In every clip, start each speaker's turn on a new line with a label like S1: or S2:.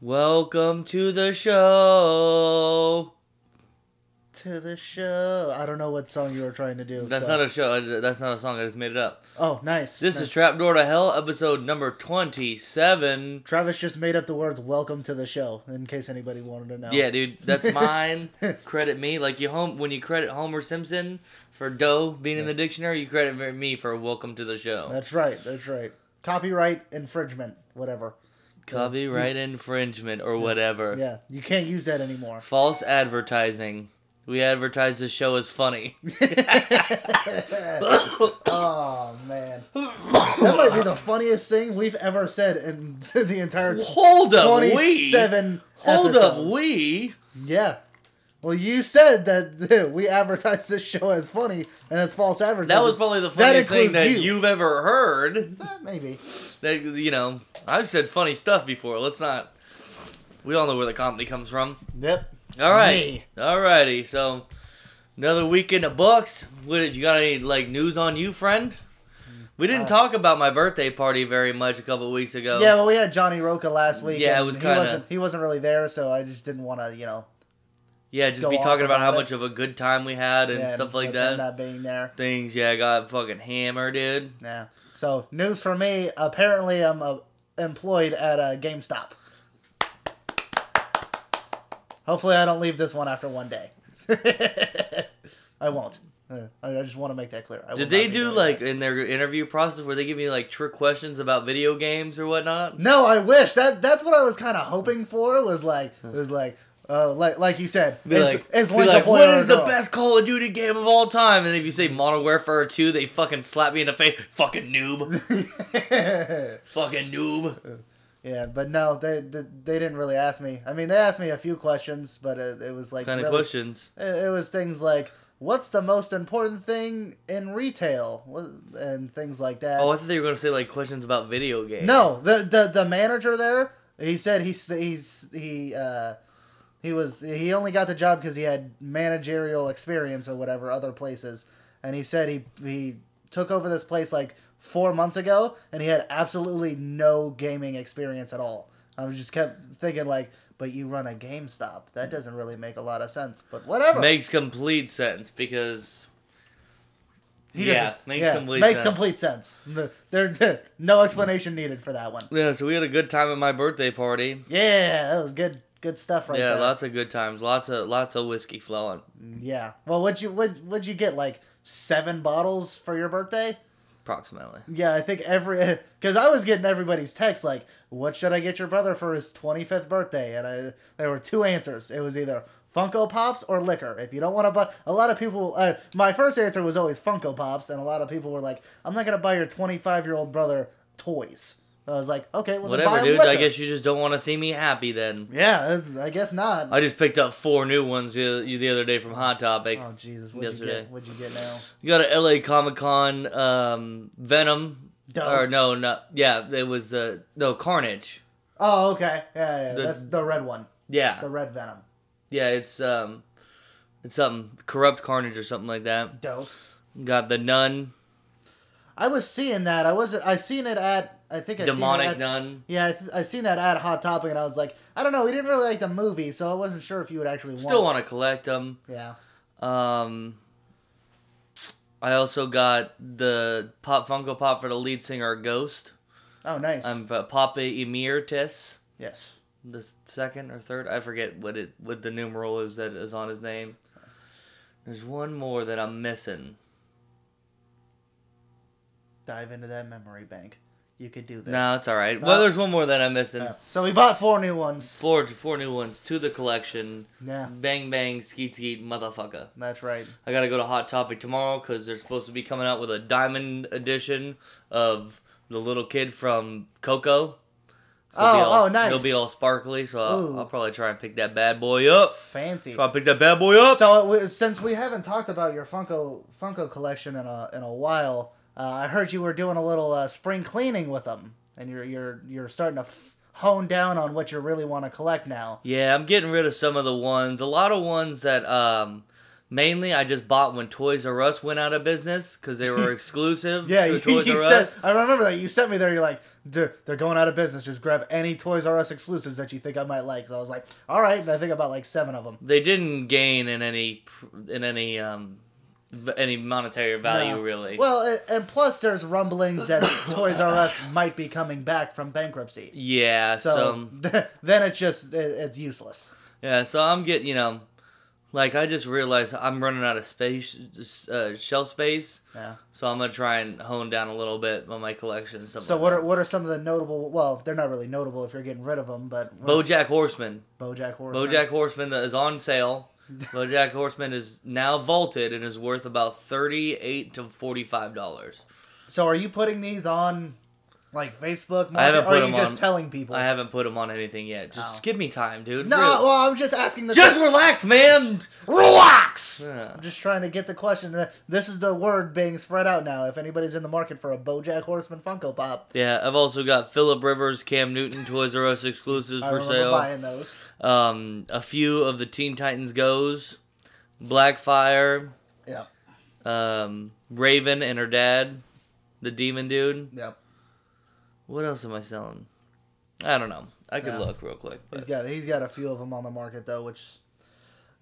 S1: Welcome to the show.
S2: To the show. I don't know what song you were trying to do.
S1: That's
S2: so-
S1: not a show. I ju- That's not a song. I just made it up.
S2: Oh, nice.
S1: This
S2: nice.
S1: is Trapdoor to Hell, episode number 27.
S2: Travis just made up the words "Welcome to the show" in case anybody wanted to know.
S1: Yeah, dude, that's mine. credit me. Like you home when you credit Homer Simpson for dough being in the dictionary, you credit me for welcome to the show.
S2: That's right. That's right. Copyright infringement. Whatever.
S1: Copyright infringement or whatever.
S2: Yeah, you can't use that anymore.
S1: False advertising. We advertise the show as funny.
S2: Oh man, that might be the funniest thing we've ever said in the entire
S1: Hold up, we.
S2: twenty-seven.
S1: Hold
S2: episodes.
S1: up, we.
S2: Yeah. Well, you said that we advertise this show as funny, and that's false advertising.
S1: That was probably the funniest thing that
S2: includes
S1: you've ever heard.
S2: Eh, maybe.
S1: That you know, I've said funny stuff before. Let's not. We all know where the comedy comes from.
S2: Yep.
S1: All right,
S2: Me.
S1: all righty. So another week in the books. What did you got? Any like news on you, friend? We didn't
S2: Uh,
S1: talk about my birthday party very much a couple weeks ago.
S2: Yeah, well, we had Johnny Roca last week.
S1: Yeah, it
S2: and
S1: was
S2: he
S1: kinda-
S2: wasn't- He wasn't really there, so I just didn't want to, you know,
S1: yeah. Just
S2: go
S1: be
S2: off
S1: talking about
S2: about
S1: how
S2: it.
S1: much of a good time we had and
S2: yeah,
S1: stuff like
S2: with
S1: that.
S2: him Not being there.
S1: Things. Yeah, I got fucking hammered, dude.
S2: Yeah. So news for me. Apparently, I'm uh, employed at uh, GameStop. Hopefully, I don't leave this one after one day. I won't. Uh, I I just want to make that clear. I will
S1: Did
S2: not
S1: they
S2: be
S1: do
S2: doing
S1: like
S2: that.
S1: in their interview process where they give you like trick questions about video games or whatnot?
S2: No, I wish that. That's what I was kind of hoping for. Was like, was like, uh, like, like you said,
S1: Be
S2: is,
S1: like,
S2: is
S1: be
S2: Link
S1: like,
S2: a player
S1: what
S2: or
S1: is the
S2: girl?"
S1: best Call of Duty game of all time? And if you say Modern Warfare 2, they fucking slap me in the face. Fucking noob. fucking noob.
S2: Yeah, but no, they, they they didn't really ask me. I mean, they asked me a few questions, but it, it was like
S1: Kind of
S2: really-
S1: questions.
S2: It, it was things like, "What's the most important thing in retail?" What- and things like that.
S1: Oh, I thought they were going to say like questions about video games.
S2: no, the, the the manager there, he said he s- he s- he uh, he was he only got the job because he had managerial experience or whatever other places, and he said he he took over this place like four months ago, and he had absolutely no gaming experience at all. I was just kept thinking like, but you run a GameStop. That doesn't really make a lot of sense. But whatever.
S1: Makes complete sense because.
S2: He
S1: yeah,
S2: doesn't-
S1: makes
S2: yeah,
S1: complete
S2: makes
S1: sense.
S2: complete sense. There, there- no explanation needed for that one.
S1: yeah, so we had a good time at my birthday party.
S2: Yeah, that was good, good stuff right
S1: yeah,
S2: there.
S1: lots of good times. Lots of lots of whiskey flowing.
S2: Yeah. Well, what'd you what would you get like seven bottles for your birthday?
S1: Approximately.
S2: Yeah, I think every because I was getting everybody's text like, "What should I get your brother for his twenty fifth birthday?" And I there were two answers. It was either Funko Pops or liquor. If you don't want to buy, a lot of people. Uh, my first answer was always Funko Pops, and a lot of people were like, "I'm not gonna buy your twenty five year old brother toys." I was like, "Okay, well, then buy
S1: Whatever,
S2: him
S1: dudes. I
S2: liquor."
S1: guess you just don't want to see me happy then.
S2: Yeah, that's, I guess not.
S1: I just picked up four new ones the the other day from Hot Topic.
S2: oh Jesus, what'd you
S1: Yesterday.
S2: get? What'd you get now?
S1: You got a LA Comic Con um, Venom.
S2: Duh.
S1: Or no, no, yeah, it was uh, no Carnage.
S2: Oh, okay, yeah, yeah,
S1: The-
S2: that's the red one, the
S1: Yeah,
S2: red Venom.
S1: yeah, it's um, it's something corrupt Carnage or something like that.
S2: Dope.
S1: Got the nun,
S2: I was seeing that. I wasn't. I seen it at. I think I
S1: demonic
S2: Seen it at,
S1: nun.
S2: Yeah, I, th- I seen that at Hot Topic, and I was like, I don't know. We didn't really like the movie, so I wasn't sure if you would actually
S1: Still
S2: want.
S1: want to collect them.
S2: it. Yeah.
S1: Um, I also got the pop Funko Pop for the lead singer of Ghost.
S2: Oh, nice.
S1: I'm uh, Papa Emeritus,
S2: yes.
S1: the second or third. I forget what it what the numeral is that is on his name. There's one more that I'm missing.
S2: Dive into that memory bank. You could do this.
S1: No, it's all right.
S2: No.
S1: Well, there's one more that I'm missing.
S2: Yeah. So we bought four new ones.
S1: Four, four new ones to the collection.
S2: Yeah,
S1: Bang bang, skeet skeet, motherfucker.
S2: that's right.
S1: I gotta go to Hot Topic tomorrow because they're supposed to be coming out with a diamond edition of the little kid from Coco. So he'll be
S2: Oh,
S1: all,
S2: oh, nice.
S1: He'll be all sparkly, so I'll,
S2: Ooh.
S1: I'll probably try and pick that bad boy up.
S2: Fancy.
S1: Try to pick that bad boy up.
S2: So it was, since we haven't talked about your Funko Funko collection in a in a while, uh, I heard you were doing a little uh, spring cleaning with them, and you're you're you're starting to f- hone down on what you really want to collect now.
S1: Yeah, I'm getting rid of some of the ones. A lot of ones that um Mainly, I just bought when Toys R Us went out of business because they were exclusive
S2: Yeah,
S1: to
S2: you,
S1: Toys
S2: you
S1: R
S2: said,
S1: Us.
S2: I remember that. You sent me there. You're like, dude, they're going out of business. Just grab any Toys R Us exclusives that you think I might like. So I was like, all right. And I think I bought like seven of them.
S1: They didn't gain in any pr- in any um v- any monetary value
S2: No.
S1: really.
S2: Well, a- and plus there's rumblings that Toys R Us might be coming back from bankruptcy.
S1: yeah,
S2: So
S1: so
S2: then it's just it, it's useless.
S1: Yeah, so I'm getting, you know, like I just realized I'm running out of space, uh, shelf space.
S2: Yeah.
S1: So I'm gonna try and hone down a little bit on my collection. and stuff
S2: So
S1: like
S2: what
S1: that.
S2: are what are some of the notable? Well, they're not really notable if you're getting rid of them, but what's-
S1: BoJack Horseman?
S2: BoJack Horseman.
S1: BoJack Horseman is on sale. BoJack Horseman is now vaulted and is worth about thirty-eight to forty-five dollars.
S2: So are you putting these on like Facebook? Market,
S1: I haven't
S2: or
S1: put
S2: are you
S1: 'em
S2: just
S1: on-
S2: telling people?
S1: I haven't put him on anything yet. Just
S2: Oh.
S1: give me time, dude.
S2: no,
S1: Really.
S2: well, I'm just asking the
S1: just relax, man.
S2: relax.
S1: Yeah.
S2: I'm just trying to get the question. This is the word being spread out now. If anybody's in the market for a BoJack Horseman Funko Pop,
S1: Yeah, I've also got Philip Rivers, Cam Newton, Toys R Us exclusives
S2: I
S1: for
S2: remember
S1: sale.
S2: buying those.
S1: um, a few of the Teen Titans goes, Blackfire,
S2: Yeah,
S1: um, Raven and her dad, the demon dude.
S2: yeah.
S1: What else am I selling? I don't know. I could
S2: Yeah.
S1: look real quick.
S2: He's
S1: But.
S2: got he's got a few of them on the market though, which.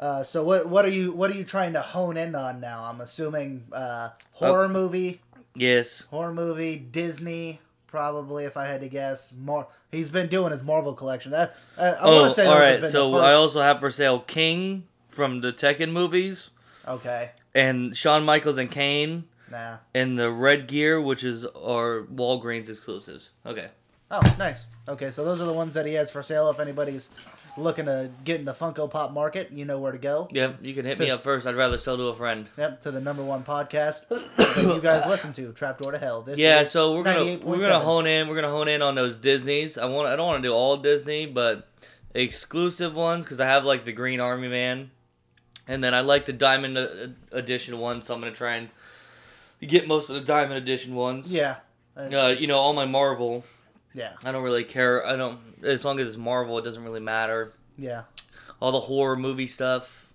S2: Uh, so what what are you what are you trying to hone in on now? I'm assuming uh,
S1: Oh.
S2: horror movie,
S1: Yes,
S2: horror movie, Disney probably if I had to guess. More he's been doing his Marvel collection. That I, I
S1: oh,
S2: want to say
S1: all
S2: those have
S1: right.
S2: been
S1: So
S2: the first-
S1: I also have for sale King from the Tekken movies,
S2: okay.
S1: and Shawn Michaels and Kane,
S2: Nah.
S1: and the Red Gear, which is our Walgreens exclusives. Okay.
S2: Oh, nice. Okay, so those are the ones that he has for sale. If anybody's looking to get in the Funko Pop market, you know where to go.
S1: Yep, you can hit me up first. I'd rather sell to a friend.
S2: Yep, to the number one podcast that you guys listen to, Trapdoor to Hell. This
S1: Yeah,
S2: is
S1: so we're gonna we're gonna
S2: 98.7.
S1: hone in. We're gonna hone in on those Disney's. I want I don't want to do all Disney, but exclusive ones because I have like the Green Army Man, and then I like the Diamond uh, Edition ones. So I'm gonna try and get most of the Diamond Edition ones.
S2: Yeah. Uh,
S1: Uh, you know, all my Marvel.
S2: yeah,
S1: I don't really care. I don't as long as it's Marvel, it doesn't really matter.
S2: yeah,
S1: All the horror movie stuff.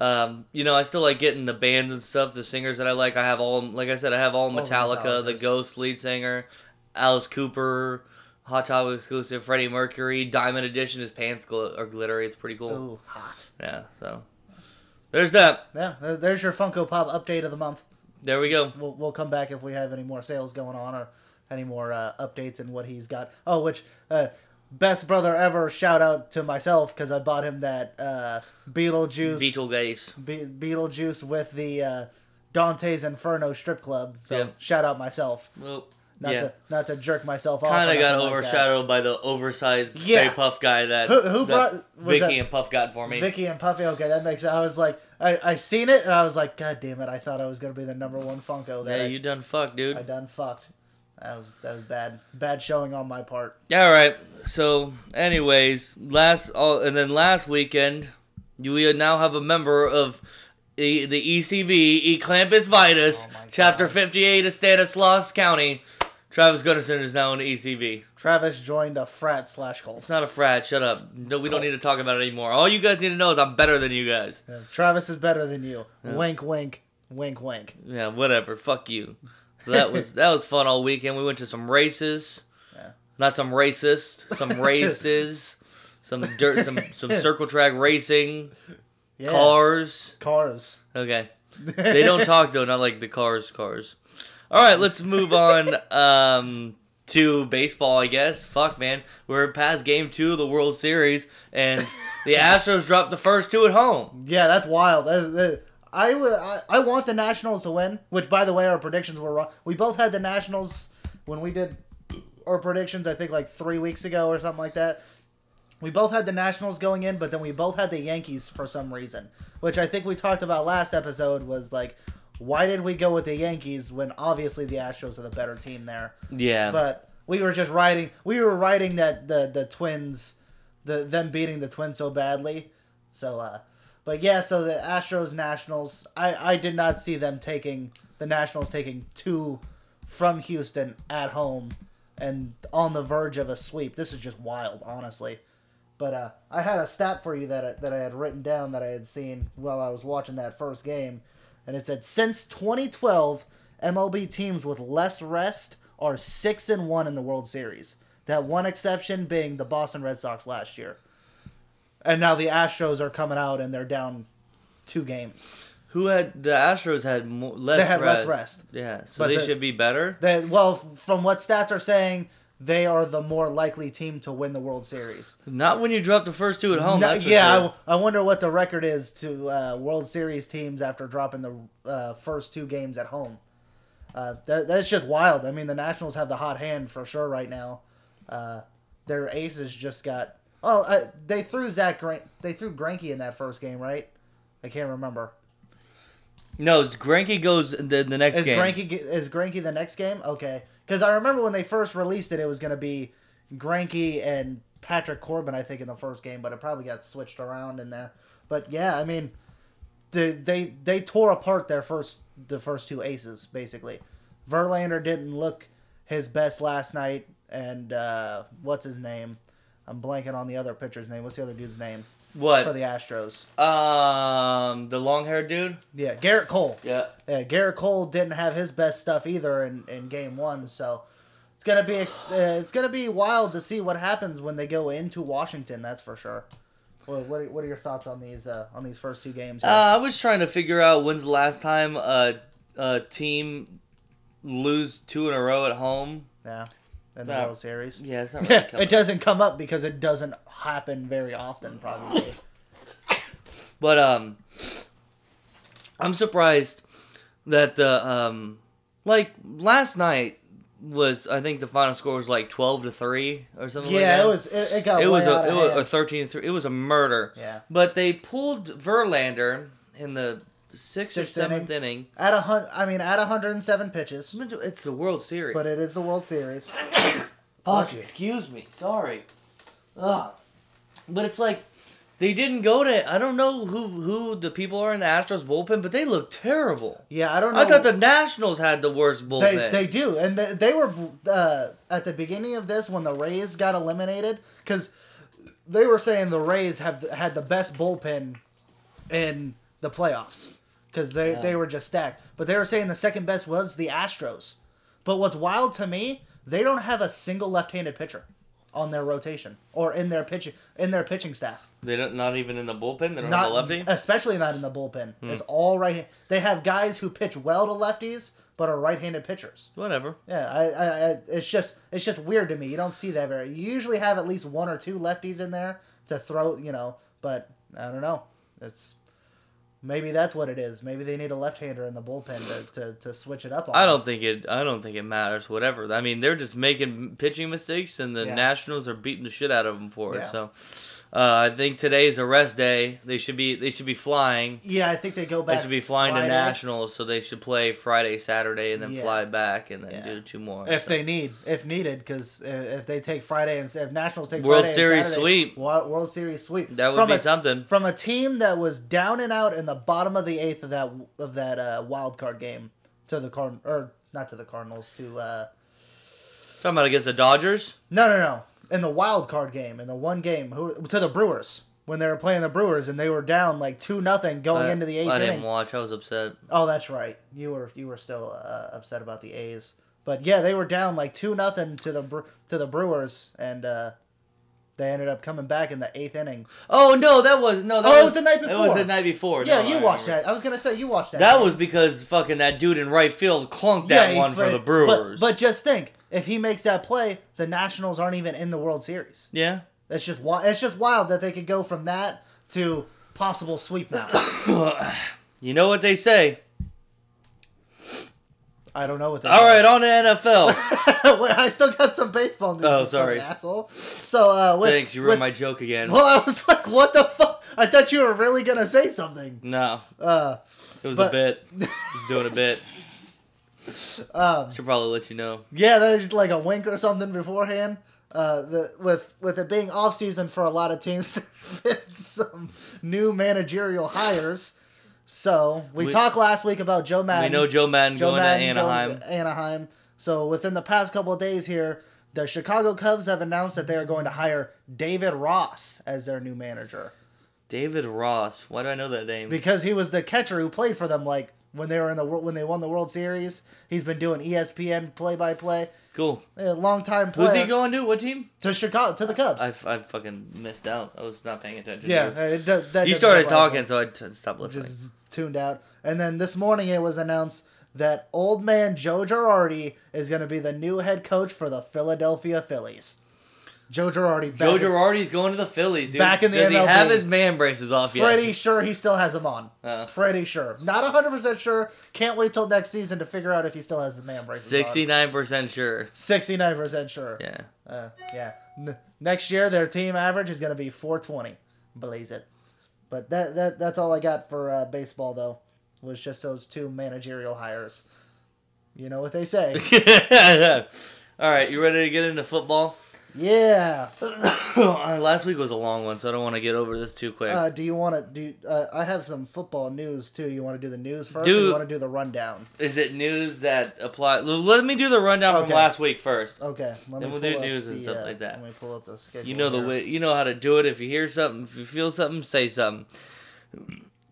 S1: Um, you know, I still like getting the bands and stuff, the singers that I like. I have all, like I said, I have all
S2: the
S1: Metallica, the
S2: Metallicas.
S1: Ghost lead singer, Alice Cooper, Hot Topic exclusive, Freddie Mercury, Diamond Edition. His pants gl- are glittery. It's pretty cool.
S2: Ooh, hot.
S1: Yeah, so there's that.
S2: Yeah, there- there's your Funko Pop update of the month.
S1: There we go.
S2: We'll, we'll come back if we have any more sales going on or any more uh, updates and what he's got. Oh, which uh, best brother ever! Shout out to myself because I bought him that uh, Beetlejuice
S1: Beetlejuice.
S2: Be- Beetlejuice with the uh, Dante's Inferno strip club. So
S1: Yeah.
S2: shout out myself,
S1: Well,
S2: not
S1: yeah.
S2: to not to jerk myself off. or
S1: Kind of got
S2: nothing like that. uh,
S1: overshadowed by the oversized
S2: Yeah.
S1: Stay Puff guy that,
S2: Who- who
S1: that
S2: brought-
S1: Vicky
S2: was that-
S1: and Puff got for me.
S2: Vicky and Puffy. Okay, that makes. I was like, I I seen it and I was like, God damn it! I thought I was gonna be the number one Funko. That
S1: yeah,
S2: I-
S1: you done fuck, dude.
S2: I done fucked. That was that was bad. Bad showing on my part.
S1: All right. So, anyways, last all and then last weekend, you- we now have a member of e, the ECV, Eclampus Vitus,
S2: Oh my
S1: Chapter
S2: God.
S1: 58 of Stanislaus County. Travis Gunderson is now in ECV.
S2: Travis joined a frat slash cult.
S1: It's not a frat. Shut up. No, we don't need to talk about it anymore. All you guys need to know is I'm better than you guys.
S2: Yeah, Travis is better than you. Wink, wink, wink, wink.
S1: Yeah, whatever. Fuck you. So that was that was fun all weekend. We went to some races.
S2: Yeah.
S1: Not some racist. Some races. some dirt. Some some circle track racing.
S2: Yeah.
S1: Cars.
S2: Cars.
S1: Okay. They don't talk though, not like the cars cars. All right, let's move on um to baseball, I guess. Fuck, man. We're past game 2 of the World Series and the Astros dropped the first two at home.
S2: Yeah, that's wild. That is- that- I, w- I- I want the Nationals to win, which, by the way, our predictions were wrong. We both had the Nationals when we did our predictions, I think, like three weeks ago or something like that. We both had the Nationals going in, but then we both had the Yankees for some reason, which I think we talked about last episode was like, why did we go with the Yankees when obviously the Astros are the better team there?
S1: Yeah.
S2: But we were just riding. We were riding that the the twins, the them beating the twins so badly. So, uh, but yeah. So the Astros Nationals. I I did not see them taking the Nationals taking two from Houston at home and on the verge of a sweep. This is just wild, honestly. But uh, I had a stat for you that I, that I had written down that I had seen while I was watching that first game, and it said since 2012, MLB teams with less rest are six and one in the World Series. That one exception being the Boston Red Sox last year. And now the Astros are coming out and they're down two games.
S1: Who had the Astros had mo less?
S2: They had
S1: rest.
S2: less rest.
S1: Yeah, so
S2: But
S1: they
S2: the-
S1: should be better.
S2: They, well, f- from what stats are saying, they are the more likely team to win the World Series.
S1: Not when you drop the first two at home.
S2: No,
S1: that's for
S2: yeah, I
S1: sure.
S2: w- I, wonder what the record is to uh, World Series teams after dropping the uh, first two games at home. Uh, that, that's just wild. I mean, the Nationals have the hot hand for sure right now. Uh, their aces just got. Oh, I, they threw Zach. Gran- they threw Granky in that first game, right? I can't remember.
S1: No, it's Granky goes the, the next
S2: Is
S1: game.
S2: Granky is Granky the next game? Okay, because I remember when they first released it, it was gonna be Granky and Patrick Corbin, I think, in the first game, but it probably got switched around in there. But yeah, I mean, they they, they tore apart their first the first two aces basically. Verlander didn't look his best last night, and uh, what's his name? I'm blanking on the other pitcher's name. What's the other dude's name for
S1: what?
S2: the Astros?
S1: um, the long haired dude.
S2: Yeah, Garrett Cole.
S1: Yeah.
S2: Yeah, Uh, Garrett Cole didn't have his best stuff either in, in game one, so it's gonna be ex- uh, it's gonna be wild to see what happens when they go into Washington. That's for sure. Well, what are, what are your thoughts on these uh, on these first two games? here?
S1: Uh, I was trying to figure out when's the last time a, a team lose two in a row at home.
S2: yeah, in the
S1: uh,
S2: World Series.
S1: Yeah, it's not really coming.
S2: it doesn't come up because it doesn't happen very often, probably.
S1: But um, I'm surprised that the um, like last night was I think the final score was like 12 to three or something. like
S2: yeah,
S1: that.
S2: it was it, it got
S1: It
S2: way
S1: was
S2: out
S1: a it
S2: of
S1: was a
S2: hand.
S1: 13 3. It was a murder.
S2: Yeah.
S1: But they pulled Verlander in the sixth,
S2: Sixth
S1: or seventh inning.
S2: at a hun- I mean, at 107 pitches,
S1: It's the World Series.
S2: but it is the World Series.
S1: Fuck,
S2: Fuck you.
S1: excuse me. Sorry. Ugh. But it's like they didn't go to. I don't know who who the people are in the Astros bullpen, but they look terrible.
S2: Yeah, I don't know.
S1: I thought the Nationals had the worst bullpen.
S2: They, they do, and they, they were uh, at the beginning of this when the Rays got eliminated because they were saying the Rays have had the best bullpen in the playoffs because they, they were just stacked. But they were saying the second best was the Astros. But what's wild to me, they don't have a single left-handed pitcher on their rotation or in their pitching in their pitching staff.
S1: They don't. Not even in the bullpen. They don't have a
S2: Not
S1: lefty. Hmm.
S2: especially not in the bullpen. It's all right. They have guys who pitch well to lefties but are right-handed pitchers.
S1: Whatever.
S2: Yeah, I, I, I, it's just, it's just weird to me. You don't see that very. You usually have at least one or two lefties in there to throw, you know. But I don't know. It's maybe that's what it is. Maybe they need a left-hander in the bullpen to, to, to switch it up. On
S1: I don't think it. I don't think it matters. Whatever. I mean, they're just making pitching mistakes, and the
S2: Yeah.
S1: Nationals are beating the shit out of them for it.
S2: Yeah.
S1: So, uh, I think today's a rest day. They should be. They should be flying.
S2: Yeah, I think they go back.
S1: They should be flying
S2: Friday
S1: to Nationals, so they should play Friday, Saturday, and then
S2: Yeah.
S1: fly back, and then
S2: Yeah.
S1: do two more.
S2: if
S1: So-
S2: they need, if needed, because if they take Friday and if Nationals take
S1: World
S2: Friday
S1: Series
S2: and Saturday,
S1: sweep.
S2: Wo- World Series sweep.
S1: that would
S2: From
S1: be
S2: a-
S1: something.
S2: from a team that was down and out in the bottom of the eighth of that of that uh, wild card game to the card or not to the Cardinals to uh,
S1: Talking about against the Dodgers.
S2: no no no in the wild card game in the one game who to the Brewers when they were playing the Brewers and they were down like two nothing going
S1: I-
S2: into the eighth
S1: I
S2: inning.
S1: didn't watch. I was upset.
S2: Oh, that's right. You were you were still uh, upset about the A's, but yeah, they were down like two nothing to the Bre- to the Brewers and. Uh, they ended up coming back in the eighth inning.
S1: Oh no, that was no. That
S2: Oh, it
S1: was,
S2: was the night
S1: It was
S2: before.
S1: the night before.
S2: Yeah,
S1: No,
S2: you
S1: I
S2: watched
S1: remember.
S2: that. I was gonna say you watched that.
S1: That was because fucking that dude in right field clunked that
S2: he
S1: one for
S2: fit-
S1: the
S2: but-
S1: Brewers.
S2: But, just think, if he makes that play, the Nationals aren't even in the World Series.
S1: yeah.
S2: That's just wild. It's just wild that they could go from that to possible sweep now.
S1: You know what they say.
S2: I don't know what.
S1: All right, on to NFL.
S2: Wait, I still got some baseball news.
S1: Oh,
S2: you
S1: sorry.
S2: fucking asshole. So uh, with,
S1: Thanks, you
S2: with-
S1: ruined my joke again.
S2: Well, I was like, what the fuck? I thought you were really gonna say something.
S1: No,
S2: Uh,
S1: it was a
S2: But-
S1: bit. Just doing a bit.
S2: um,
S1: Should probably let you know.
S2: Yeah, there's like a wink or something beforehand. Uh, the, with with it being off season for a lot of teams, there's been some new managerial hires. So we,
S1: We-
S2: talked last week about Joe
S1: We
S2: Madden.
S1: know Joe Madden
S2: Joe
S1: going
S2: Madden
S1: to Anaheim.
S2: going to Anaheim. So within the past couple of days here, the Chicago Cubs have announced that they are going to hire David Ross as their new manager
S1: David Ross. Why do I know that name?
S2: because he was the catcher who played for them like when they were in the wor- when they won the World Series. He's been doing E ESPN play by play.
S1: cool.
S2: A long time player.
S1: Who's he going to? What team?
S2: to Chicago to the Cubs.
S1: I, I fucking missed out. I was not paying attention.
S2: yeah,
S1: dude.
S2: it do- that
S1: You
S2: doesn't
S1: started
S2: matter.
S1: talking, so I t- stopped listening.
S2: just tuned out. And then this morning it was announced that old man Joe Girardi is going to be the new head coach for the Philadelphia Phillies. Joe Girardi. Back
S1: Joe Girardi's going to the Phillies, dude.
S2: Back in the
S1: Does he
S2: MLB.
S1: have his man braces off yet?
S2: Pretty sure he still has him on.
S1: Uh.
S2: Pretty sure. Not 100% sure. Can't wait till next season to figure out if he still has his man braces on.
S1: Sixty-nine percent sure.
S2: 69% sure.
S1: Yeah.
S2: Uh, yeah. N- next year, their team average is going to be 420. Blaze it. But that, that that's all I got for uh, baseball, though, was just those two managerial hires. You know what they say.
S1: All right, you ready to get into football?
S2: yeah.
S1: Uh, Last week was a long one, so I don't want to get over this too quick.
S2: Uh, do you want to do? Uh, I have some football news too. You want to do the news first, or
S1: Do-
S2: you want to do the rundown?
S1: Is it news that apply? l- Let me do the rundown
S2: Okay. Oh,
S1: from last week first.
S2: Okay. Let
S1: Then
S2: me
S1: we'll
S2: pull
S1: do
S2: up
S1: news and
S2: the,
S1: stuff
S2: uh,
S1: like that.
S2: Let me pull up the schedule.
S1: You know the
S2: here.
S1: way. You know how to do it. If you hear something, if you feel something, say something.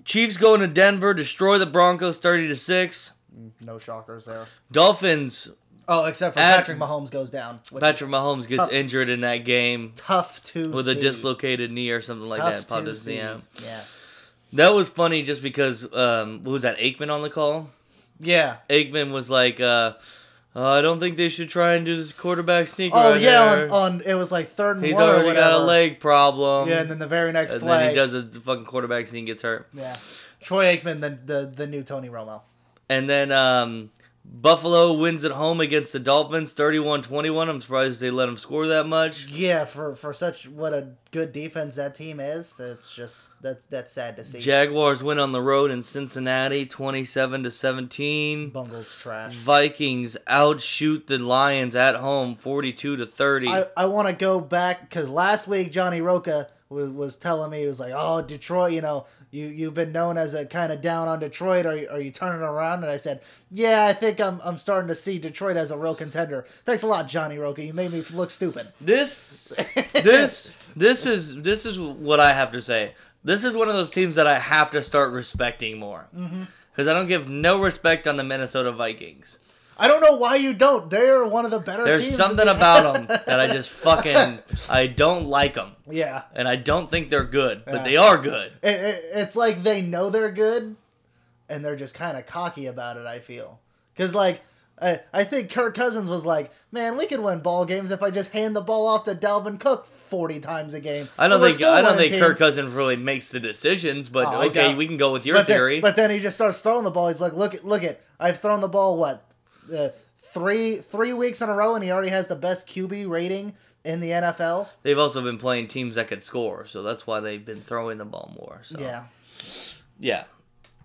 S1: Chiefs going to Denver, destroy the Broncos, thirty to six.
S2: No shockers there.
S1: Dolphins.
S2: Oh, except for
S1: At-
S2: Patrick Mahomes goes down. Which
S1: Patrick Mahomes gets
S2: tough.
S1: injured in that game
S2: is tough to
S1: with a
S2: see.
S1: dislocated knee or something like
S2: Tough
S1: that. Popped
S2: to
S1: his
S2: see.
S1: knee out.
S2: Yeah.
S1: That was funny, just because. Um, what was that Aikman on the call?
S2: Yeah.
S1: Aikman was like, uh, "Uh, "I don't think they should try and do this quarterback sneak."
S2: Oh
S1: right
S2: yeah,
S1: there.
S2: on, on it was like third and
S1: He's
S2: one or
S1: already
S2: whatever.
S1: got a leg problem.
S2: Yeah, and then the very next
S1: and
S2: play,
S1: then he does a fucking quarterback sneak, gets hurt.
S2: yeah, Troy Aikman, the, the the new Tony Romo.
S1: And then um, Buffalo wins at home against the Dolphins 31-21. I'm surprised they let him score that much.
S2: Yeah, for for such what a good defense that team is, it's just that that's sad to see.
S1: Jaguars win on the road in Cincinnati 27 to 17.
S2: Bungles trash.
S1: Vikings outshoot the Lions at home 42 to 30.
S2: I, I want to go back because last week Johnny Roca was, was telling me he was like, "Oh, Detroit, you know, you you've been known as a kind of down on Detroit. Are you, are you turning around?" And I said, "Yeah, I think I'm I'm starting to see Detroit as a real contender." Thanks a lot, Johnny Roca. You made me look stupid.
S1: This this this is this is what I have to say. This is one of those teams that I have to start respecting more.
S2: Mm-hmm.
S1: Cuz I don't give no respect on the Minnesota Vikings.
S2: I don't know why you don't. They're one of the better.
S1: There's
S2: teams
S1: something about them that I just fucking I don't like them,
S2: Yeah,
S1: and I don't think they're good, but
S2: Yeah.
S1: they are good.
S2: it, it, it's like they know they're good, and they're just kind of cocky about it. I feel because like. I, I think Kirk Cousins was like, man, we could win ball games if I just hand the ball off to Dalvin Cook forty times a game.
S1: I
S2: But
S1: don't
S2: we're
S1: think
S2: still
S1: I don't
S2: winning
S1: think
S2: team."
S1: Kirk Cousins really makes the decisions, but
S2: Oh, I
S1: okay,
S2: doubt-
S1: we can go with your
S2: But
S1: theory.
S2: then, but then he just starts throwing the ball. He's like, look, look it, I've thrown the ball what uh, three three weeks in a row, and he already has the best QB rating in the NFL.
S1: They've also been playing teams that could score, so that's why they've been throwing the ball more. So
S2: Yeah,
S1: Yeah.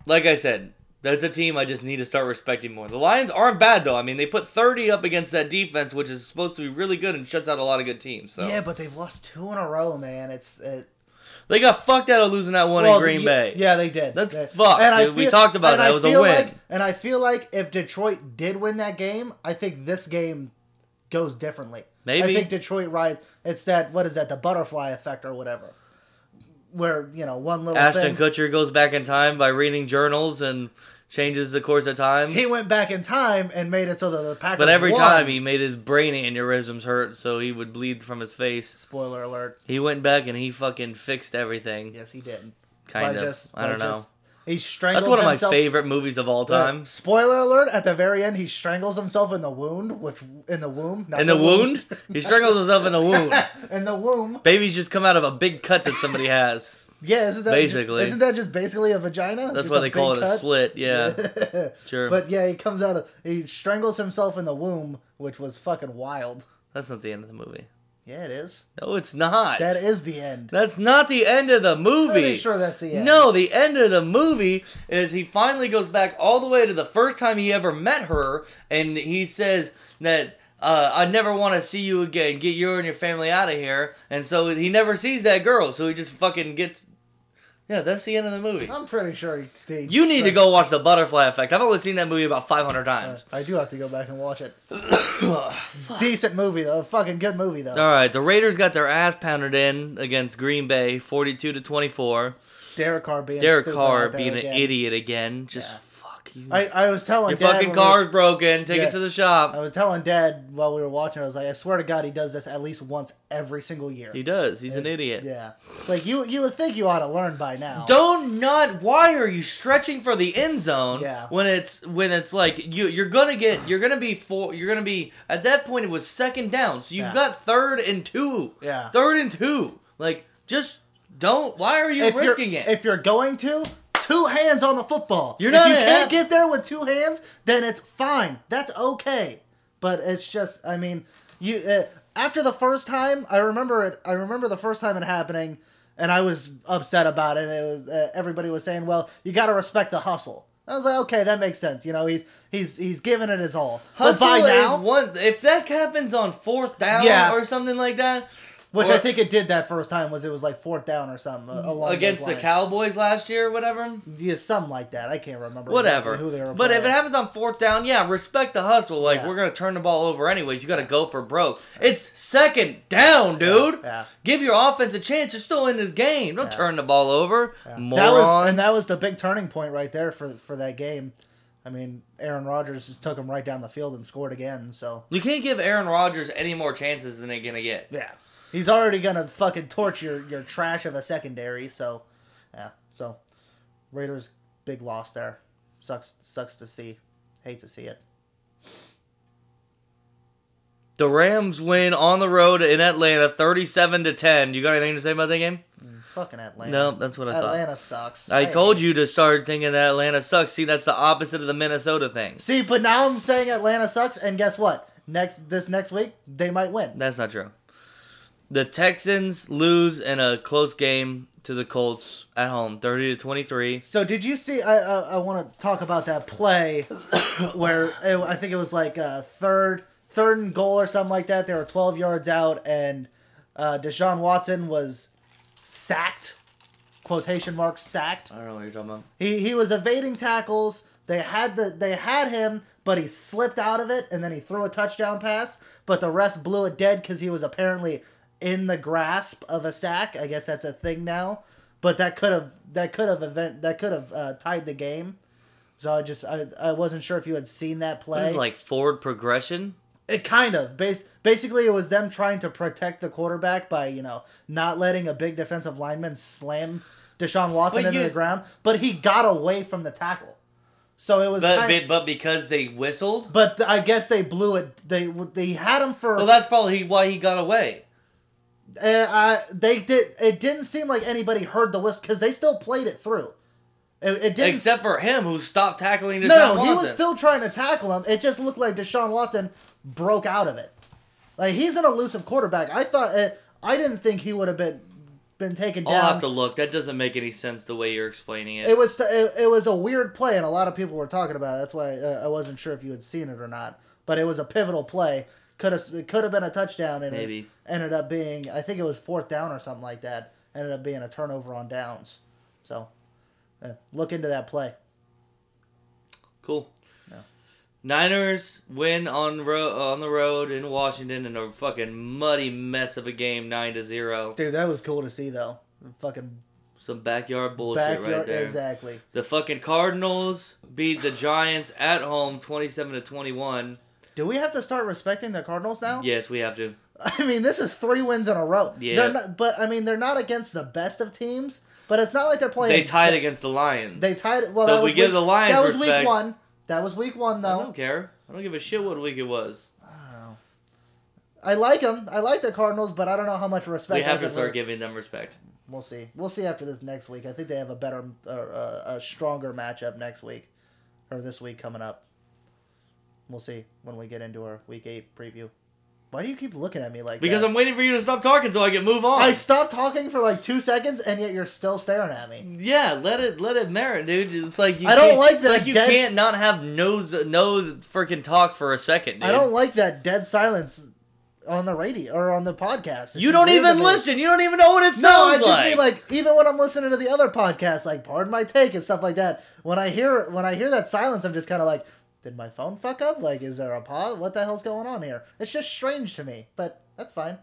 S1: Like I said, that's a team I just need to start respecting more. The Lions aren't bad though. I mean, they put 30 up against that defense, which is supposed to be really good and shuts out a lot of good teams. So
S2: yeah, but they've lost two in a row, man. It's it,
S1: they got fucked out of losing that one in
S2: Well,
S1: Green
S2: ye-
S1: Bay.
S2: Yeah, they did.
S1: That's
S2: They-
S1: fucked, dude. We talked about
S2: and
S1: that.
S2: I
S1: It was a
S2: feel
S1: win.
S2: like- and I feel like if Detroit did win that game, I think this game goes differently.
S1: Maybe.
S2: I think Detroit rides. It's that what is that? The butterfly effect or whatever, where you know one little
S1: Ashton
S2: thing.
S1: Kutcher goes back in time by reading journals and changes the course of time.
S2: He went back in time and made it so that the Packers.
S1: but every
S2: won.
S1: time he made his brain aneurysms hurt, so he would bleed from his face.
S2: spoiler alert.
S1: He went back and he fucking fixed everything.
S2: Yes, he did.
S1: kind of. I
S2: by
S1: don't know.
S2: just- he strangled.
S1: That's one of my
S2: himself-
S1: favorite movies of all time.
S2: Spoiler alert! At the very end, he strangles himself in the wound, which in the womb, not
S1: In the
S2: wound.
S1: wound? He strangles himself in the wound.
S2: in the womb.
S1: Babies just come out of a big cut that somebody has.
S2: Yeah, isn't that
S1: Basically.
S2: Isn't that just basically a vagina?
S1: That's
S2: Just
S1: why
S2: a
S1: they call it
S2: big
S1: a
S2: cut?
S1: slit. Yeah, sure.
S2: but yeah, he comes out of he strangles himself in the womb, which was fucking wild.
S1: That's not the end of the movie.
S2: Yeah, it is.
S1: No, it's not.
S2: That is the end.
S1: That's not the end of the movie.
S2: Pretty sure that's the end.
S1: No, the end of the movie is he finally goes back all the way to the first time he ever met her, and he says that uh, I never want to see you again. Get you and your family out of here. And so he never sees that girl. So he just fucking gets Yeah, that's the end of the movie.
S2: I'm pretty sure he. he
S1: You need to go watch The Butterfly Effect. I've only seen that movie about 500 times.
S2: I do have to go back and watch it. Decent movie though. Fucking good movie though.
S1: All right, the Raiders got their ass pounded in against Green Bay, 42 to 24.
S2: Derek Carr being
S1: Derek
S2: stupid
S1: Carr
S2: out there
S1: being an
S2: again.
S1: idiot again. Just
S2: Yeah.
S1: fuck you.
S2: I, I was telling
S1: Your
S2: Dad
S1: fucking
S2: when we were-
S1: car's broken. Take
S2: Yeah.
S1: it to the
S2: I
S1: shop.
S2: was telling Dad while we were watching. I was like, I swear to God, he does this at least once every single year.
S1: He does. He's an idiot.
S2: Yeah, like you you would think you ought to learn by now.
S1: Don't not. Why are you stretching for the end zone
S2: Yeah.
S1: when it's when it's like you you're gonna get you're gonna be four you're gonna be at that point it was second down so you've
S2: Yeah.
S1: got third and two
S2: Yeah.
S1: third and two like just don't why are you
S2: if
S1: risking
S2: you're,
S1: it
S2: If you're going to, two hands on the football.
S1: You're
S2: if
S1: not
S2: you
S1: an
S2: can't
S1: ath-
S2: get there with two hands, then it's fine. That's okay. But it's just, I mean, you uh, after the first time, I remember it. I remember the first time it happening, and I was upset about it. It was uh, everybody was saying, "Well, you got to respect the hustle." I was like, "Okay, that makes sense." You know, he's he's he's giving it his all.
S1: Hustle
S2: but by now,
S1: is one. If that happens on fourth down
S2: Yeah.
S1: or something like that,
S2: which
S1: or-
S2: I think it did that first time, was it was like fourth down or something uh, along
S1: against
S2: those
S1: the
S2: lines.
S1: Cowboys last year, or whatever.
S2: Yeah, something like that. I can't remember.
S1: Whatever.
S2: exactly who they were
S1: but if it
S2: playing.
S1: happens on fourth down, yeah, respect the hustle. Like
S2: Yeah.
S1: we're gonna turn the ball over anyways. You gotta go for broke. It's second down, dude.
S2: Yeah.
S1: Give your offense a chance. You're still in this game. Don't
S2: Yeah.
S1: turn the ball over, moron.
S2: that was and that was the big turning point right there for for that game. I mean, Aaron Rodgers just took him right down the field and scored again. So
S1: you can't give Aaron Rodgers any more chances than they're gonna get.
S2: yeah, he's already gonna fucking torch your your trash of a secondary. So yeah, so Raiders big loss there. Sucks sucks to see. Hate to see it.
S1: The Rams win on the road in Atlanta, thirty-seven to ten. You got anything to say about that game?
S2: Fucking Atlanta.
S1: No, that's what I thought.
S2: Atlanta sucks.
S1: I told you to start thinking that Atlanta sucks. See, that's the opposite of the Minnesota thing.
S2: See, but now I'm saying Atlanta sucks, and guess what? Next this next week they might win.
S1: That's not true. The Texans lose in a close game to the Colts at home, thirty to twenty-three.
S2: So did you see? I I, I want to talk about that play where it, I think it was like uh third third and goal or something like that. They were twelve yards out, and uh, Deshaun Watson was sacked. Quotation mark sacked.
S1: I don't know what you're talking about.
S2: He he was evading tackles. They had the they had him, but he slipped out of it, and then he threw a touchdown pass. But the rest blew it dead because he was apparently in the grasp of a sack. I guess that's a thing now. But that could have that could have event that could have uh, tied the game. So I just I, I wasn't sure if you had seen that play.
S1: This is like forward progression.
S2: It kind of bas- basically it was them trying to protect the quarterback by you know not letting a big defensive lineman slam Deshaun Watson
S1: But
S2: into
S1: you-
S2: the ground, but he got away from the tackle. So it was,
S1: But
S2: kind
S1: be- but because they whistled,
S2: but th- I guess they blew it. They w- they had him for.
S1: well, that's probably why he got away.
S2: uh, I, they did. It didn't seem like anybody heard the whistle because they still played it through. It, it didn't.
S1: Except for him, who stopped tackling Deshaun
S2: No, no, he
S1: Watson.
S2: was still trying to tackle him. It just looked like Deshaun Watson broke out of it. Like he's an elusive quarterback. I thought it, I didn't think he would have been been taken down.
S1: I'll have to look. That doesn't make any sense the way you're explaining it.
S2: It was it, it was a weird play, and a lot of people were talking about it. That's why uh, I wasn't sure if you had seen it or not. But it was a pivotal play. Could have it could have been a touchdown, and it
S1: Maybe.
S2: ended up being I think it was fourth down or something like that. Ended up being a turnover on downs. So uh, look into that play.
S1: Cool. Niners win on ro- on the road in Washington in a fucking muddy mess of a game, nine to zero.
S2: Dude, that was cool to see though. Fucking
S1: Some backyard bullshit
S2: backyard,
S1: right there.
S2: exactly.
S1: The fucking Cardinals beat the Giants at home, twenty-seven to twenty-one.
S2: Do we have to start respecting the Cardinals now?
S1: Yes, we have to.
S2: I mean, this is three wins in a row.
S1: Yeah.
S2: They're not, but I mean, they're not against the best of teams. But it's not like they're playing.
S1: They tied against the Lions.
S2: They tied. Well,
S1: So
S2: that
S1: if we
S2: was
S1: give
S2: week,
S1: the Lions
S2: That was
S1: respect-
S2: week one. That was week one,
S1: I
S2: though.
S1: don't care. I don't give a shit what week it was.
S2: I like them. I like the Cardinals, but I don't know how much respect.
S1: We have
S2: I
S1: to
S2: give
S1: start
S2: them.
S1: giving them respect.
S2: We'll see. We'll see after this next week. I think they have a better, uh, uh, a stronger matchup next week, or this week coming up. We'll see when we get into our week eight preview. Why do you keep looking at me like
S1: Because
S2: that?
S1: I'm waiting for you to stop talking so I can move on.
S2: I stopped talking for like two seconds, and yet you're still staring at me.
S1: Yeah, let it let it merit, dude. It's like you
S2: I don't
S1: can't-
S2: like
S1: it's
S2: that
S1: Like you
S2: dead-
S1: can't not have no no freaking talk for a second. Dude.
S2: I don't like that dead silence on the radio or on the podcast. It
S1: You
S2: should
S1: don't
S2: be in the
S1: even
S2: news.
S1: listen. You don't even know what it sounds
S2: No, I just
S1: like.
S2: mean like even when I'm listening to the other podcasts, like pardon my take and stuff like that. When I hear when I hear that silence, I'm just kind of like, did my phone fuck up? Like, is there a pod? What the hell's going on here? It's just strange to me, but that's fine.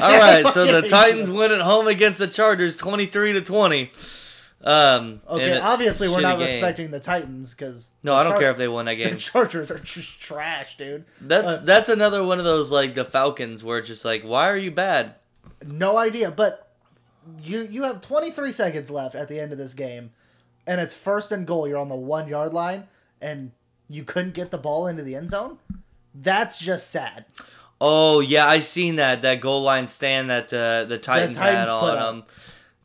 S1: All right, so the
S2: Fucking-
S1: Titans win at home against the Chargers, twenty-three to twenty. Um, and
S2: Okay,
S1: it-
S2: obviously we're
S1: shitty
S2: not
S1: game.
S2: respecting the Titans because
S1: No, I don't care if they won that
S2: The
S1: game.
S2: Chargers are just trash, dude.
S1: That's
S2: Uh,
S1: that's another one of those like the Falcons where it's just like, why are you bad?
S2: No idea, but you you have 23 seconds left at the end of this game, and it's first and goal. You're on the one yard line, and you couldn't get the ball into the end zone. That's just sad.
S1: Oh yeah, I seen that that goal line stand that uh, the Titans,
S2: Titans
S1: had
S2: put
S1: on
S2: up.
S1: them.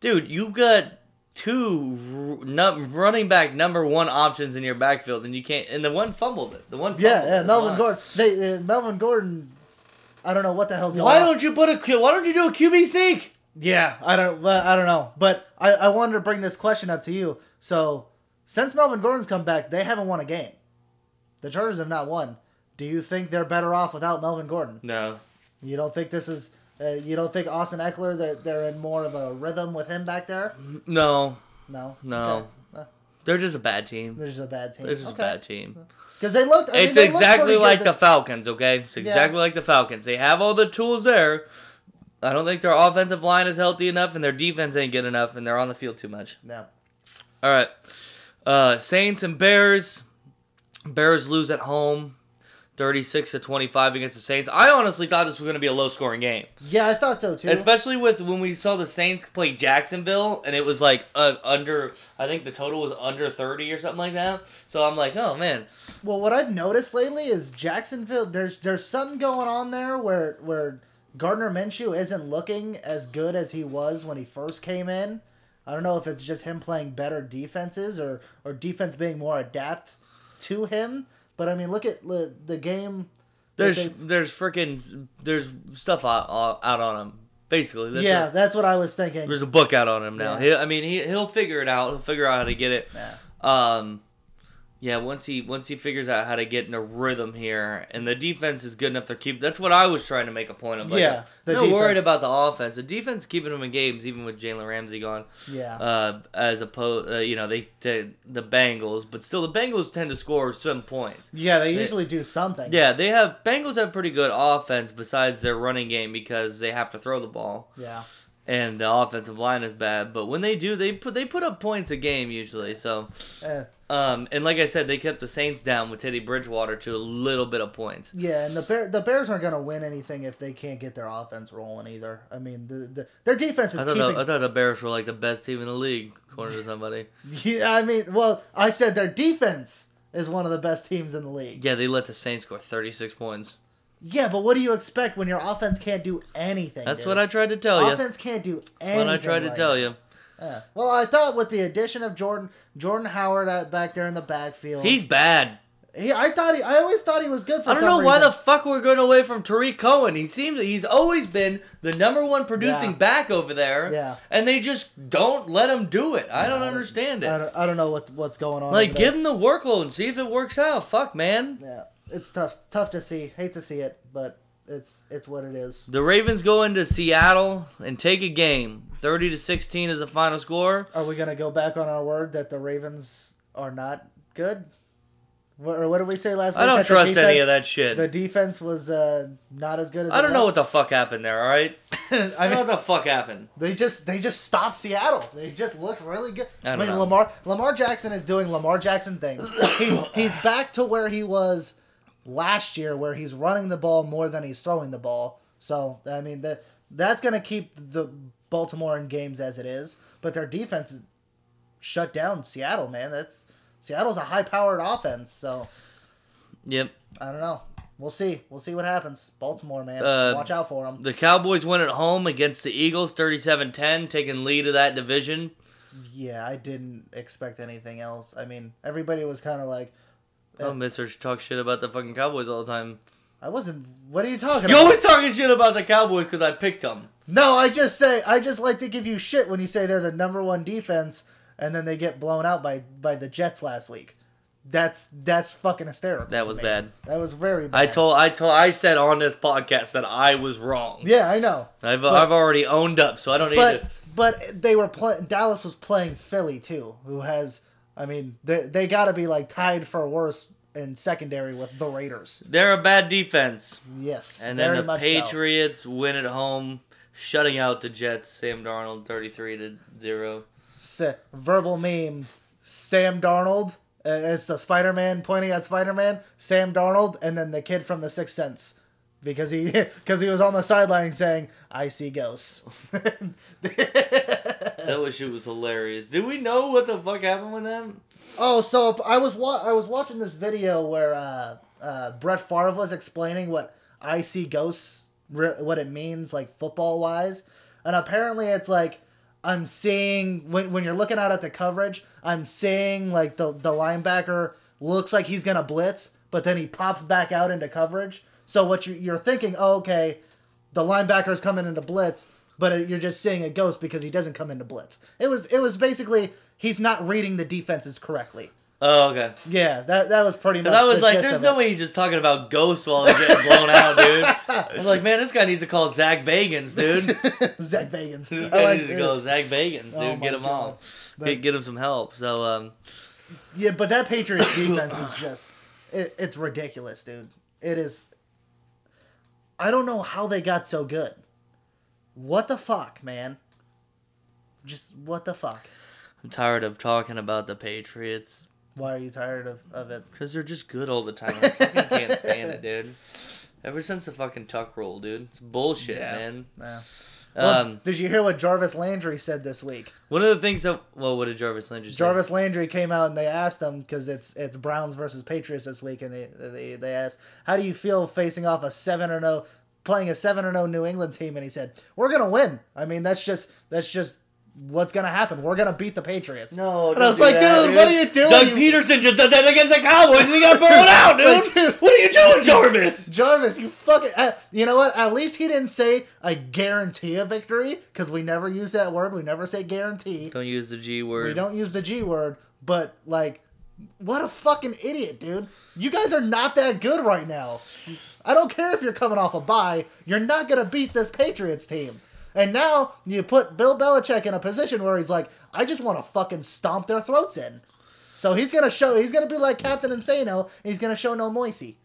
S1: Dude, you got two r- num- running back number one options in your backfield, and you can't. And the one fumbled it. The one. Fumbled
S2: Yeah,
S1: it.
S2: yeah.
S1: Come
S2: Melvin
S1: on.
S2: Gordon. Oh, They uh, Melvin Gordon. I don't know what the hell's going
S1: Why
S2: on.
S1: don't you put a? Q- Why don't you do a QB sneak?
S2: Yeah, I don't. well, I don't know, but I, I wanted to bring this question up to you. So, since Melvin Gordon's come back, they haven't won a game. The Chargers have not won. Do you think they're better off without Melvin Gordon?
S1: No,
S2: You don't think this is? Uh, you don't think Austin Eckler? They're they're in more of a rhythm with him back there.
S1: no,
S2: No.
S1: No.
S2: Okay. Uh,
S1: they're just a bad team.
S2: they're just a bad team.
S1: They're just
S2: okay.
S1: a bad team.
S2: Because they looked. I mean,
S1: it's
S2: they looked pretty
S1: exactly
S2: good
S1: like the
S2: this-
S1: Falcons, okay? It's exactly like the Falcons. They have all the tools there. I don't think their offensive line is healthy enough, and their defense ain't good enough, and they're on the field too much.
S2: No.
S1: All right, uh, Saints and Bears. Bears lose at home, thirty-six to twenty-five against the Saints. I honestly thought this was going to be a low-scoring game,
S2: Yeah, I thought so too.
S1: especially with when we saw the Saints play Jacksonville, and it was like uh, under. I think the total was under thirty or something like that. So I'm like, oh man,
S2: Well, what I've noticed lately is Jacksonville. There's there's something going on there where where Gardner Minshew isn't looking as good as he was when he first came in. I don't know if it's just him playing better defenses or or defense being more adapt to him. But I mean, look at the, the game. that
S1: There's
S2: they-
S1: there's freaking there's stuff out, out on him. Basically, that's
S2: yeah,
S1: it.
S2: that's what I was thinking.
S1: there's a book out on him now.
S2: Yeah.
S1: He, I mean, he he'll figure it out. He'll figure out how to get it.
S2: Yeah.
S1: Um, yeah. Once he once he figures out how to get in a rhythm here, and the defense is good enough to keep. That's what I was trying to make a point of. Like,
S2: Yeah, the
S1: I'm not worried
S2: defense.
S1: about the offense. The defense keeping them in games, even with Jalen Ramsey gone.
S2: Yeah.
S1: Uh, as opposed, uh, you know, they, they the Bengals, but still the Bengals tend to score some points.
S2: yeah, they usually do something.
S1: Yeah, they have Bengals have pretty good offense besides their running game because they have to throw the ball
S2: Yeah.
S1: and the offensive line is bad. But when they do, they put they put up points a game usually. So,
S2: Eh.
S1: um, and like I said, they kept the Saints down with Teddy Bridgewater to a little bit of points.
S2: Yeah, and the Bear, the Bears aren't going to win anything if they can't get their offense rolling either. I mean, the, the their defense is
S1: I thought,
S2: keeping
S1: the, I thought the Bears were like the best team in the league, according to somebody.
S2: Yeah, I mean, well, I said their defense is one of the best teams in the league.
S1: Yeah, they let the Saints score 36 points.
S2: Yeah, but what do you expect when your offense can't do anything?
S1: That's
S2: dude?
S1: what I tried to tell you.
S2: Offense can't do anything.
S1: What I tried to
S2: right
S1: tell
S2: now.
S1: you.
S2: Yeah. Well, I thought with the addition of Jordan Jordan Howard out back there in the backfield,
S1: He's bad.
S2: he, I thought he, I always thought he was good for.
S1: I don't
S2: some
S1: know why the
S2: reason.
S1: fuck we're going away from Tariq Cohen. He seems he's always been the number one producing
S2: Yeah.
S1: back over there.
S2: Yeah.
S1: And they just don't let him do it. I don't understand
S2: I
S1: it.
S2: don't, I don't know what what's going on.
S1: Like
S2: over there.
S1: give him the workload and see if it works out. Fuck man.
S2: Yeah, it's tough tough to see. Hate to see it, but it's it's what it is.
S1: The Ravens go into Seattle and take a game. Thirty to sixteen is the final score.
S2: Are we gonna go back on our word that the Ravens are not good? What, or what did we say last week?
S1: I don't
S2: that the
S1: trust any
S2: defense-
S1: of that shit.
S2: The defense was uh, not as good as.
S1: I don't
S2: it
S1: know
S2: was.
S1: what the fuck happened there, alright? I don't know what the fuck happened.
S2: They just they just stopped Seattle. They just looked really good.
S1: I
S2: I,
S1: don't
S2: mean,
S1: know.
S2: Lamar Lamar Jackson is doing Lamar Jackson things. he's, he's back to where he was last year, where he's running the ball more than he's throwing the ball. So I mean that that's gonna keep the Baltimore in games as it is, but their defense is- shut down Seattle. Man, that's Seattle's a high powered offense. So
S1: Yep.
S2: I don't know. We'll see. We'll see what happens. Baltimore, man,
S1: Uh,
S2: watch out for them.
S1: The Cowboys win at home against the Eagles 37-10, taking lead of that division.
S2: Yeah, I didn't expect anything else. I mean, everybody was kind of like,
S1: Oh, Mister talk shit about the fucking Cowboys all the time.
S2: I wasn't. What are you talking
S1: You
S2: about?
S1: always talking shit about the Cowboys because I picked them.
S2: No, I just say I just like to give you shit when you say they're the number one defense, and then they get blown out by by the Jets last week. That's that's fucking hysterical.
S1: That
S2: to
S1: was
S2: me.
S1: bad.
S2: That was very bad.
S1: I told, I told, I said on this podcast that I was wrong.
S2: Yeah, I know.
S1: I've, I've already owned up, so I don't need
S2: But
S1: to.
S2: but they were playing. Dallas was playing Philly too, who has. I mean, they they got to be like tied for worst in secondary with the Raiders.
S1: They're a bad defense,
S2: Yes,
S1: and
S2: very
S1: then the
S2: much so.
S1: Patriots win at home, shutting out the Jets. Sam Darnold, thirty-three to zero.
S2: S- verbal meme. Sam Darnold. Uh, it's the Spider Man pointing at Spider Man. Sam Darnold, and then the kid from The Sixth Sense, because he because he was on the sideline saying, "I see ghosts." Uh.
S1: That was shit was hilarious. Did we know what the fuck happened with them?
S2: Oh, so if- I was wa- I was watching this video where uh, uh, Brett Favre was explaining what I see ghosts, re- what it means like football wise, and apparently it's like I'm seeing when when you're looking out at the coverage, I'm seeing like the the linebacker looks like he's gonna blitz, but then he pops back out into coverage. So what you you're thinking? Oh, okay, the linebacker is coming into blitz, but it, you're just seeing a ghost because he doesn't come into blitz. It was it was basically he's not reading the defenses correctly.
S1: Oh, okay.
S2: Yeah, that that was pretty much.
S1: Because I was
S2: the
S1: like,
S2: gist
S1: there's
S2: of
S1: no
S2: it.
S1: way he's just talking about Ghost while he's getting blown out, dude. I was like, man, this guy needs to call Zach Bagans, dude.
S2: Zach Bagans.
S1: This
S2: I
S1: guy
S2: like-
S1: needs to call Zach Bagans, dude.
S2: Oh my
S1: get him
S2: God.
S1: all.
S2: But-
S1: Get, get him some help. So, um,
S2: Yeah, but that Patriots defense is just it, it's ridiculous, dude. It is I don't know how they got so good. What the fuck, man? Just what the fuck?
S1: I'm tired of talking about the Patriots
S2: Why are you tired of, of it?
S1: because they're just good all the time. I fucking can't stand it, dude. Ever since the fucking tuck roll, dude. It's bullshit,
S2: Yeah.
S1: man.
S2: Nah. Well,
S1: Um,
S2: did you hear what Jarvis Landry said this week?
S1: one of the things that well, what did Jarvis Landry say?
S2: Jarvis Landry came out and they asked him because it's it's Browns versus Patriots this week, and they they, they asked, "How do you feel facing off a seven or no, playing a seven or no New England team?" And he said, "We're gonna win. I mean, that's just that's just what's gonna happen. We're gonna beat the Patriots."
S1: No,
S2: and
S1: don't
S2: I was
S1: do
S2: like,
S1: that,
S2: "Dude, what are you doing?"
S1: Doug
S2: you-
S1: Peterson just did that against the Cowboys and he got blown out,
S2: It's
S1: dude.
S2: like, dude.
S1: What are you doing, Jarvis?
S2: Jarvis, you fucking. Uh, you know what? At least he didn't say I guarantee a victory because we never use that word. We never say guarantee.
S1: Don't use the G
S2: We
S1: word.
S2: don't use the G word, but like, what a fucking idiot, dude! You guys are not that good right now. I don't care if you're coming off a bye. You're not gonna beat this Patriots team. And now you put Bill Belichick in a position where he's like, I just want to fucking stomp their throats in. So he's gonna show. He's gonna be like Captain Insano. And he's gonna show no moisey.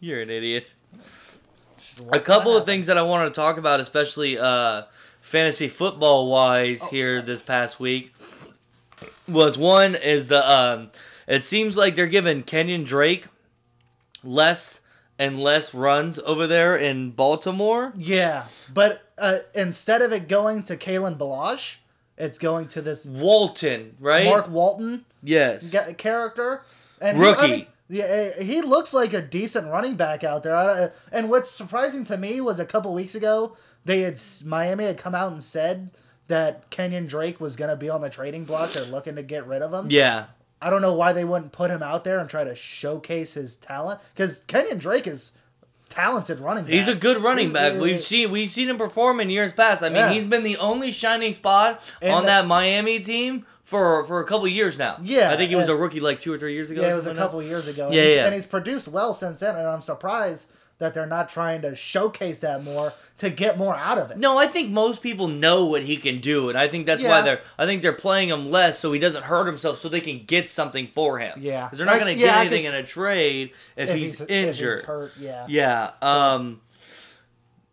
S1: You're an idiot.
S2: Just
S1: a
S2: what's
S1: couple
S2: gonna
S1: of things that I wanted to talk about, especially uh, fantasy football wise,
S2: Oh,
S1: here this past week was one is the um, it seems like they're giving Kenyon Drake less and less runs over there in Baltimore.
S2: happen. Yeah, but uh, instead of it going to Kalen Balaj, it's going to this
S1: Walton, right?
S2: Mark Walton.
S1: yes.
S2: ga- character and He, I
S1: Rookie.
S2: mean, yeah, eh, he looks like a decent running back out there. I don't- eh, And what's surprising to me was a couple weeks ago they had s- Miami had come out and said that Kenyon Drake was going to be on the trading block. They're looking to get rid of him.
S1: yeah.
S2: I don't know why they wouldn't put him out there and try to showcase his talent because Kenyon Drake is talented running. back.
S1: He's a good running back.
S2: He's- eh,
S1: We've seen we've seen him perform in years past. I mean,
S2: Yeah.
S1: he's been the only shining spot
S2: And
S1: on
S2: the-
S1: that Miami team for for a couple years now.
S2: Yeah,
S1: I think he was
S2: and-
S1: a rookie like two or three years ago.
S2: Yeah,
S1: or
S2: it was a
S1: something like that.
S2: couple years ago. And
S1: Yeah,
S2: he's,
S1: yeah.
S2: And he's produced well since then, and I'm surprised that they're not trying to showcase that more to get more out of it.
S1: No, I think most people know what he can do, and I think that's why
S2: Yeah.
S1: they're. I think they're playing him less so he doesn't hurt himself, so they can get something for him.
S2: Yeah.
S1: 'Cause they're not
S2: Like,
S1: going to
S2: yeah,
S1: get
S2: I
S1: anything
S2: could
S1: in a trade if, he's, injured.
S2: If he's hurt, yeah.
S1: Yeah. Um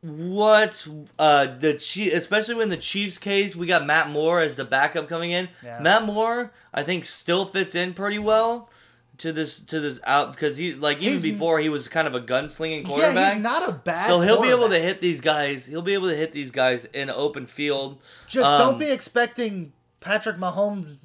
S1: what uh the Chief, especially when the Chiefs case, we got Matt Moore as the backup coming in.
S2: Yeah.
S1: Matt Moore, I think still fits in pretty well to this to this out because he like even
S2: He's-
S1: before he was kind of a gunslinging
S2: Yeah,
S1: quarterback.
S2: he's not a bad.
S1: so he'll be able to
S2: quarterback.
S1: hit these guys. He'll be able to hit these guys in open field.
S2: Just
S1: um,
S2: don't be expecting Patrick Mahomes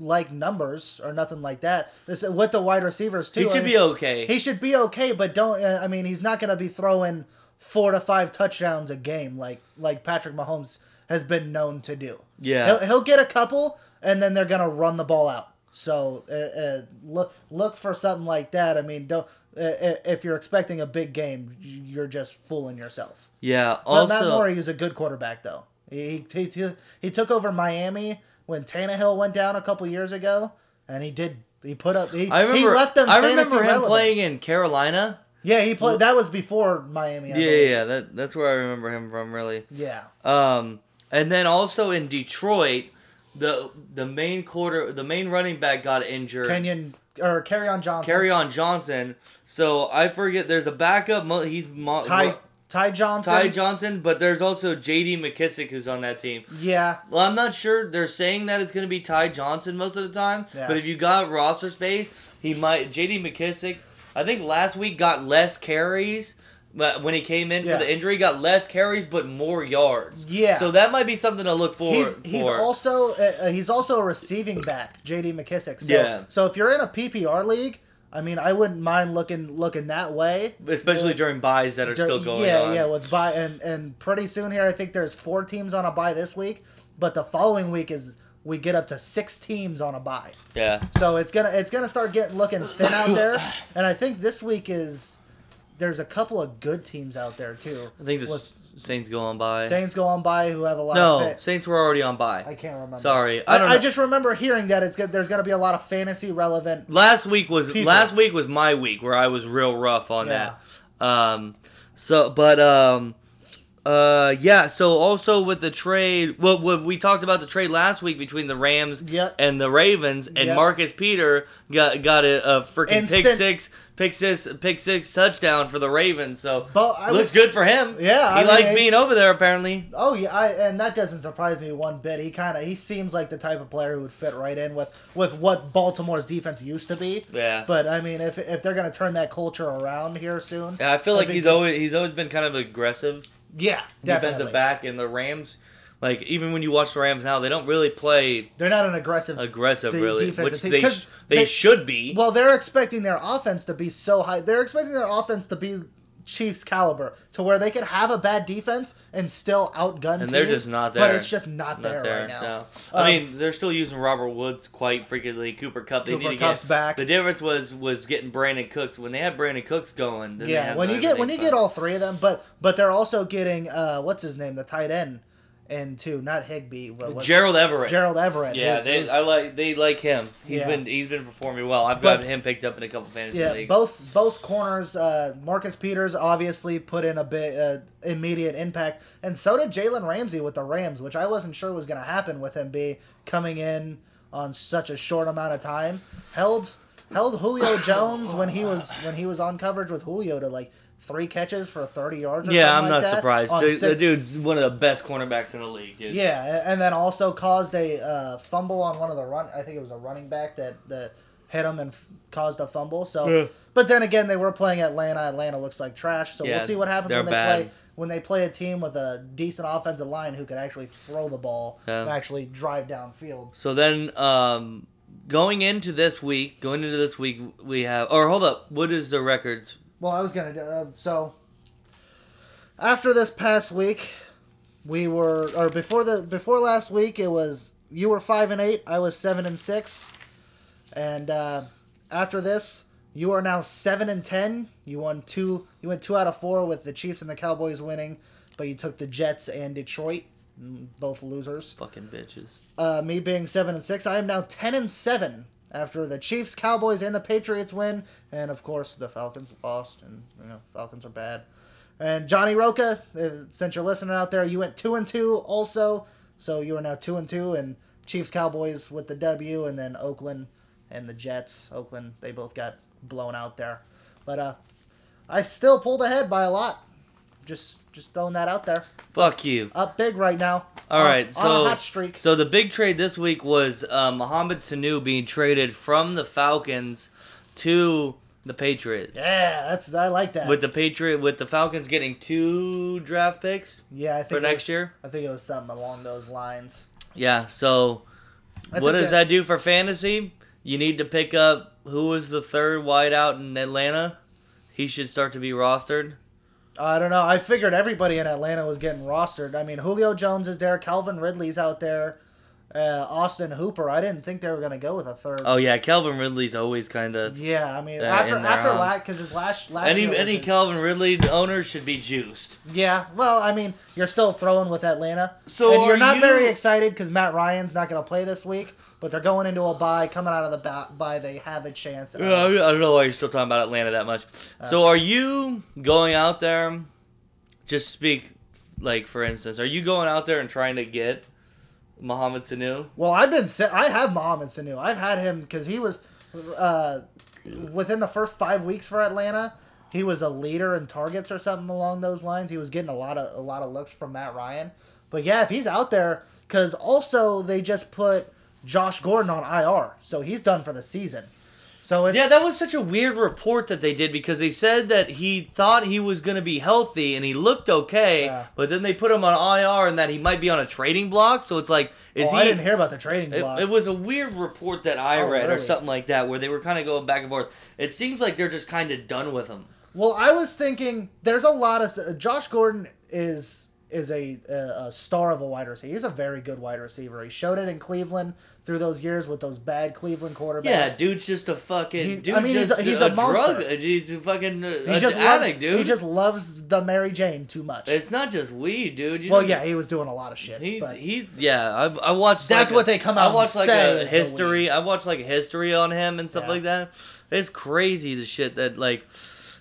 S2: like numbers or nothing like that. This with the wide receivers too.
S1: He
S2: I
S1: should
S2: mean,
S1: be okay.
S2: He should be okay, but don't. Uh, I mean, he's not going to be throwing four to five touchdowns a game like like Patrick Mahomes has been known to do.
S1: Yeah.
S2: he'll, he'll get a couple, and then they're going to run the ball out. So uh, uh, look look for something like that. I mean, don't uh, uh, if you're expecting a big game, you're just fooling yourself.
S1: yeah.
S2: But
S1: Also,
S2: Matt Moore, he was a good quarterback though. He he, he he took over Miami when Tannehill went down a couple years ago, and he did He put up. He,
S1: I remember.
S2: he left them.
S1: I
S2: fantasy
S1: remember him
S2: relevant.
S1: playing in Carolina.
S2: Yeah, he played. That was before Miami. I
S1: Yeah, yeah,
S2: believe.
S1: yeah. That that's where I remember him from. Really.
S2: Yeah.
S1: Um, and then also in Detroit, the the main quarter, the main running back got injured.
S2: Kenyon or carry on Johnson.
S1: Carry on Johnson. So I forget. There's a backup. Mo- he's mo-
S2: Ty Ty Johnson.
S1: Ty Johnson, but there's also J.D. McKissick who's on that team.
S2: yeah.
S1: Well, I'm not sure. They're saying that it's going to be Ty Johnson most of the time,
S2: Yeah.
S1: but if you got roster space, he might. J.D. McKissick, I think last week got less carries. But when he came in
S2: Yeah.
S1: for the injury, got less carries but more yards.
S2: Yeah.
S1: So that might be something to look for.
S2: He's he's
S1: for.
S2: also uh, he's also a receiving back, J.D. McKissick. So,
S1: Yeah.
S2: So if you're in a PPR league, I mean, I wouldn't mind looking looking that way.
S1: especially during buys that are
S2: Dur-
S1: still going
S2: yeah,
S1: on.
S2: yeah, with buy and and pretty soon here, I think there's four teams on a buy this week, but the following week is we get up to six teams on a buy.
S1: yeah.
S2: So it's gonna it's gonna start getting looking thin out there, and I think this week is there's a couple of good teams out there too.
S1: I think the
S2: With
S1: S- Saints go on by.
S2: Saints go on by who have a lot. of
S1: no,
S2: fit.
S1: Saints were already on
S2: I
S1: by.
S2: can't remember.
S1: Sorry, I
S2: I,
S1: don't.
S2: I
S1: know.
S2: just remember hearing that it's good. There's gonna be a lot of fantasy relevant.
S1: last week was
S2: People.
S1: last week was my week where I was real rough on
S2: Yeah.
S1: that. Um, so but um, uh, yeah. So also with the trade, well, well, we talked about the trade last week between the Rams
S2: Yep.
S1: and the Ravens, and
S2: Yep.
S1: Marcus Peter got got a, a freaking pick
S2: Instant-
S1: six, pick six, pick six touchdown for the Ravens. So
S2: But I
S1: looks
S2: was,
S1: good for him.
S2: Yeah,
S1: he
S2: I mean,
S1: likes
S2: it-
S1: being over there apparently.
S2: Oh yeah, I, and that doesn't surprise me one bit. He kind of he seems like the type of player who would fit right in with with what Baltimore's defense used to be.
S1: Yeah.
S2: But I mean, if if they're gonna turn that culture around here soon,
S1: And I feel like
S2: That'd be
S1: he's
S2: good.
S1: always he's always been kind of aggressive
S2: yeah, definitely.
S1: defensive back, and the Rams, like even when you watch the Rams now, they don't really play
S2: They're not an aggressive.
S1: aggressive
S2: The
S1: really,
S2: defensive
S1: which
S2: team-
S1: they
S2: 'cause
S1: sh- they,
S2: they-
S1: should be.
S2: well, they're expecting their offense to be so high. They're expecting their offense to be Chiefs caliber to where they could have a bad defense and still outgun.
S1: and they're
S2: teams,
S1: just not there.
S2: But it's just
S1: Not
S2: not, there, right now.
S1: no.
S2: Um,
S1: I mean, they're still using Robert Woods quite frequently. Cooper Cup, they
S2: Cooper
S1: need to
S2: Kupp's
S1: get
S2: back.
S1: The difference was was getting Brandon Cooks. When they had Brandon Cooks going, then they
S2: Yeah,
S1: had
S2: when you get when you
S1: everything,
S2: get
S1: but-
S2: all three of them, but but they're also getting uh what's his name, the tight end, and two, not Higby, but what's-
S1: Gerald Everett.
S2: Gerald Everett.
S1: yeah,
S2: who's-
S1: they
S2: who's-
S1: I like they like him. He's
S2: Yeah.
S1: been he's been performing well. I've
S2: But-
S1: got him picked up in a couple fantasy
S2: yeah,
S1: leagues.
S2: both both corners. Uh, Marcus Peters obviously put in a bit uh, immediate impact, and so did Jalen Ramsey with the Rams, which I wasn't sure was going to happen with him be coming in on such a short amount of time. Held held Julio Jones when he was when he was on coverage with Julio to like three catches for thirty yards. Or
S1: Yeah, I'm
S2: something
S1: not
S2: like that
S1: surprised.
S2: on
S1: The,
S2: six-
S1: the dude's one of the best cornerbacks in the league, dude.
S2: Yeah, a- and then also caused a uh, fumble on one of the run. I think it was a running back that, that hit him and f- caused a fumble. So,
S1: Yeah.
S2: but then again, they were playing Atlanta. Atlanta looks like trash. So
S1: Yeah,
S2: we'll see what happens when they
S1: they're bad.
S2: play when they play a team with a decent offensive line who can actually throw the ball
S1: Yeah.
S2: and actually drive downfield.
S1: So then, um, going into this week, going into this week, we have. Or hold up, what is the records?
S2: Well, I was gonna do uh, so. After this past week, we were or before the before last week, it was you were five and eight, I was seven and six, and uh, after this, you are now seven and ten. You won two. You went two out of four with the Chiefs and the Cowboys winning, but you took the Jets and Detroit, mm, both losers.
S1: Fucking bitches.
S2: Uh, me being seven and six, I am now ten and seven. After the Chiefs, Cowboys, and the Patriots win, and of course the Falcons lost, and you know Falcons are bad. And Johnny Roca, uh, since you're listening out there, you went two and two also, so you are now two and two, and Chiefs, Cowboys with the W, and then Oakland and the Jets. Oakland, they both got blown out there, but uh, I still pulled ahead by a lot. Just just throwing that out there.
S1: Fuck you.
S2: Up big right now.
S1: All
S2: On-
S1: right,
S2: on
S1: so
S2: a hot streak.
S1: so the big trade this week was uh, Mohamed Sanu being traded from the Falcons to the Patriots.
S2: Yeah, that's I like that.
S1: With the Patriot, with the Falcons getting two draft picks
S2: yeah, I think
S1: for
S2: it
S1: next
S2: was-
S1: year.
S2: I think it was something along those lines.
S1: Yeah. So,
S2: That's
S1: what
S2: a
S1: does
S2: good-
S1: that do for fantasy? You need to pick up who was the third wideout in Atlanta. He should start to be rostered.
S2: I don't know. I figured everybody in Atlanta was getting rostered. I mean, Julio Jones is there. Calvin Ridley's out there. Uh, Austin Hooper. I didn't think they were gonna go with a third.
S1: Oh yeah, Calvin Ridley's always kind of
S2: yeah, I mean
S1: Uh,
S2: after
S1: in there,
S2: after
S1: huh?
S2: last because his last last year
S1: any
S2: was
S1: any
S2: his-
S1: Calvin Ridley owner should be juiced.
S2: yeah. Well, I mean you're still throwing with Atlanta,
S1: So
S2: and you're
S1: are
S2: not
S1: you-
S2: very excited because Matt Ryan's not gonna play this week, but they're going into a bye. Coming out of the ba- bye, they have a chance. of-
S1: Yeah, I I don't know why you're still talking about Atlanta that much.
S2: Uh,
S1: So, are you going out there? Just speak, like for instance, are you going out there and trying to get Mohamed Sanu?
S2: Well, I've been sa- I have Mohamed Sanu. I've had him because he was uh, within the first five weeks for Atlanta. He was a leader in targets or something along those lines. He was getting a lot of a lot of looks from Matt Ryan. But yeah, if he's out there, because also they just put Josh Gordon on IR, so he's done for the season. So it's
S1: Yeah, that was such a weird report that they did because they said that he thought he was going to be healthy and he looked okay,
S2: Yeah.
S1: but then they put him on IR and that he might be on a trading block. So it's like, is
S2: Oh,
S1: he?
S2: I didn't hear about the trading
S1: It,
S2: block.
S1: it was a weird report that I
S2: Oh,
S1: read or
S2: really?
S1: something like that where they were kind of going back and forth. It seems like they're just kind of done with him.
S2: Well, I was thinking there's a lot of uh, Josh Gordon is is a, a, a star of a wide receiver. He's a very good wide receiver. He showed it in Cleveland through those years with those bad Cleveland quarterbacks.
S1: Yeah, dude's just a fucking.
S2: He-
S1: dude
S2: I mean, he's
S1: just
S2: a- he's
S1: a,
S2: a
S1: drug.
S2: monster.
S1: He's a fucking. uh,
S2: he
S1: a
S2: just
S1: addict,
S2: loves
S1: dude.
S2: he just loves the Mary Jane too much.
S1: It's not just weed, dude. You
S2: well,
S1: know,
S2: yeah, he was doing a lot of shit.
S1: He's
S2: but-
S1: he's yeah. I, I watched.
S2: That's
S1: like
S2: what
S1: a-
S2: they come
S1: I
S2: out and
S1: watched like
S2: say
S1: a
S2: is the
S1: history. I watched like history on him and stuff
S2: Yeah.
S1: like that. It's crazy the shit that like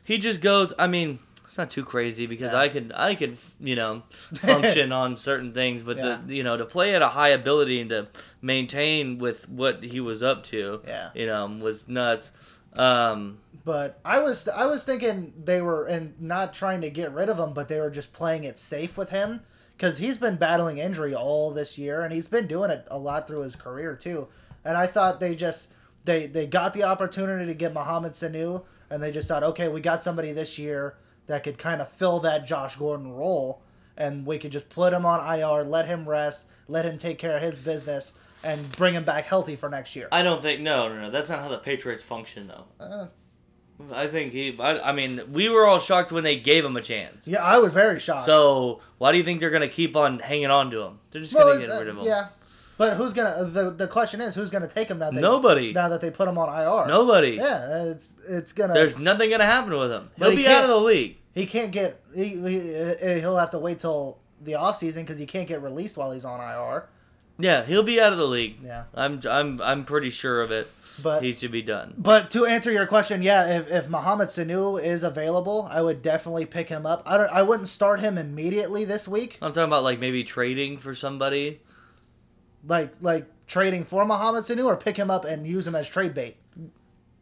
S1: he just goes. I mean, it's not too crazy because
S2: Yeah.
S1: I could I could you know function on certain things, but the,
S2: Yeah.
S1: you know to play at a high ability and to maintain with what he was up to,
S2: Yeah.
S1: you know, was nuts. Um,
S2: But I was I was thinking they were and not trying to get rid of him, but they were just playing it safe with him because he's been battling injury all this year, and he's been doing it a lot through his career too. And I thought they just they they got the opportunity to get Mohamed Sanu, and they just thought, okay, we got somebody this year that could kind of fill that Josh Gordon role, and we could just put him on IR, let him rest, let him take care of his business, and bring him back healthy for next year.
S1: I don't think no, no, no. That's not how the Patriots function, though.
S2: Uh.
S1: I think he. I, I mean, we were all shocked when they gave him a chance.
S2: yeah, I was very shocked.
S1: So why do you think they're gonna keep on hanging on to him? They're just gonna
S2: it-
S1: get
S2: uh,
S1: rid of him.
S2: Yeah, but who's gonna? The, the question is, who's gonna take him now? That
S1: Nobody.
S2: Now that they put him on IR.
S1: Nobody.
S2: Yeah, it's it's gonna.
S1: There's nothing gonna happen with him.
S2: But
S1: He'll
S2: he
S1: be out of
S2: can't-
S1: the league.
S2: he can't get. He, he uh, he'll have to wait till the off season because he can't get released while he's on IR.
S1: Yeah, he'll be out of the league.
S2: Yeah.
S1: I'm. I'm. I'm pretty sure of it.
S2: But-
S1: he should be done.
S2: But to answer your question, yeah, if, if Mohamed Sanu is available, I would definitely pick him up. I don't. I wouldn't start him immediately this week,
S1: I'm talking about like maybe trading for somebody.
S2: like like trading for Mohamed Sanu or pick him up and use him as trade bait.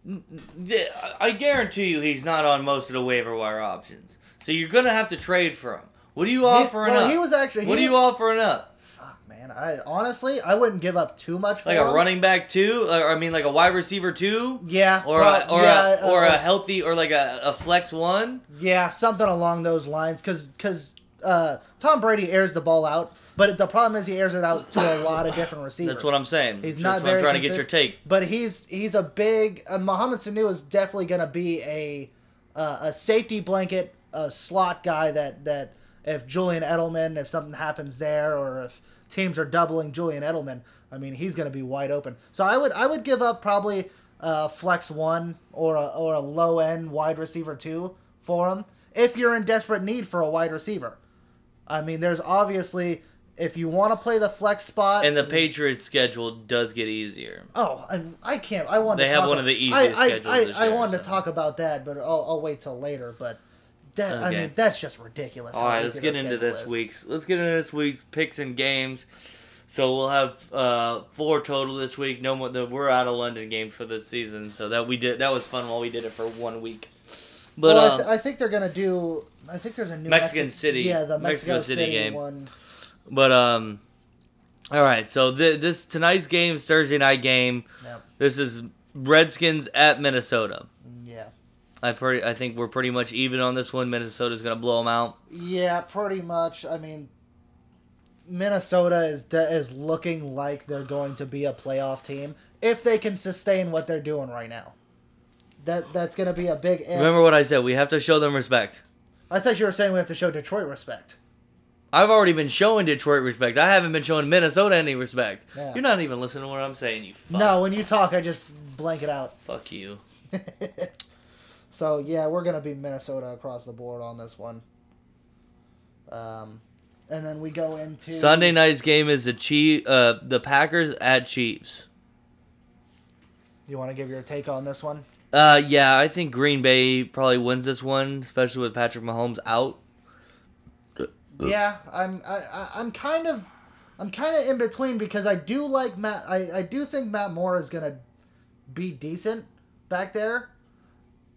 S1: Yeah, I- I guarantee you he's not on most of the waiver wire options. So you're gonna have to trade for him. What are you offering
S2: well,
S1: up?
S2: he was actually- he
S1: What are you
S2: was-
S1: offering up?
S2: Fuck, man. I honestly, I wouldn't give up too much. For
S1: Like a
S2: him.
S1: running back two? Or, I mean, like a wide receiver two?
S2: Yeah,
S1: Or
S2: prob-
S1: a, or
S2: yeah,
S1: a, or
S2: uh,
S1: a healthy or like a, a flex one?
S2: yeah, something along those lines. Because because uh, Tom Brady airs the ball out, but the problem is he airs it out to a lot of different receivers.
S1: That's what I'm saying.
S2: He's
S1: Mm, That's
S2: not
S1: what
S2: very
S1: I'm trying to get
S2: consi-
S1: your take.
S2: But he's he's a big uh, Mohamed Sanu is definitely going to be a uh, a safety blanket, a slot guy that that if Julian Edelman, if something happens there, or if teams are doubling Julian Edelman, I mean he's going to be wide open. So I would I would give up probably uh, flex one or a, or a low end wide receiver two for him if you're in desperate need for a wide receiver. I mean, there's obviously if you want to play the flex spot
S1: And the Patriots schedule does get easier.
S2: Oh, I, I can't. I want.
S1: They
S2: to
S1: have
S2: talk
S1: one of the
S2: I,
S1: easiest
S2: I,
S1: schedules
S2: I,
S1: this
S2: I
S1: year,
S2: wanted
S1: so.
S2: to talk about that, but I'll, I'll wait till later. But that I
S1: Okay.
S2: mean, that's just ridiculous.
S1: All
S2: how
S1: right,
S2: easy
S1: let's
S2: that
S1: get into
S2: schedule
S1: this
S2: is.
S1: week's. Let's get into this week's picks and games. So we'll have uh, four total this week. No more. The, we're out of London games for this season, so that we did. That was fun while we did it for one week. But
S2: well, I,
S1: um,
S2: th- I think they're gonna do. I think there's a new
S1: Mexican
S2: Mexi-
S1: City-
S2: Yeah, the
S1: Mexico
S2: Mexico,
S1: City
S2: City,
S1: game.
S2: one.
S1: But um, all right. So th- this tonight's game, is Thursday night game.
S2: Yeah,
S1: This is Redskins at Minnesota.
S2: yeah,
S1: I pretty, I think we're pretty much even on this one. Minnesota's gonna blow them out.
S2: yeah. Pretty much. I mean, Minnesota is de- is looking like they're going to be a playoff team if they can sustain what they're doing right now. That that's gonna be a big. If.
S1: Remember what I said? We have to show them respect.
S2: I thought you were saying we have to show Detroit respect.
S1: I've already been showing Detroit respect. I haven't been showing Minnesota any respect.
S2: Yeah.
S1: You're not even listening to what I'm saying. You fuck.
S2: No, when you talk, I just blank it out.
S1: Fuck you.
S2: so yeah, we're gonna beat Minnesota across the board on this one. Um, and then we go into
S1: Sunday night's game is the Chief, uh, the Packers at Chiefs.
S2: You want to give your take on this one?
S1: Uh, yeah, I think Green Bay probably wins this one, especially with Patrick Mahomes out.
S2: Yeah, I'm I, I, I'm kind of I'm kind of in between because I do like Matt. I, I do think Matt Moore is gonna be decent back there,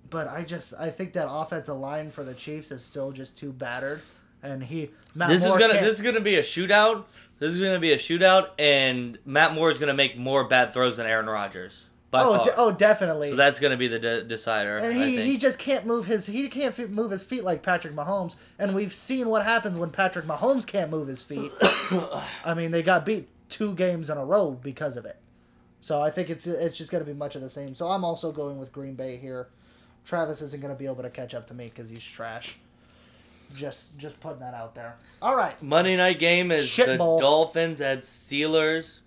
S2: but I just I think that offensive line for the Chiefs is still just too battered, and he Matt
S1: this
S2: Moore
S1: is gonna
S2: can't-
S1: this is gonna be a shootout. This is gonna be a shootout, and Matt Moore is gonna make more bad throws than Aaron Rodgers by
S2: oh
S1: far.
S2: de- oh definitely.
S1: so that's gonna be the de- decider.
S2: and
S1: I
S2: he,
S1: think.
S2: he just can't move his he can't fe- move his feet like Patrick Mahomes, and we've seen what happens when Patrick Mahomes can't move his feet. I mean, they got beat two games in a row because of it. So I think it's it's just going to be much of the same. So I'm also going with Green Bay here. Travis isn't going to be able to catch up to me because he's trash. Just just putting that out there. All right,
S1: Monday night game is
S2: Shit
S1: the
S2: bowl.
S1: Dolphins at Steelers.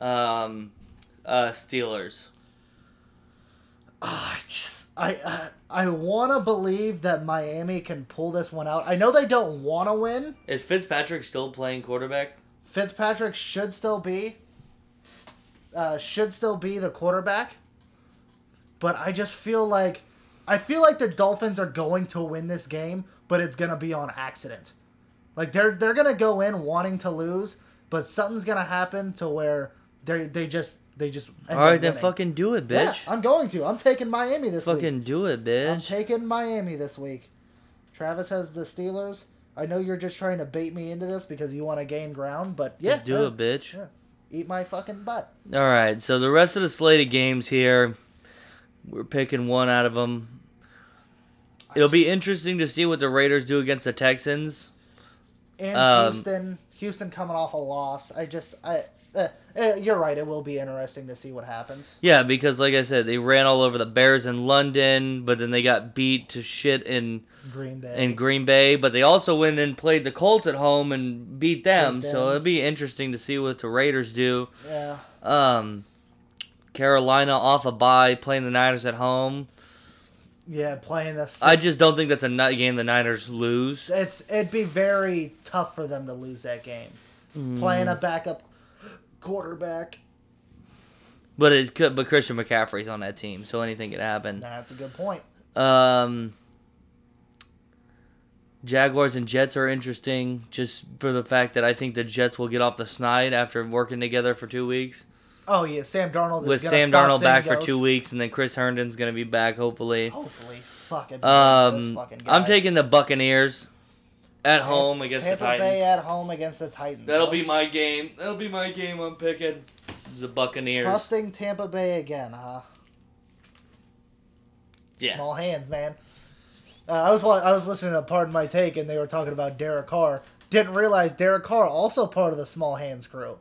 S1: Um, uh, Steelers.
S2: Ah, I just I I, I want to believe that Miami can pull this one out. I know they don't want to win.
S1: Is Fitzpatrick still playing quarterback?
S2: Fitzpatrick should still be uh, should still be the quarterback, but I just feel like I feel like the Dolphins are going to win this game, but it's gonna be on accident. Like they're they're gonna go in wanting to lose, but something's gonna happen to where they they just they just end
S1: All right,
S2: up
S1: then
S2: winning.
S1: fucking do it,
S2: Yeah,
S1: bitch.
S2: I'm going to. I'm taking Miami this week.
S1: fucking do it,
S2: I'm
S1: bitch.
S2: taking Miami this week. Travis has the Steelers. I know you're just trying to bait me into this because you want to gain ground, but yeah,
S1: Just do
S2: uh,
S1: it, bitch.
S2: yeah. Eat my fucking butt.
S1: All right, so the rest of the slate of games here, we're picking one out of them. It'll be interesting to see what the Raiders do against the Texans.
S2: And
S1: Um,
S2: Houston, Houston coming off a loss. I just, I, uh, uh, you're right. It will be interesting to see what happens.
S1: Yeah, because like I said, they ran all over the Bears in London, but then they got beat to shit in
S2: Green Bay.
S1: in Green Bay. But they also went and played the Colts at home and beat them.
S2: Beat
S1: So
S2: them.
S1: it'll be interesting to see what the Raiders do.
S2: yeah,
S1: Um, Carolina off a bye, playing the Niners at home.
S2: yeah. Playing this,
S1: I just don't think that's a night game the Niners lose.
S2: it's it'd be very tough for them to lose that game.
S1: Mm.
S2: Playing a backup quarterback.
S1: But it could. But Christian McCaffrey's on that team, so anything could happen.
S2: Nah, that's a good point.
S1: Um, Jaguars and Jets are interesting, just for the fact that I think the Jets will get off the snide after working together for two weeks
S2: Oh yeah, Sam Darnold is
S1: with
S2: gonna
S1: Sam
S2: stop
S1: Darnold
S2: seeing
S1: back for
S2: ghosts.
S1: two weeks, and then Chris Herndon's gonna be back hopefully.
S2: Hopefully, fucking. this
S1: Um,
S2: fucking guy.
S1: I'm taking the Buccaneers at home against
S2: Tampa
S1: the Titans.
S2: Bay uh, at home against the Titans.
S1: That'll be my game. That'll be my game. I'm picking the Buccaneers.
S2: trusting Tampa Bay again, huh?
S1: yeah.
S2: Small hands, man. Uh, I was wa- I was listening to Pardon My Take, and they were talking about Derek Carr. Didn't realize Derek Carr also part of the small hands crew.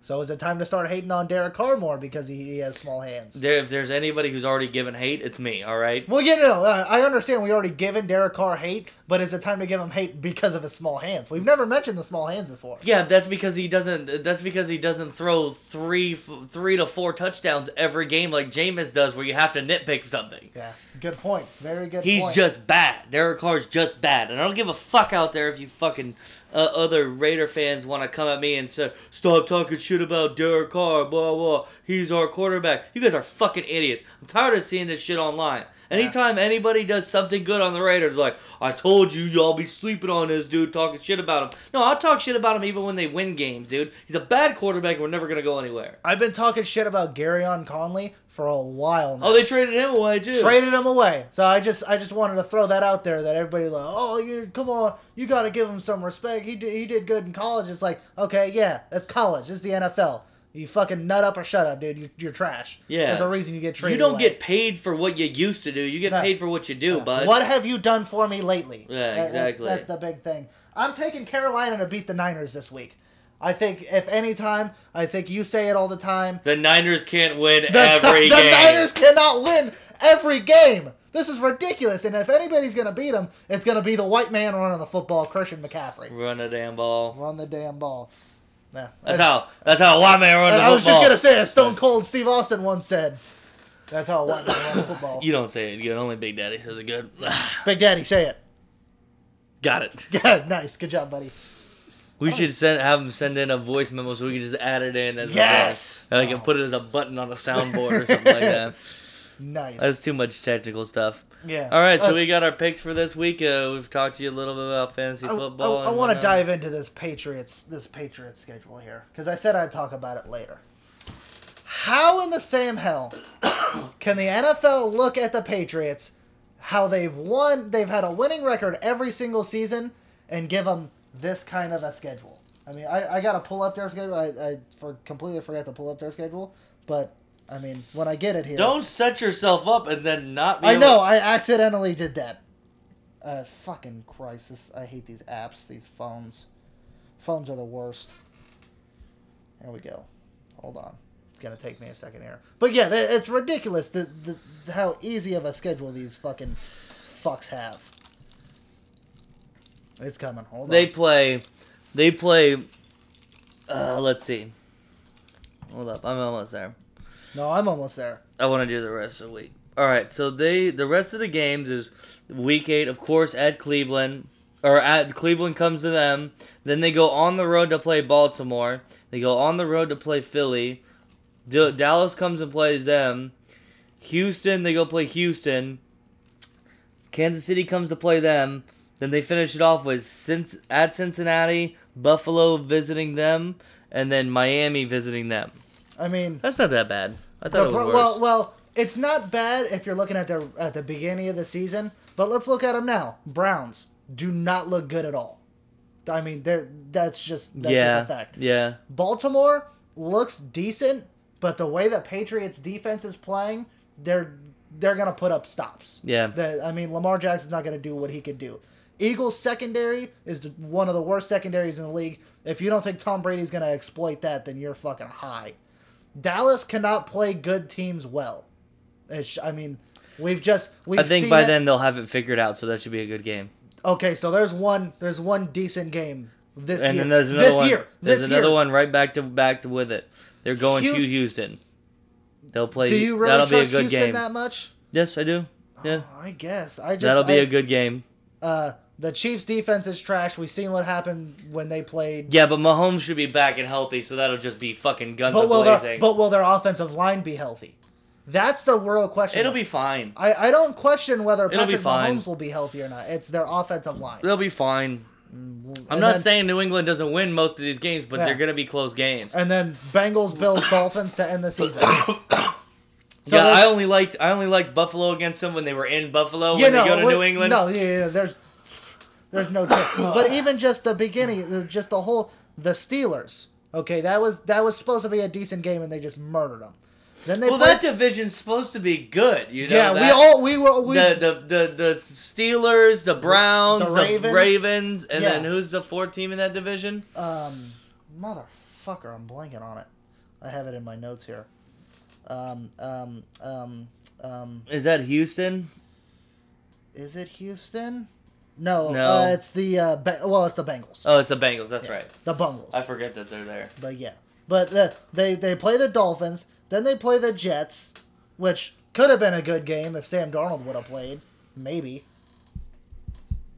S2: So is it time to start hating on Derek Carr more because he, he has small hands?
S1: There, if there's anybody who's already given hate, it's me. All right.
S2: Well, you know, uh, I understand we already given Derek Carr hate, but is it time to give him hate because of his small hands? We've never mentioned the small hands before.
S1: Yeah, that's because he doesn't. That's because he doesn't throw three, f- three to four touchdowns every game like Jameis does, where you have to nitpick something.
S2: Yeah, good point. Very good
S1: He's
S2: point.
S1: just bad. Derek Carr's just bad, and I don't give a fuck out there if you fucking uh, other Raider fans want to come at me and say stop talking shit about Derek Carr, blah blah. He's our quarterback. You guys are fucking idiots. I'm tired of seeing this shit online. Anytime anybody does something good on the Raiders, like I told you, y'all be sleeping on this dude, talking shit about him. No, I'll talk shit about him even when they win games, dude. He's a bad quarterback. and We're never gonna go anywhere.
S2: I've been talking shit about Gary on Conley for a while now.
S1: Oh, they traded him away too.
S2: traded him away. So I just I just wanted to throw that out there that everybody like, oh, you come on, you got to give him some respect. He did, he did good in college. It's like, okay, yeah, that's college. It's the NFL. You fucking nut up or shut up, dude. You, you're trash.
S1: Yeah.
S2: there's a reason you get traded.
S1: you don't
S2: away.
S1: get paid for what you used to do. You get
S2: No.
S1: paid for what you do, bud.
S2: What have you done for me lately?
S1: Yeah,
S2: That- that's-
S1: exactly.
S2: That's, the big thing. I'm taking Carolina to beat the Niners this week. I think if any time, I think you say it all the time.
S1: The Niners can't win
S2: The,
S1: every
S2: the
S1: game.
S2: Niners cannot win every game. This is ridiculous. And if anybody's going to beat him, it's going to be the white man running the football, Christian McCaffrey.
S1: Run a damn ball.
S2: Run the damn ball. Yeah,
S1: That's, how. That's how a white man runs
S2: and
S1: the
S2: I was just
S1: football.
S2: going to say, as Stone Cold Steve Austin once said, that's how a white man runs the football.
S1: You don't say it good. Only Big Daddy says it good.
S2: Big Daddy, say it.
S1: Got it.
S2: Yeah, nice. Good job, buddy.
S1: We should send have them send in a voice memo so we can just add it in. As
S2: Yes!
S1: A, and I can put it as a button on a soundboard or something like that.
S2: Nice.
S1: That's too much technical stuff.
S2: yeah.
S1: All right, so
S2: Uh,
S1: we got our picks for this week. Uh, we've talked to you a little bit about fantasy
S2: I,
S1: football. and
S2: want to
S1: whatnot.
S2: dive into this Patriots this Patriots schedule here because I said I'd talk about it later. How in the same hell can the NFL look at the Patriots, how they've won, they've had a winning record every single season, and give them this kind of a schedule? I mean, I, I got to pull up their schedule. I, I for completely forgot to pull up their schedule, but I mean, when I get it here,
S1: Don't set yourself up and then not be.
S2: I
S1: able-
S2: know. I accidentally did that. Uh, fucking Christ! This, I hate these apps. These phones. Phones are the worst. There we go. Hold on. It's gonna take me a second here. But yeah, th- it's ridiculous the, the how easy of a schedule these fucking fucks have. It's coming. Hold
S1: They
S2: on.
S1: play. They play. Uh, let's see. Hold up, I'm almost there.
S2: No, I'm almost there.
S1: I want to do the rest of the week. All right, so they the rest of the games is week eight, of course, at Cleveland, or at Cleveland comes to them. Then they go on the road to play Baltimore. They go on the road to play Philly. D- Dallas comes and plays them. Houston, they go play Houston. Kansas City comes to play them. Then they finish it off with Cinc- at Cincinnati, Buffalo visiting them, and then Miami visiting them.
S2: I mean,
S1: That's not that bad. I
S2: The
S1: thought it
S2: pro-
S1: was worse.
S2: well, well, it's not bad if you're looking at the at the beginning of the season, but let's look at them now. Browns do not look good at all. I mean, they're that's just that's
S1: yeah,
S2: just a fact.
S1: yeah.
S2: Baltimore looks decent, but the way that Patriots defense is playing, they're they're gonna put up stops.
S1: Yeah.
S2: The- I mean, Lamar Jackson's not gonna do what he could do. Eagles secondary is the, one of the worst secondaries in the league. If you don't think Tom Brady's gonna exploit that, then you're fucking high. Dallas cannot play good teams well. It's, I mean, we've just we've
S1: I think
S2: seen
S1: by
S2: it.
S1: then they'll have it figured out, so that should be a good game.
S2: Okay, so there's one there's one decent game this
S1: And
S2: year.
S1: then there's another
S2: this
S1: one.
S2: year.
S1: There's
S2: this
S1: another
S2: year.
S1: one right back to back to with it. They're going to
S2: Houston-
S1: Houston. They'll play.
S2: Do you really
S1: that'll
S2: trust
S1: be a good
S2: Houston
S1: game.
S2: that much?
S1: Yes, I do. Yeah,
S2: I guess I just
S1: that'll be
S2: I-
S1: a good game.
S2: uh, the Chiefs defense is trash. We've seen what happened when they played.
S1: Yeah, but Mahomes should be back and healthy, so that'll just be fucking guns
S2: but will their,
S1: blazing.
S2: but will their offensive line be healthy? That's the real question.
S1: It'll be fine.
S2: I, I don't question whether
S1: It'll be
S2: Patrick
S1: fine.
S2: Mahomes will be healthy or not. It's their offensive line.
S1: They'll be fine. I'm
S2: And
S1: not
S2: then-
S1: saying New England doesn't win most of these games, but
S2: Yeah.
S1: they're gonna be close games.
S2: And then Bengals, Bills, Dolphins to end the season. So
S1: yeah,
S2: there's-
S1: I only liked I only liked Buffalo against them when they were in Buffalo.
S2: Yeah,
S1: when
S2: no,
S1: they go to
S2: wait,
S1: New England,
S2: No, yeah, yeah, there's there's no chance. but even just the beginning, the- just the whole the Steelers. Okay, that was that was supposed to be a decent game, and they just murdered them. Then they
S1: Well,
S2: played,
S1: that division's supposed to be good, you know.
S2: yeah, we
S1: that-
S2: all we were we
S1: the, the the the Steelers, the Browns, the
S2: The
S1: Ravens,
S2: Ravens.
S1: and
S2: Yeah.
S1: then who's the fourth team in that division?
S2: um motherfucker, I'm blanking on it. I have it in my notes here. Um um um um
S1: Is that Houston?
S2: is it Houston? No,
S1: No.
S2: Uh, it's the uh, ba- well, it's the Bengals.
S1: Oh, it's the Bengals. That's right.
S2: The Bungles.
S1: I forget that they're there.
S2: But yeah, but the, they they play the Dolphins, then they play the Jets, which could have been a good game if Sam Darnold would have played, maybe.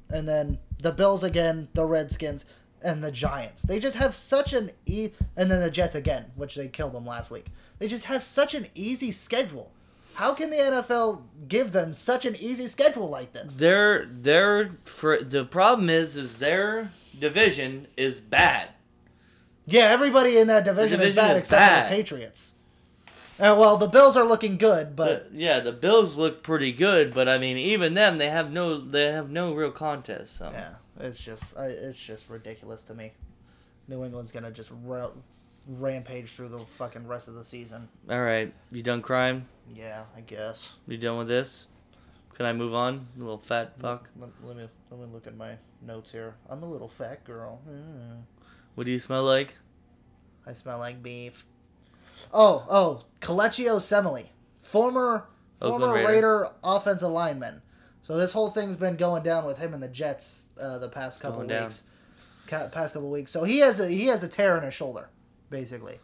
S2: And then the Bills again, the Redskins, and the Giants. They just have such an e, and then the Jets again, which they killed them last week. They just have such an easy schedule. How can the NFL give them such an easy schedule like this?
S1: Their their for, the problem is is their division is bad.
S2: Yeah, everybody in that division, is
S1: division
S2: bad
S1: is
S2: except
S1: bad.
S2: for the Patriots. Uh, well, the Bills are looking good, but
S1: The- yeah, the Bills look pretty good, but I mean, even them, they have no they have no real contest. So
S2: Yeah, it's just I, it's just ridiculous to me. New England's gonna just ra- rampage through the fucking rest of the season.
S1: all right, you done crying?
S2: Yeah, I guess.
S1: You done with this? Can I move on? You little fat fuck.
S2: Let, let me let me look at my notes here. I'm a little fat girl. Mm.
S1: What do you smell like?
S2: I smell like beef. Oh oh, Colecchio Semele, former
S1: Oakland
S2: former
S1: Raider.
S2: Raider. offensive lineman. So this whole thing's been going down with him and the Jets uh, the past couple
S1: going down.
S2: weeks. Ca- past couple weeks. So he has a he has a tear in his shoulder, basically.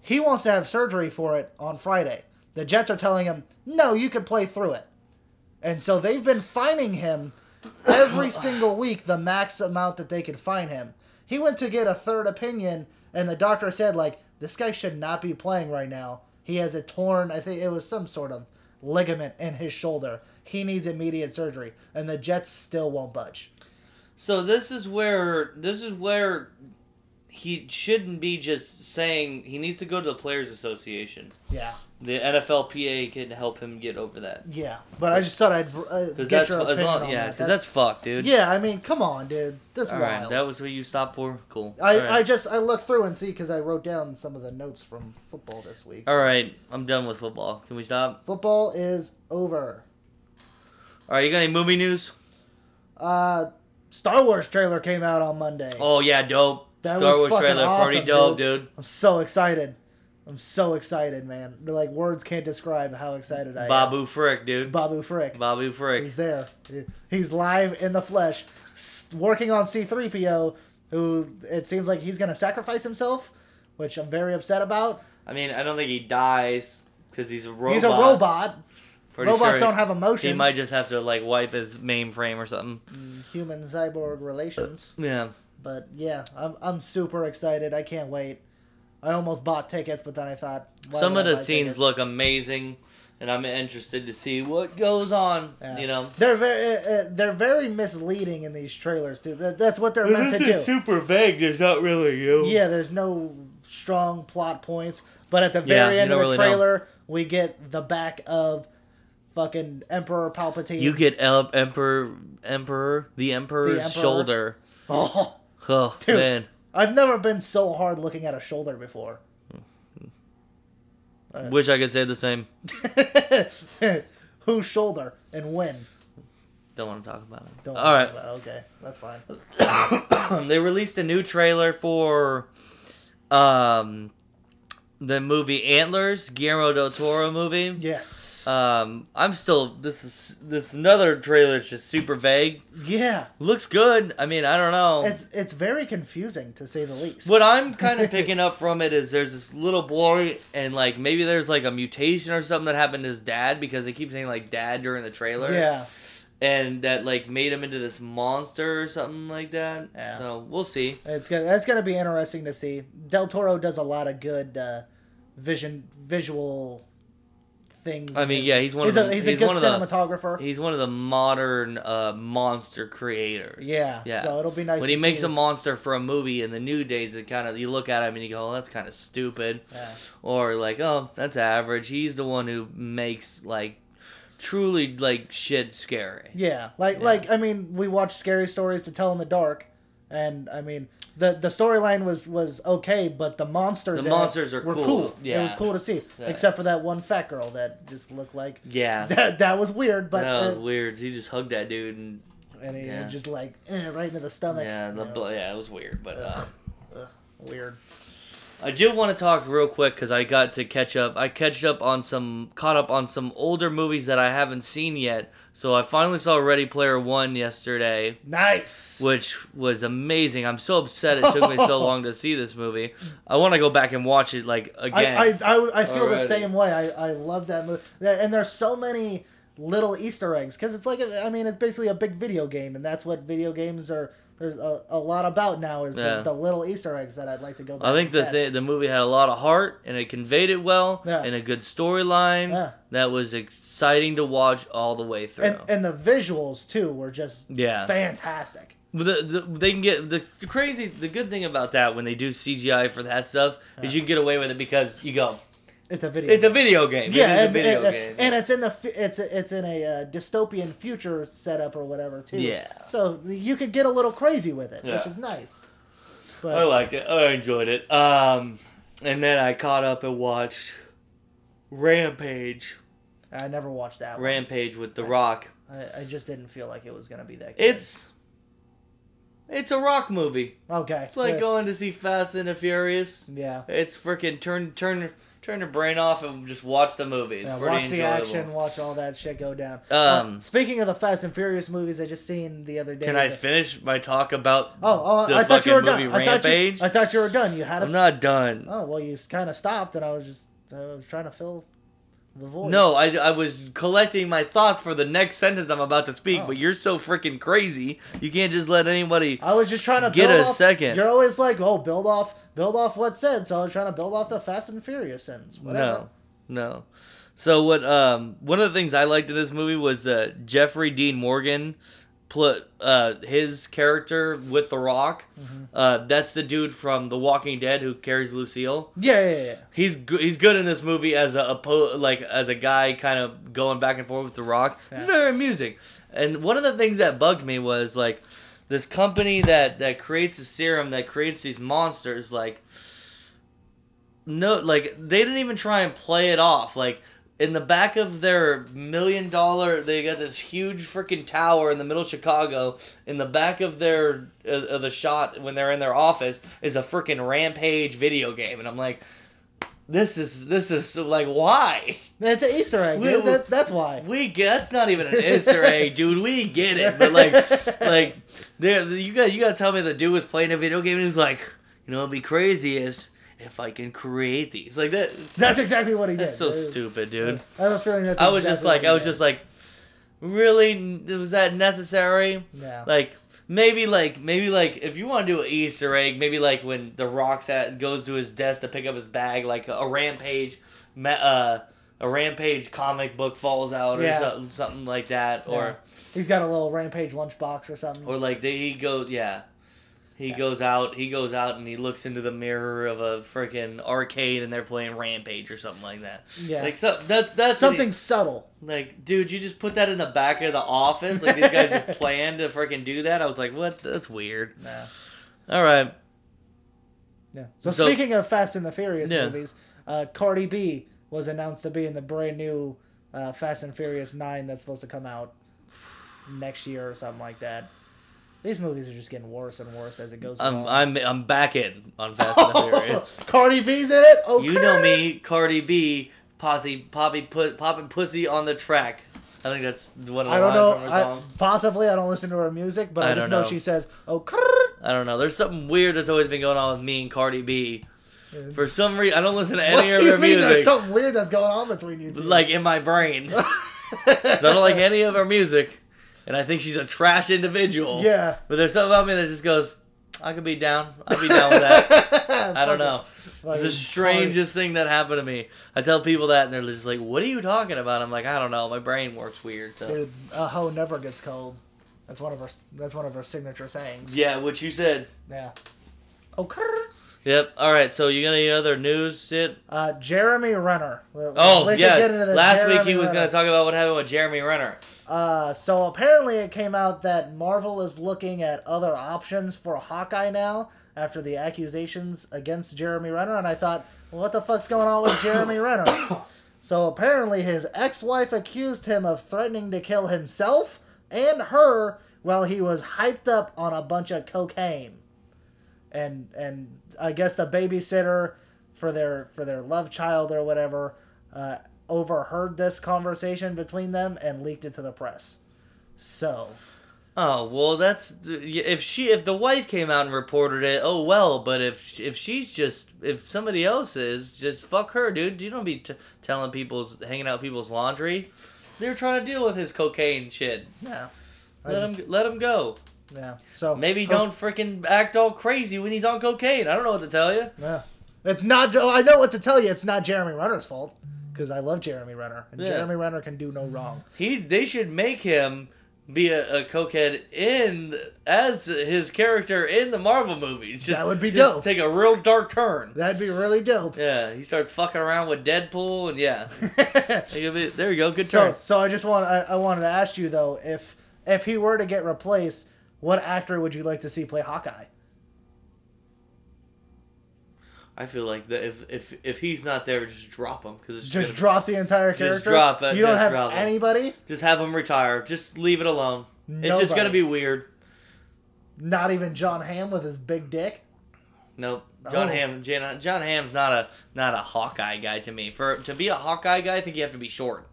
S2: He wants to have surgery for it on Friday. The Jets are telling him, "No, you can play through it." And so they've been fining him every single week the max amount that they could fine him. He went to get a third opinion, and the doctor said, like, this guy should not be playing right now. He has a torn, I think it was some sort of ligament in his shoulder. He needs immediate surgery, and the Jets still won't budge.
S1: So this is where this is where he shouldn't be just saying he needs to go to the players association.
S2: Yeah,
S1: The NFLPA can help him get over that.
S2: yeah. But I just thought I'd uh,
S1: Cuz
S2: get
S1: that's
S2: your
S1: fu- as
S2: opinion
S1: long,
S2: on
S1: yeah,
S2: that.
S1: cuz that's fucked, dude.
S2: yeah. I mean, come on, dude. That's
S1: All right,
S2: wild.
S1: that was what you stopped for. Cool.
S2: I,
S1: All right.
S2: I just I looked through and see because I wrote down some of the notes from football this week.
S1: All right, I'm done with football. Can we stop?
S2: Football is over.
S1: All right, you got any movie news?
S2: Uh, Star Wars trailer came out on Monday.
S1: Oh yeah, dope.
S2: That
S1: Star
S2: was
S1: Wars
S2: fucking
S1: trailer, pretty
S2: awesome,
S1: dope, dude.
S2: dude. I'm so excited. I'm so excited, man. They're like words can't describe how excited I
S1: Babu Frick, dude.
S2: am. Babu Frick.
S1: Babu Frick.
S2: He's there. He's live in the flesh, s- working on C3PO, who it seems like he's gonna sacrifice himself, which I'm very upset about.
S1: I mean, I don't think he dies because he's a robot.
S2: He's a robot.
S1: Pretty
S2: Robots
S1: sure
S2: don't have
S1: He
S2: emotions.
S1: might just have to like wipe his mainframe or something.
S2: Human cyborg relations.
S1: Yeah.
S2: But yeah, I'm I'm super excited. I can't wait. I almost bought tickets, but then I thought why
S1: Some
S2: would
S1: of
S2: I
S1: the
S2: buy
S1: scenes
S2: tickets?
S1: look amazing, and I'm interested to see what goes on.
S2: Yeah.
S1: You know.
S2: they're very uh, uh, they're very misleading in these trailers too. That, that's what they're meant to do.
S1: super vague. There's not really you.
S2: yeah, there's no strong plot points, but at the
S1: Yeah,
S2: very
S1: you
S2: end of
S1: don't
S2: the
S1: really know.
S2: trailer, we get the back of fucking Emperor Palpatine.
S1: You get El- Emperor, Emperor, the Emperor's
S2: Emperor.
S1: shoulder.
S2: oh,
S1: Oh
S2: Dude.
S1: man,
S2: I've never been so hard looking at a shoulder before.
S1: wish I could say the same.
S2: Whose shoulder and when?
S1: Don't want to talk about it.
S2: Don't
S1: All
S2: worry
S1: right. Uh,
S2: about it. Okay, that's fine.
S1: they released a new trailer for um the movie Antlers, Guillermo del Toro movie.
S2: Yes.
S1: Um, I'm still this is this another trailer is just super vague.
S2: yeah.
S1: Looks good. I mean, I don't know.
S2: It's it's very confusing to say the least.
S1: what I'm kind of picking up from it is there's this little boy and like maybe there's like a mutation or something that happened to his dad because they keep saying like dad during the trailer.
S2: Yeah.
S1: And that like made him into this monster or something like that.
S2: Yeah.
S1: So we'll see.
S2: It's gonna that's gonna be interesting to see. Del Toro does a lot of good uh, vision visual things.
S1: I mean, yeah, he's one
S2: he's
S1: of
S2: a,
S1: the-
S2: he's,
S1: he's
S2: a good
S1: one of the-
S2: cinematographer.
S1: He's one of the modern uh, monster creators.
S2: yeah,
S1: Yeah.
S2: So it'll be nice
S1: when
S2: to
S1: he makes
S2: see.
S1: a monster for a movie in the new days, it kind of you look at him and you go, oh, "That's kind of stupid,"
S2: Yeah.
S1: or like, "Oh, that's average." He's the one who makes like truly like shit scary.
S2: Yeah, like like I mean, we watched Scary Stories to Tell in the Dark, and I mean the the storyline was was okay, but the monsters
S1: The
S2: in it
S1: monsters are
S2: were
S1: cool.
S2: cool.
S1: Yeah.
S2: it was cool to see,
S1: Yeah.
S2: except for that one fat girl that just looked like
S1: Yeah, that
S2: that that was weird, but
S1: was
S2: uh,
S1: weird. He just hugged that dude and
S2: and he
S1: yeah.
S2: just like eh, right into the stomach.
S1: yeah,
S2: you
S1: the,
S2: know.
S1: bl- yeah, it was weird. But uh,
S2: Ugh. Ugh, weird.
S1: I do want to talk real quick because I got to catch up. I catched up on some, caught up on some older movies that I haven't seen yet. So I finally saw Ready Player One yesterday.
S2: Nice.
S1: which was amazing. I'm so upset it took me so long to see this movie. I want to go back and watch it like
S2: I,
S1: again.
S2: I, I, I
S1: Alrighty.
S2: feel the same way. I, I love that movie. There, and there's so many little Easter eggs because it's like, a- I mean, it's basically a big video game, and that's what video games are. There's a, a lot about now is
S1: Yeah.
S2: the, the little Easter eggs that I'd like to go back.
S1: I think
S2: and
S1: the
S2: catch.
S1: th- the movie had a lot of heart and it conveyed it well
S2: Yeah.
S1: and a good storyline
S2: Yeah.
S1: that was exciting to watch all the way through.
S2: and, and the visuals too were just
S1: Yeah.
S2: fantastic.
S1: the, the, they can get the, the crazy the good thing about that when they do CGI for that stuff is you can get away with it because you go
S2: It's a video.
S1: it's a video game.
S2: Yeah,
S1: it is
S2: and,
S1: a video
S2: and-
S1: game.
S2: and it's in the fu- it's it's in a uh, dystopian future setup or whatever too.
S1: Yeah.
S2: So you could get a little crazy with it, which
S1: Yeah.
S2: is nice.
S1: I
S2: But
S1: liked it. I enjoyed it. Um, and then I caught up and watched Rampage.
S2: I never watched that. one.
S1: Rampage with The Rock.
S2: I, I just didn't feel like it was gonna be that. Good.
S1: It's It's a rock movie.
S2: Okay.
S1: It's like
S2: Wait.
S1: going to see Fast and the Furious.
S2: yeah.
S1: It's freaking turn turn turn your brain off and just watch the movie. It's
S2: Yeah,
S1: pretty
S2: watch
S1: enjoyable.
S2: the action, watch all that shit go down.
S1: Um,
S2: Uh, speaking of the Fast and Furious movies, I just seen the other day.
S1: Can I
S2: the-
S1: finish my talk about?
S2: oh, oh
S1: the
S2: I thought you were
S1: fucking
S2: done.
S1: movie
S2: I thought you,
S1: Rampage?
S2: I thought you were done. You had a.
S1: I'm not done.
S2: Oh well, you kind of stopped, and I was just I was trying to fill the void.
S1: No, I, I was collecting my thoughts for the next sentence I'm about to speak,
S2: Oh.
S1: but you're so freaking crazy. You can't just let anybody.
S2: I was just trying to
S1: Get
S2: build
S1: a
S2: off-
S1: second.
S2: You're always like, oh, build off, build off what said. So I was trying to build off the Fast and Furious sentence. Whatever.
S1: No, no. So what? Um, one of the things I liked in this movie was uh, Jeffrey Dean Morgan, pl- uh, his character with The Rock. Uh, that's the dude from The Walking Dead who carries Lucille.
S2: Yeah, yeah, yeah.
S1: He's go- he's good in this movie as a oppo- like as a guy kind of going back and forth with The Rock. It's
S2: Yeah.
S1: very amusing. And one of the things that bugged me was like this company that that creates a serum that creates these monsters like no like they didn't even try and play it off like in the back of their million dollar they got this huge freaking tower in the middle of chicago in the back of their uh, of the shot when they're in their office is a freaking rampage video game and i'm like this is this is so, like why
S2: yeah. It's an Easter egg.
S1: We-
S2: dude. That- that's why.
S1: we get that's not even an Easter egg, dude. We get it, but like, like there you got you got to tell me the dude was playing a video game and he's like, you know, it'd be crazy is if I can create these like that. It's,
S2: That's exactly what he did.
S1: that's so
S2: dude.
S1: stupid, dude.
S2: I have a feeling that's.
S1: I was
S2: exactly
S1: just like,
S2: what
S1: I
S2: he
S1: was
S2: did.
S1: just like, really, was that necessary?
S2: Yeah.
S1: Like maybe like maybe like if you want to do an Easter egg, maybe like when the Rock's at goes to his desk to pick up his bag, like a rampage, ma- uh, a rampage comic book falls out or
S2: Yeah.
S1: something, something like that,
S2: Yeah.
S1: or
S2: he's got a little rampage lunchbox or something.
S1: or like they, he goes yeah. He
S2: Yeah.
S1: goes out. He goes out and he looks into the mirror of a freaking arcade, and they're playing Rampage or something like that.
S2: yeah,
S1: Like so, that's that's an- e,
S2: something subtle.
S1: like, dude, you just put that in the back of the office. Like these guys just planned to freaking do that. I was like, what? That's weird.
S2: Yeah.
S1: All right.
S2: Yeah. So,
S1: So-
S2: speaking of Fast and the Furious
S1: Yeah.
S2: movies, uh, Cardi B was announced to be in the brand new uh, Fast and Furious Nine that's supposed to come out next year or something like that. These movies are just getting worse and worse as it goes
S1: I'm
S2: along.
S1: I'm I'm back in on Fast and the Furious.
S2: Cardi B's in it. Okay.
S1: You know me, Cardi B, posse, poppy, put, popping pussy on the track. I think that's one of the
S2: I don't
S1: lines
S2: know.
S1: from her
S2: I,
S1: song.
S2: possibly I don't listen to her music, but I,
S1: I
S2: just
S1: don't
S2: know.
S1: know.
S2: she says, "Oh,
S1: I don't know. There's something weird that's always been going on with me and Cardi B.
S2: Yeah.
S1: For some reason, I don't listen to
S2: what do
S1: any of
S2: you
S1: her
S2: mean? There's
S1: music.
S2: something weird that's going on between you two."
S1: like in my brain, 'Cause I don't like any of her music, and I think she's a trash individual.
S2: yeah.
S1: But there's something about me that just goes, I could be down. I'll be down with that. I don't know. It's the strangest thing that happened to me. I tell people that, and they're just like, "What are you talking about?" I'm like, "I don't know. My brain works weird." So
S2: Dude, a hoe never gets cold. That's one of her. That's one of her signature sayings.
S1: yeah, what you said.
S2: Yeah. Oh, Okay.
S1: Yep. All right. So you got any other news? Shit.
S2: Uh, Jeremy Renner. Well,
S1: Oh
S2: we could
S1: yeah.
S2: get into the
S1: Last week
S2: Jeremy
S1: he was
S2: Renner.
S1: going to talk about what happened with Jeremy Renner.
S2: Uh, so apparently it came out that Marvel is looking at other options for Hawkeye now after the accusations against Jeremy Renner, and I thought, well, what the fuck's going on with Jeremy Renner? So apparently his ex-wife accused him of threatening to kill himself and her while he was hyped up on a bunch of cocaine. And and I guess the babysitter for their for their love child or whatever uh, overheard this conversation between them and leaked it to the press. So
S1: Oh well, that's if she if the wife came out and reported it. Oh well, but if if she's just if somebody else is just fuck her, dude. You don't be t- telling people's hanging out people's laundry. They're trying to deal with his cocaine shit.
S2: yeah, I
S1: Let
S2: just-
S1: him let him go.
S2: yeah. So oh,
S1: Maybe don't freaking act all crazy when he's on cocaine. I don't know what to tell you.
S2: Yeah. It's not. oh, I know what to tell you. It's not Jeremy Renner's fault because I love Jeremy Renner, and
S1: Yeah.
S2: Jeremy Renner can do no wrong.
S1: He they should make him be a, a cokehead in as his character in the Marvel movies. Just,
S2: That would be
S1: just
S2: dope.
S1: Take a real dark turn.
S2: That'd be really dope.
S1: Yeah, he starts fucking around with Deadpool, and yeah, There you go, there you go. Good
S2: so,
S1: turn.
S2: so I just want I, I wanted to ask you though if if he were to get replaced, what actor would you like to see play Hawkeye?
S1: I feel like that if if if he's not there, just drop him because it's
S2: Just
S1: gonna-
S2: drop the entire character.
S1: drop it,
S2: You don't
S1: just
S2: have
S1: drop it.
S2: anybody.
S1: just have him retire. Just leave it alone. It's just gonna
S2: Nobody.
S1: be weird.
S2: Not even John Hamm with his big dick.
S1: Nope. John
S2: Oh.
S1: Ham. John, John Ham's not a not a Hawkeye guy to me. For to be a Hawkeye guy, I think you have to be short.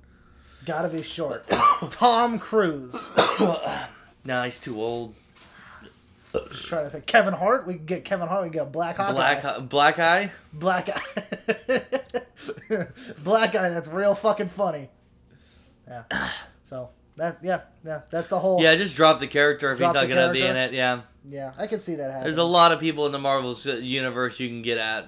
S2: Gotta be short. Tom Cruise.
S1: Nah, he's too old.
S2: Just trying to think. Kevin Hart. We could get Kevin Hart. We could get Black Hawk.
S1: Black Hi- Black Eye.
S2: Black guy. Black guy. That's real fucking funny. Yeah. So that yeah yeah that's the whole yeah,
S1: Yeah, just drop the character if
S2: Drop
S1: he's
S2: the
S1: not gonna be in
S2: character?
S1: it. Yeah,
S2: I can see that happening.
S1: there's a lot of people in the Marvel s- universe you can get at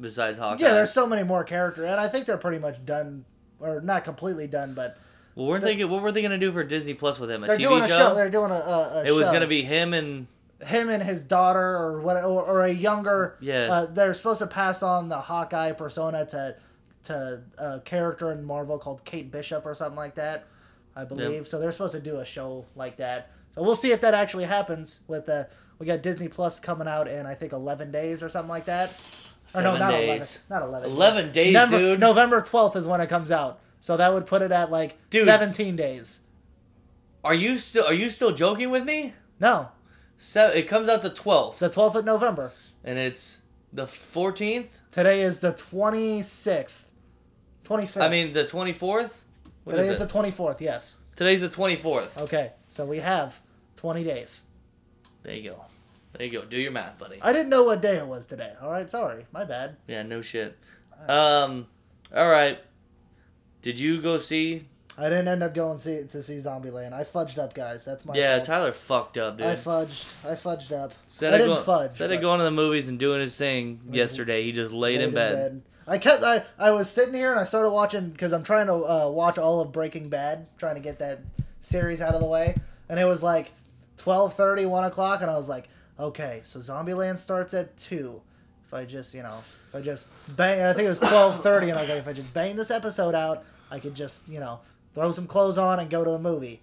S1: besides Hawkeye.
S2: yeah. There's so many more character, and I think they're pretty much done or not completely done, but
S1: Well, weren't they? What were they gonna do for Disney Plus with him? A
S2: they're
S1: TV
S2: doing
S1: show?
S2: a show. They're doing a, a, a
S1: it was
S2: show.
S1: gonna be him and
S2: him and his daughter or what or, or a younger
S1: Yeah.
S2: uh, they're supposed to pass on the Hawkeye persona to to a character in Marvel called Kate Bishop or something like that I believe so they're supposed to do a show like that so we'll see if that actually happens with the we got Disney Plus coming out in I think 11 days or something like that or
S1: seven
S2: not
S1: days.
S2: 11 not 11
S1: Eleven days,
S2: November,
S1: dude.
S2: November 12th is when it comes out so that would put it at like
S1: Dude.
S2: 17 days
S1: Are you still? Are you still joking with me?
S2: no
S1: So it comes out the twelfth,
S2: the 12th of November
S1: and it's the fourteenth.
S2: Today is the 26th. 25th.
S1: I mean the twenty fourth. What
S2: today
S1: is
S2: is,
S1: it?
S2: the 24th, yes.
S1: Today's the twenty fourth.
S2: Okay, so we have 20 days.
S1: There you go. There you go. Do your math, buddy.
S2: I didn't know what day it was today. All right, sorry. My bad.
S1: Yeah, no shit. Um, all right. Did you go see?
S2: I didn't end up going see, to see Zombieland. I fudged up, guys. That's my
S1: Yeah,
S2: fault.
S1: Tyler fucked up, dude.
S2: I fudged. I fudged up.
S1: Instead
S2: I
S1: of
S2: didn't
S1: going,
S2: fudge.
S1: Instead of
S2: but
S1: going to the movies and doing his thing yesterday, he just laid,
S2: laid
S1: in bed.
S2: I kept I, I was sitting here and I started watching because I'm trying to uh, watch all of Breaking Bad, trying to get that series out of the way, and it was like 12:30, 1 o'clock, and I was like, okay, so Zombieland starts at two. If I just you know, if I just bang, I think it was 12:30, and I was like, if I just bang this episode out, I could just you know throw some clothes on and go to the movie.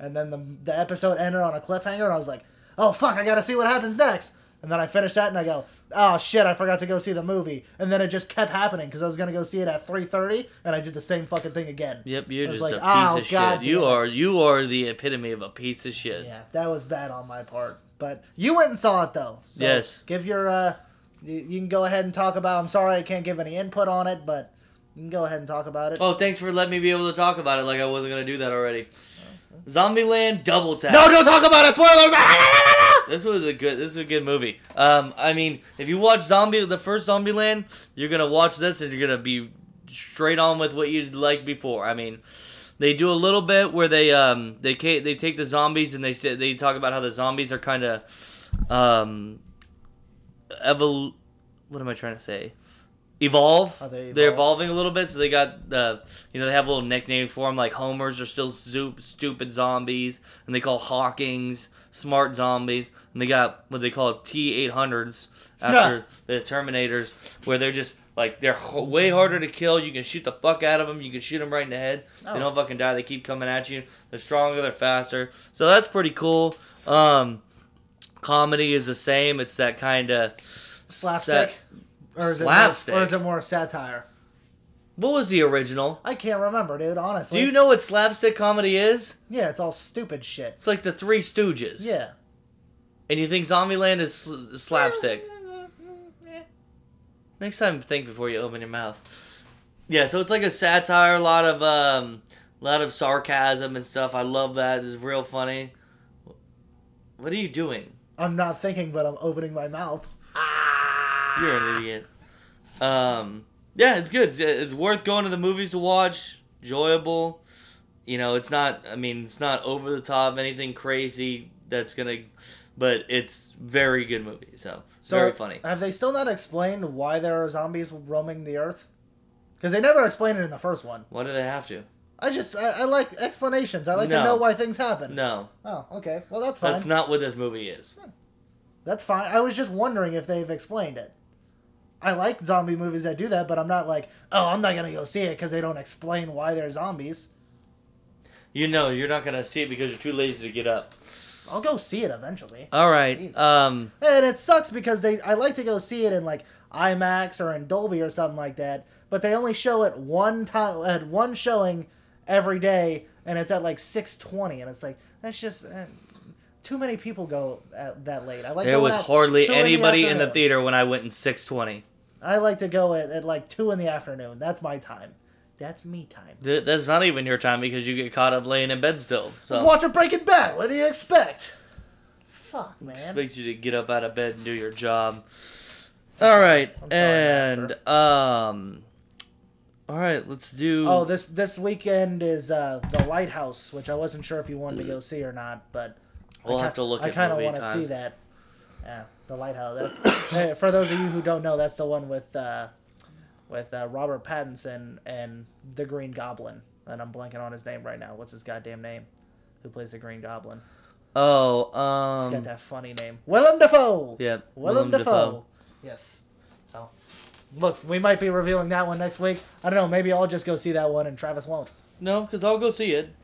S2: And then the, the episode ended on a cliffhanger, and I was like, oh, fuck, I gotta see what happens next. And then I finished that, and I go, oh, shit, I forgot to go see the movie. And then it just kept happening, because I was gonna go see it at 3.30, and I did the same fucking thing again.
S1: Yep, you're
S2: I was
S1: just
S2: like,
S1: a piece
S2: "Oh,
S1: of
S2: God
S1: shit. You
S2: damn it."
S1: are you are the epitome of a piece of shit.
S2: Yeah, that was bad on my part. But you went and saw it, though. So
S1: Yes.
S2: Give your, uh, you, you can go ahead and talk about, I'm sorry I can't give any input on it, but you can go ahead and talk about it.
S1: Oh, thanks for letting me be able to talk about it like I wasn't gonna do that already. Zombieland Double Tap.
S2: Uh-huh. No, don't talk about it, spoilers! Ah,
S1: This was a good. This is a good movie. Um, I mean, if you watch Zombie, the first Zombieland, you're gonna watch this and you're gonna be straight on with what you liked before. I mean, they do a little bit where they um they ca- they take the zombies and they say, they talk about how the zombies are kind of um evol. What am I trying to say? Evolve.
S2: Oh, they
S1: They're
S2: evolve.
S1: evolving a little bit, so they got uh, you know they have little nicknames for them like Homers are still zoop, stupid zombies, and they call Hawkings smart zombies, and they got what they call T eight hundreds after the Terminators, where they're just like they're h- way harder to kill. You can shoot the fuck out of them. You can shoot them right in the head. They
S2: Oh.
S1: don't fucking die. They keep coming at you. They're stronger. They're faster. So that's pretty cool. Um, comedy is the same. It's that kind of
S2: Slapstick? Or is,
S1: Slapstick.
S2: It more, or is it more satire?
S1: What was the original?
S2: I can't remember, dude.
S1: Do
S2: Honestly,
S1: you know what slapstick comedy is?
S2: Yeah, it's all stupid shit.
S1: It's like the Three Stooges.
S2: Yeah.
S1: And you think Zombieland is sl- slapstick? Next time, think before you open your mouth. Yeah, so it's like a satire, a lot of um, lot of sarcasm and stuff. I love that. It's real funny. What are you doing?
S2: I'm not thinking, but I'm opening my mouth.
S1: You're an
S2: Ah.
S1: idiot. Um, yeah, it's good. It's, it's worth going to the movies to watch. Enjoyable. You know, it's not. I mean, it's not over the top. Anything crazy that's gonna. But it's very good movie. So,
S2: So
S1: very funny.
S2: Have they still not explained why there are zombies roaming the earth? Because they never explained it in the first one.
S1: Why do they have to?
S2: I just I, I like explanations. I like
S1: No.
S2: to know why things happen.
S1: No,
S2: Oh, okay. Well, that's fine.
S1: that's
S2: That's,
S1: not what this movie is.
S2: fine. I was just wondering if they've explained it. I like zombie movies that do that, but I'm not like, oh, I'm not gonna go see it because they don't explain why they're zombies.
S1: You know, you're not gonna see it because you're too lazy to get up.
S2: I'll go see it eventually.
S1: All right.
S2: Jesus.
S1: Um.
S2: And it sucks because they I like to go see it in like IMAX or in Dolby or something like that, but they only show it one time at one showing every day, and it's at like six twenty, and it's like that's just uh, too many people go at that late. I like
S1: There
S2: going
S1: was
S2: at
S1: hardly
S2: two in the
S1: anybody in the
S2: afternoon.
S1: theater when I went in 620.
S2: I like to go at, at like two in the afternoon. That's my time. That's me time.
S1: Th- That's not even your time because you get caught up laying in bed still.
S2: Just
S1: So
S2: watch a Breaking Bad. What do you expect? Fuck man.
S1: expect you to get up out of bed and do your job. All right,
S2: sorry,
S1: and um, all right, let's do.
S2: Oh, this this weekend is uh, the Lighthouse, which I wasn't sure if you wanted to go see or not, but I
S1: We'll
S2: ki-
S1: have to look
S2: I
S1: at
S2: kind of
S1: movie
S2: want to
S1: time.
S2: see that. Yeah, the Lighthouse. That's hey, for those of you who don't know, that's the one with uh, with uh, Robert Pattinson and the Green Goblin, and I'm blanking on his name right now. What's his goddamn name? Who plays the Green Goblin?
S1: oh,
S2: He's
S1: um,
S2: got that funny name. Willem Dafoe.
S1: yeah,
S2: Willem Dafoe. Yes. So, look, we might be revealing that one next week. I don't know. Maybe I'll just go see that one, and Travis won't.
S1: No, because I'll go see it.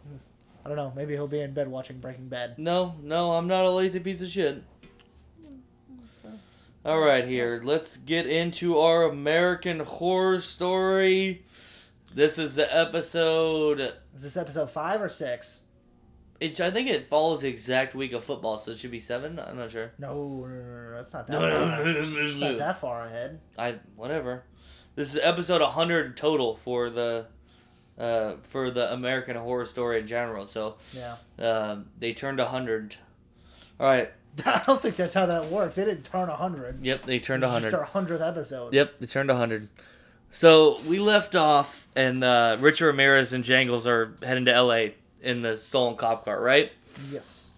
S2: I don't know. Maybe he'll be in bed watching Breaking Bad.
S1: No, no, I'm not a lazy piece of shit. All right, here. Let's get into our American Horror Story. This is the episode.
S2: Is this episode five or six?
S1: It, I think it follows the exact week of football, so it should be seven. I'm not sure.
S2: No, no, no, no, it's not that.
S1: No,
S2: far.
S1: no, no, no,
S2: It's
S1: no,
S2: not
S1: no.
S2: that far ahead.
S1: I whatever. This is episode 100 total for the uh, for the American Horror Story in general. So
S2: Yeah,
S1: uh, they turned 100. All right.
S2: I don't think that's how that works. They didn't turn hundred.
S1: Yep, they turned
S2: It's
S1: 100.
S2: Just our hundredth episode.
S1: Yep, they turned 100. So we left off, and uh, Richard Ramirez and Jangles are heading to LA in the stolen cop car, right?
S2: Yes,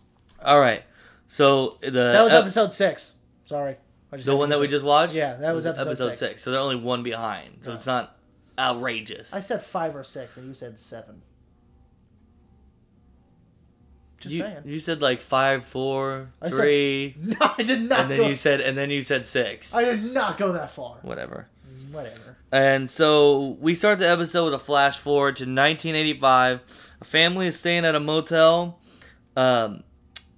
S1: All right. So the
S2: that was
S1: ep-
S2: episode six. Sorry, I just
S1: Uh, the
S2: had
S1: one
S2: to-
S1: that we just watched.
S2: Yeah, that was episode six.
S1: So they're only one behind. So
S2: Yeah.
S1: it's not outrageous.
S2: I said five or six, and you said seven. Just
S1: you,
S2: saying.
S1: you said like five, four,
S2: I said-
S1: three,
S2: No, I did not.
S1: and then
S2: go,
S1: you said, and then you said six.
S2: I did not go that far.
S1: Whatever.
S2: Whatever.
S1: And so we start the episode with a flash forward to 1985. A family is staying at a motel, um,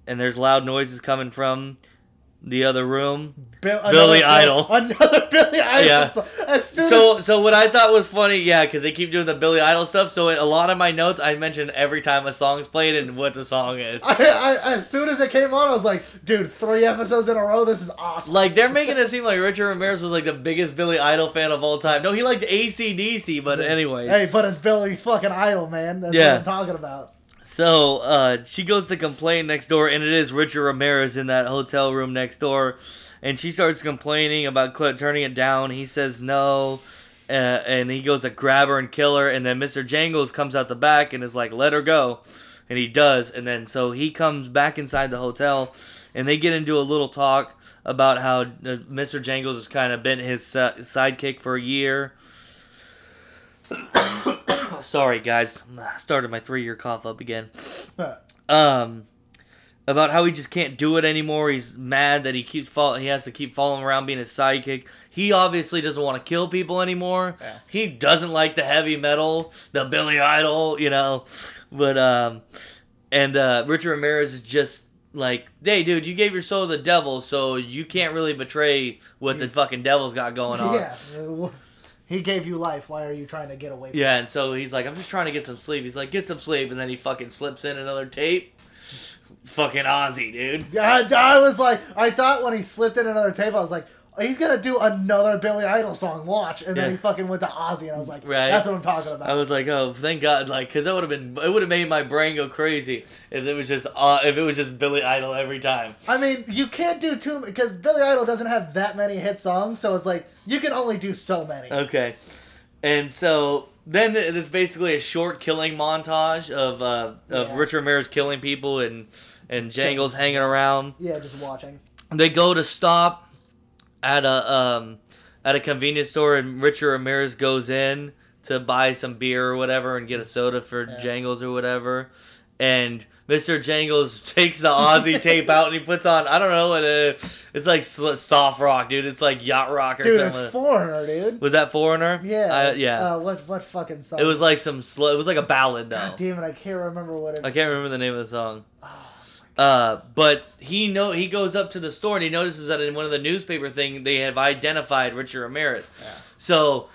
S1: and there's loud noises coming from the other room.
S2: Bill,
S1: Billy
S2: another-
S1: Idol.
S2: Another Billy Idol.
S1: Yeah.
S2: song. As soon as
S1: So, so what I thought was funny, yeah, because they keep doing the Billy Idol stuff. So in a lot of my notes, I mentioned every time a song's played and what the song is.
S2: I, I, as soon as it came on, I was like, dude, three episodes in a row. This is awesome.
S1: Like they're making it seem like Richard Ramirez was like the biggest Billy Idol fan of all time. No, he liked ACDC, but anyway.
S2: Hey, but it's Billy fucking Idol, man. That's
S1: Yeah.
S2: what I'm talking about.
S1: So uh, she goes to complain next door, and it is Richard Ramirez in that hotel room next door, and she starts complaining about cl- turning it down. He says no, uh, and he goes to grab her and kill her, and then Mr. Jangles comes out the back and is like, "Let her go," and he does, and then so he comes back inside the hotel, and they get into a little talk about how uh, Mr. Jangles has kind of been his uh, sidekick for a year. Sorry, guys, started my three-year cough up again
S2: Huh.
S1: um, about how he just can't do it anymore. He's mad that he keeps fall- he has to keep following around being a sidekick. He obviously doesn't want to kill people anymore.
S2: Yeah.
S1: He doesn't like the heavy metal, the Billy Idol, you know. But um, and uh, Richard Ramirez is just like, hey, dude, you gave your soul to the devil, so you can't really betray what the fucking devil's got going on.
S2: Mm. Yeah. Uh, He gave you life. Why are you trying to get away from
S1: Yeah, and so he's like, I'm just trying to get some sleep. He's like, get some sleep, and then he fucking slips in another tape. Fucking Aussie, dude.
S2: I, I was like, I thought when he slipped in another tape, I was like, oh, he's going to do another Billy Idol song, watch. And
S1: Yeah.
S2: then he fucking went to Ozzy, and I was like,
S1: Right.
S2: that's what I'm talking about.
S1: I was like, oh, thank God, like, cause that would have been, it would have made my brain go crazy if it was just, uh, if it was just Billy Idol every time.
S2: I mean, you can't do too because Billy Idol doesn't have that many hit songs, so it's like you can only do so many.
S1: Okay, and so then th- it's basically a short killing montage of uh, of
S2: Yeah.
S1: Richard Ramirez killing people and and Jangles hanging around.
S2: yeah, just watching.
S1: They go to stop at a um at a convenience store, and Richard Ramirez goes in to buy some beer or whatever and get a soda for
S2: Yeah.
S1: Jangles or whatever. And Mr. Jangles takes the Aussie tape out and he puts on I don't know what it is. It's like sl- soft rock, dude. It's like yacht rock or
S2: Dude,
S1: something.
S2: it's foreigner, dude.
S1: was that foreigner?
S2: Yeah,
S1: I-
S2: it's,
S1: yeah.
S2: Uh, what what fucking song?
S1: it was like some slow. It was like a ballad though.
S2: God damn it, I can't remember what it.
S1: I can't remember the name of the song. Uh, but he know he goes up to the store and he notices that in one of the newspaper thing they have identified Richard Ramirez. So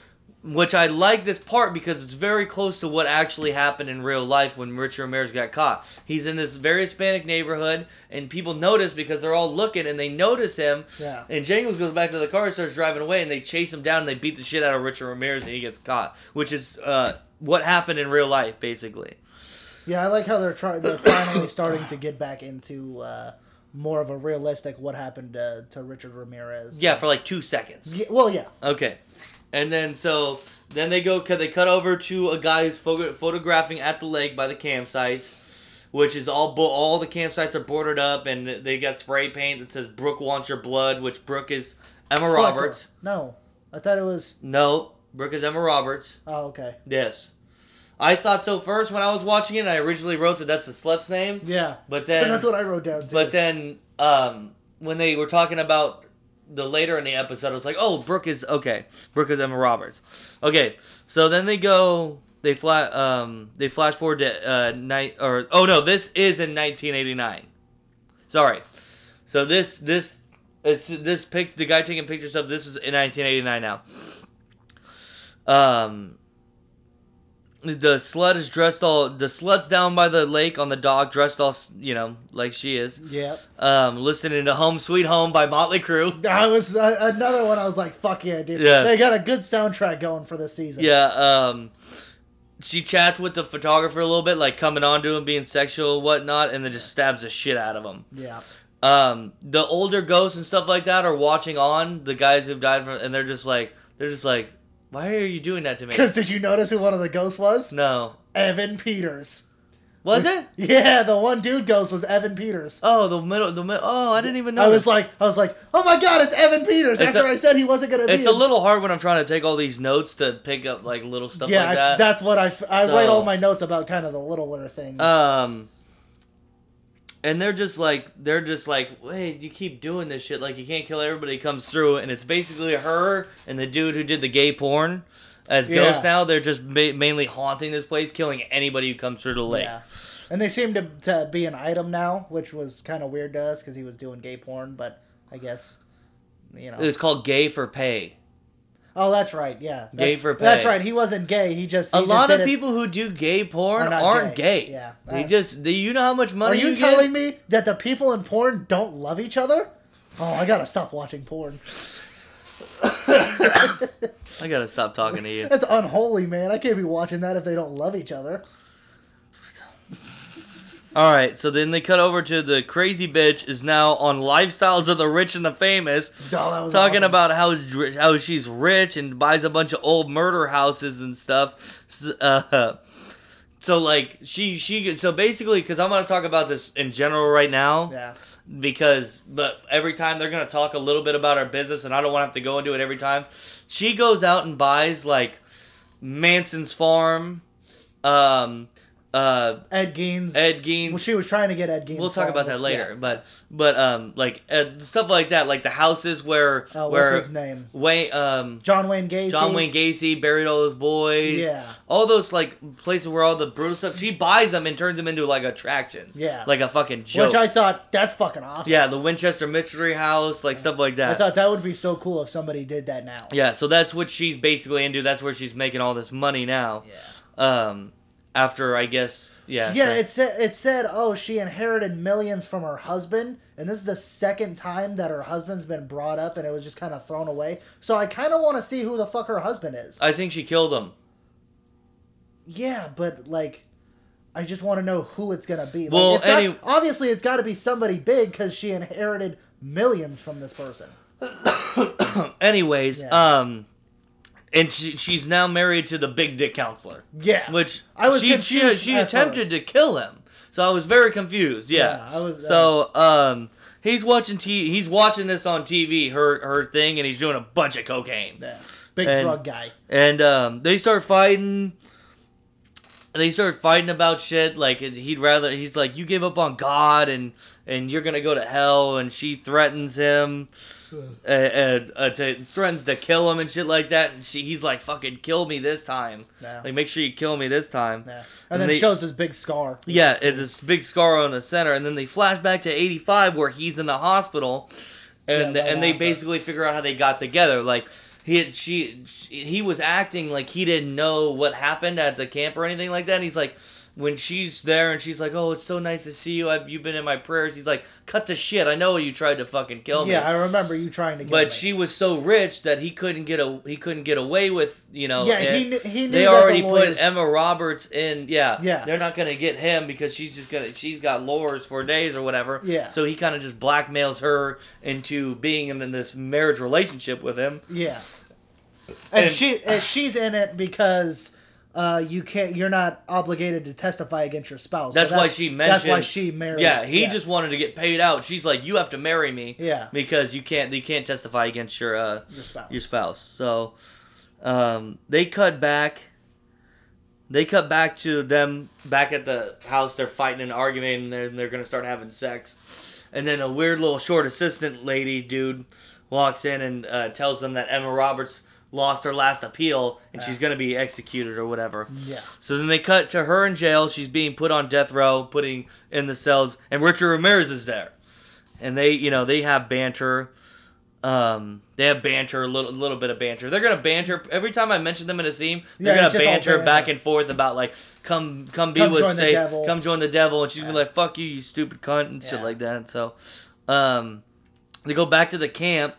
S1: which I like this part because it's very close to what actually happened in real life when Richie Ramirez got caught. He's in this very Hispanic neighborhood, and people notice because they're all looking and they notice him.
S2: Yeah.
S1: And Jingles goes back to the car, and starts driving away, and they chase him down and they beat the shit out of Richard Ramirez, and he gets caught, which is uh, what happened in real life, basically.
S2: Yeah, I like how they're trying. They're finally starting to get back into uh, more of a realistic what happened to, to Richard Ramirez.
S1: Yeah, for like two seconds.
S2: Yeah, Well, yeah.
S1: Okay. And then so then they go cause they cut over to a guy who's photo- photographing at the lake by the campsites, which is all bo- all the campsites are boarded up and they got spray paint that says Brooke wants your blood, which Brooke is Emma
S2: Fucker.
S1: Roberts.
S2: No, I thought it was.
S1: No, Brooke is Emma Roberts.
S2: Oh, okay.
S1: Yes. I thought so first when I was watching it. and I originally wrote that that's the slut's name,
S2: Yeah.
S1: but
S2: 'Cause
S1: then
S2: that's what I wrote down too.
S1: but then um, when they were talking about the later in the episode, I was like, oh, Brooke is okay. Brooke is Emma Roberts. Okay, so then they go. They fly. Um, they flash forward to uh, night or oh no, this is in 1989. Sorry. So this this it's this pic the guy taking pictures of this is in 1989 now. Um the slut is dressed all the slut's down by the lake on the dock dressed all s- you know like she is
S2: Yep.
S1: um, listening to "Home Sweet Home" by Motley Crue.
S2: I was uh, another one. I was like, "Fuck yeah, dude!"
S1: Yeah.
S2: They got a good soundtrack going for this season.
S1: Yeah, um, she chats with the photographer a little bit, like coming on to him, being sexual, and whatnot, and then just stabs the shit out of him.
S2: Yeah.
S1: Um, the older ghosts and stuff like that are watching on the guys who've died from, and they're just like, they're just like, why are you doing that to me?
S2: Because did you notice who one of the ghosts was?
S1: No,
S2: Evan Peters.
S1: was it?
S2: Yeah, the one dude ghost was Evan Peters.
S1: Oh, the middle, the middle. Oh, I didn't even know.
S2: I was like, I was like, "Oh my god, it's Evan Peters!"
S1: It's
S2: After
S1: a-
S2: I said he wasn't gonna be.
S1: it's a
S2: in-
S1: little hard when I'm trying to take all these notes to pick up like little stuff
S2: yeah,
S1: like
S2: I-
S1: that.
S2: that's what I, f- I
S1: So-
S2: write all my notes about kind of the littler things.
S1: Um, and they're just like they're just like, wait, you keep doing this shit. Like you can't kill everybody who comes through, and it's basically her and the dude who did the gay porn as
S2: Yeah.
S1: ghosts. Now they're just ma- mainly haunting this place, killing anybody who comes through the lake.
S2: yeah, and they seem to to be an item now, which was kind of weird to us because he was doing gay porn. But I guess, you know.
S1: It's called gay for pay.
S2: oh, that's right. Yeah, that's,
S1: Gay for
S2: That's
S1: pay.
S2: right. He wasn't gay. He just he
S1: A
S2: just
S1: lot
S2: did
S1: of
S2: it-
S1: people who do gay porn
S2: Are not
S1: aren't
S2: gay.
S1: gay.
S2: Yeah.
S1: they
S2: Uh,
S1: just they, you know how much
S2: Are
S1: money
S2: you,
S1: you, get?
S2: telling me that the people in porn don't love each other? Oh, I gotta stop watching porn.
S1: I gotta stop talking to you.
S2: That's unholy, man. I can't be watching that if they don't love each other.
S1: All right, so then they cut over to the crazy bitch is now on lifestyles of the rich and the famous.
S2: Oh, that was
S1: talking
S2: awesome.
S1: about how dr- how she's rich and buys a bunch of old murder houses and stuff. S- uh, so like she she so basically because I'm gonna talk about this in general right now
S2: Yeah.
S1: because but every time they're gonna talk a little bit about our business and I don't want to have to go into it every time. She goes out and buys like Manson's farm. Um, uh,
S2: Ed Geins.
S1: Ed Gein.
S2: Well, she was trying to get Ed Gein.
S1: we'll talk about that later,
S2: Yeah.
S1: but but um like uh, stuff like that, like the houses where
S2: Oh,
S1: where
S2: what's his name?
S1: Wayne um
S2: John Wayne Gacy.
S1: John Wayne Gacy buried all those boys.
S2: Yeah.
S1: All those like places where all the brutal stuff. She buys them and turns them into like attractions.
S2: Yeah.
S1: Like a fucking joke.
S2: Which I thought that's fucking awesome.
S1: yeah, the Winchester Mystery House, like stuff like
S2: I
S1: that.
S2: thought that would be so cool if somebody did that now.
S1: yeah, so that's what she's basically into. That's where she's making all this money now. Um, after I guess yeah.
S2: Yeah,
S1: so-
S2: it said it said, oh, she inherited millions from her husband, and this is the second time that her husband's been brought up, and it was just kind of thrown away. So I kind of want to see who the fuck her husband is.
S1: I think she killed him.
S2: yeah, but like, I just want to know who it's gonna be. Like,
S1: Well,
S2: it's got-
S1: any-
S2: obviously it's got to be somebody big because she inherited millions from this person.
S1: Anyways,
S2: Yeah.
S1: um, and she, she's now married to the big dick counselor.
S2: Yeah,
S1: Which
S2: I was
S1: she,
S2: confused
S1: She, she
S2: at
S1: attempted
S2: first.
S1: to kill him, so I was very confused. Yeah.
S2: Yeah, I was- uh,
S1: so um, he's watching t- he's watching this on TV, her her thing, and he's doing a bunch of cocaine.
S2: Yeah. big
S1: And-
S2: drug guy.
S1: And um, they start fighting. They start fighting about shit. Like and he'd rather he's like, you give up on God and and you're gonna go to hell. And she threatens him. Uh, uh, uh, to, threatens to kill him and shit like that. And she, he's like, "Fucking kill me this time.
S2: Yeah.
S1: Like, make sure you kill me this time."
S2: Yeah. And,
S1: And
S2: then
S1: they-
S2: shows his big scar.
S1: Yeah, it's this big scar on the center, and then they flash back to '85 where he's in the hospital, and
S2: Yeah, right
S1: and they
S2: after.
S1: basically figure out how they got together. Like he had, she, she he was acting like he didn't know what happened at the camp or anything like that. And he's like, when she's there and she's like, "Oh, it's so nice to see you. Have you been in my prayers?" He's like, "Cut the shit. I know you tried to fucking kill me."
S2: Yeah, I remember you trying to. Kill
S1: but
S2: me.
S1: she was so rich that he couldn't get a he couldn't get away with you know.
S2: Yeah,
S1: and
S2: he knew- he knew
S1: They
S2: that the
S1: already
S2: lawyers-
S1: put Emma Roberts in. Yeah,
S2: Yeah.
S1: They're not gonna get him because she's just gonna she's got lawyers for days or whatever.
S2: Yeah.
S1: So he kind of just blackmails her into being in this marriage relationship with him.
S2: Yeah. And,
S1: And-
S2: she and she's in it because uh, you can't. You're not obligated to testify against your spouse. So
S1: That's, why she mentioned.
S2: That's why she married.
S1: Yeah, he just wanted to get paid out. She's like, you have to marry me.
S2: Yeah.
S1: Because you can't you can't testify against your uh
S2: Your spouse.
S1: your spouse. So, um, they cut back. They cut back to them back at the house. They're fighting and arguing, and they're, they're gonna start having sex. And then a weird little short assistant lady dude walks in and uh, tells them that Emma Roberts lost her last appeal and she's gonna be executed or whatever.
S2: Yeah.
S1: So then they cut to her in jail. She's being put on death row, putting in the cells, and Richard Ramirez is there. And they, you know, they have banter. Um, they have banter, a little, little bit of banter. They're gonna banter every time I mention them in a scene. They're
S2: Yeah,
S1: gonna
S2: it's just all
S1: banter
S2: banter.
S1: back and forth about like, come, come be
S2: Come
S1: with
S2: join the
S1: Satan,
S2: devil.
S1: come join the devil, and she's gonna be
S2: Yeah.
S1: like, fuck you, you stupid cunt, and shit
S2: Yeah.
S1: like that. So, um, they go back to the camp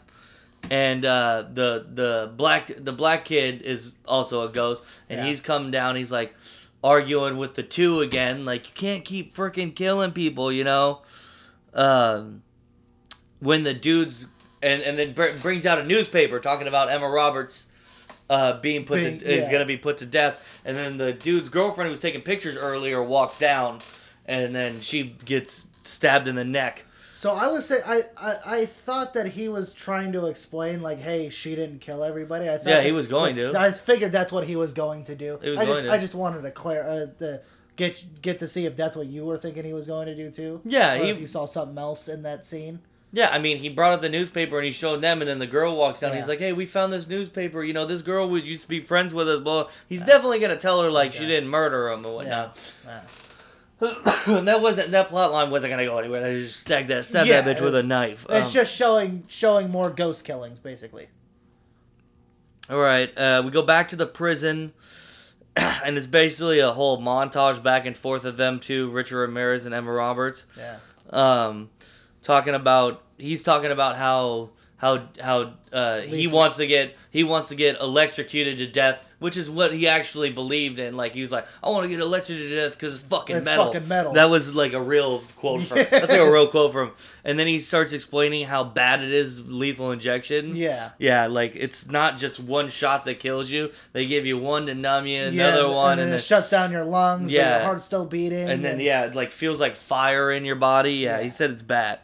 S1: and uh, the the black the black kid is also a ghost, and
S2: Yeah.
S1: he's come down. He's like arguing with the two again, like you can't keep freaking killing people, you know. Um, when the dudes and and then br- brings out a newspaper talking about Emma Roberts. Uh, being put
S2: Being-
S1: to, is
S2: yeah.
S1: gonna be put to death, and then the dude's girlfriend who was taking pictures earlier walks down, and then she gets stabbed in the neck.
S2: So I was say I, I I thought that he was trying to explain like, hey, she didn't kill everybody. I thought
S1: Yeah, he
S2: that-
S1: was going
S2: that-
S1: to.
S2: I figured that's what he was going to do.
S1: He was
S2: I just
S1: going to.
S2: I just wanted to clear uh, the get get to see if that's what you were thinking he was going to do too.
S1: Yeah,
S2: or
S1: he-
S2: if you saw something else in that scene.
S1: Yeah, I mean, he brought up the newspaper and he showed them, and then the girl walks down. and He's
S2: Yeah.
S1: like, "Hey, we found this newspaper. You know, this girl would used to be friends with us." Blah. He's definitely gonna tell her like she
S2: Yeah.
S1: didn't murder him or
S2: Yeah.
S1: whatnot.
S2: Yeah.
S1: and that wasn't that plot line wasn't gonna go anywhere. They just stabbed that stabbed
S2: Yeah,
S1: that bitch with a
S2: it's-
S1: knife.
S2: It's
S1: Um,
S2: just showing showing more ghost killings, basically.
S1: All right, uh, we go back to the prison, and it's basically a whole montage back and forth of them two, Richard Ramirez and Emma Roberts.
S2: Yeah.
S1: um, talking about he's talking about how how how uh, he
S2: Lethal.
S1: wants to get he wants to get electrocuted to death, which is what he actually believed in. Like he was like, I want to get electrocuted to death because it's fucking
S2: It's
S1: metal.
S2: fucking metal.
S1: That was like a real quote from. That's like a real quote from. And then he starts explaining how bad it is lethal injection.
S2: Yeah.
S1: Yeah, like it's not just one shot that kills you. They give you one to numb you,
S2: Yeah,
S1: another one,
S2: and then
S1: then-
S2: it shuts down your lungs. Yeah,
S1: Yeah.
S2: your heart's still beating.
S1: and then yeah, it like feels like fire in your body. Yeah, he
S2: Yeah.
S1: said it's bad.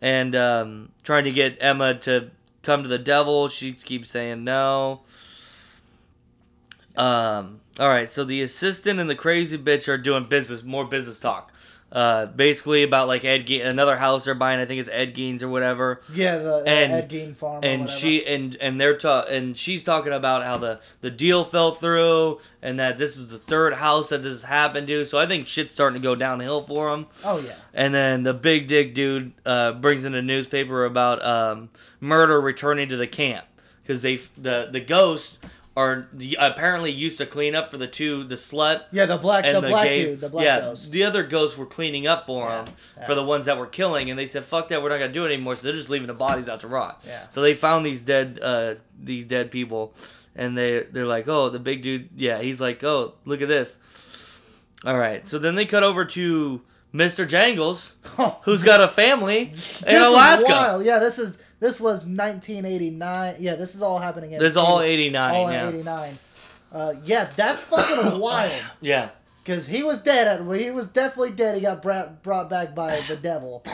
S1: And um, trying to get Emma to come to the devil, she keeps saying no. Um, all right, so the assistant and the crazy bitch are doing business, more business talk. Uh, basically about like Ed, Ge- another house they're buying. I think it's Ed Gein's or whatever
S2: yeah, the, the
S1: and-
S2: Ed Gein farm, or
S1: and
S2: whatever.
S1: she and and they're ta- and she's talking about how the the deal fell through and that this is the third house that this happened to so i think shit's starting to go downhill for them
S2: Oh yeah.
S1: and then the big dick dude uh, brings in a newspaper about um, murder returning to the camp because they the the ghosts are the, apparently used to clean up for the two the slut
S2: Yeah, the black,
S1: and
S2: the, black
S1: gay-
S2: dude, the black
S1: yeah,
S2: ghost.
S1: The other ghosts were cleaning up for
S2: Yeah,
S1: them
S2: yeah.
S1: for the ones that were killing, and they said, "Fuck that, we're not gonna do it anymore." So they're just leaving the bodies out to rot.
S2: Yeah.
S1: So they found these dead, uh, these dead people, and they they're like, "Oh, the big dude." Yeah, he's like, "Oh, look at this." All right. So then they cut over to Mr. Jangles, who's got a family in
S2: Oh, This is
S1: Alaska.
S2: wild. Yeah, this is this was 1989. Yeah, this is all happening. In
S1: This is all '89.
S2: all in
S1: yeah.
S2: 89. Uh, yeah, that's fucking wild.
S1: Yeah.
S2: Because he was dead. At, he was definitely dead. He got brought brought back by the devil,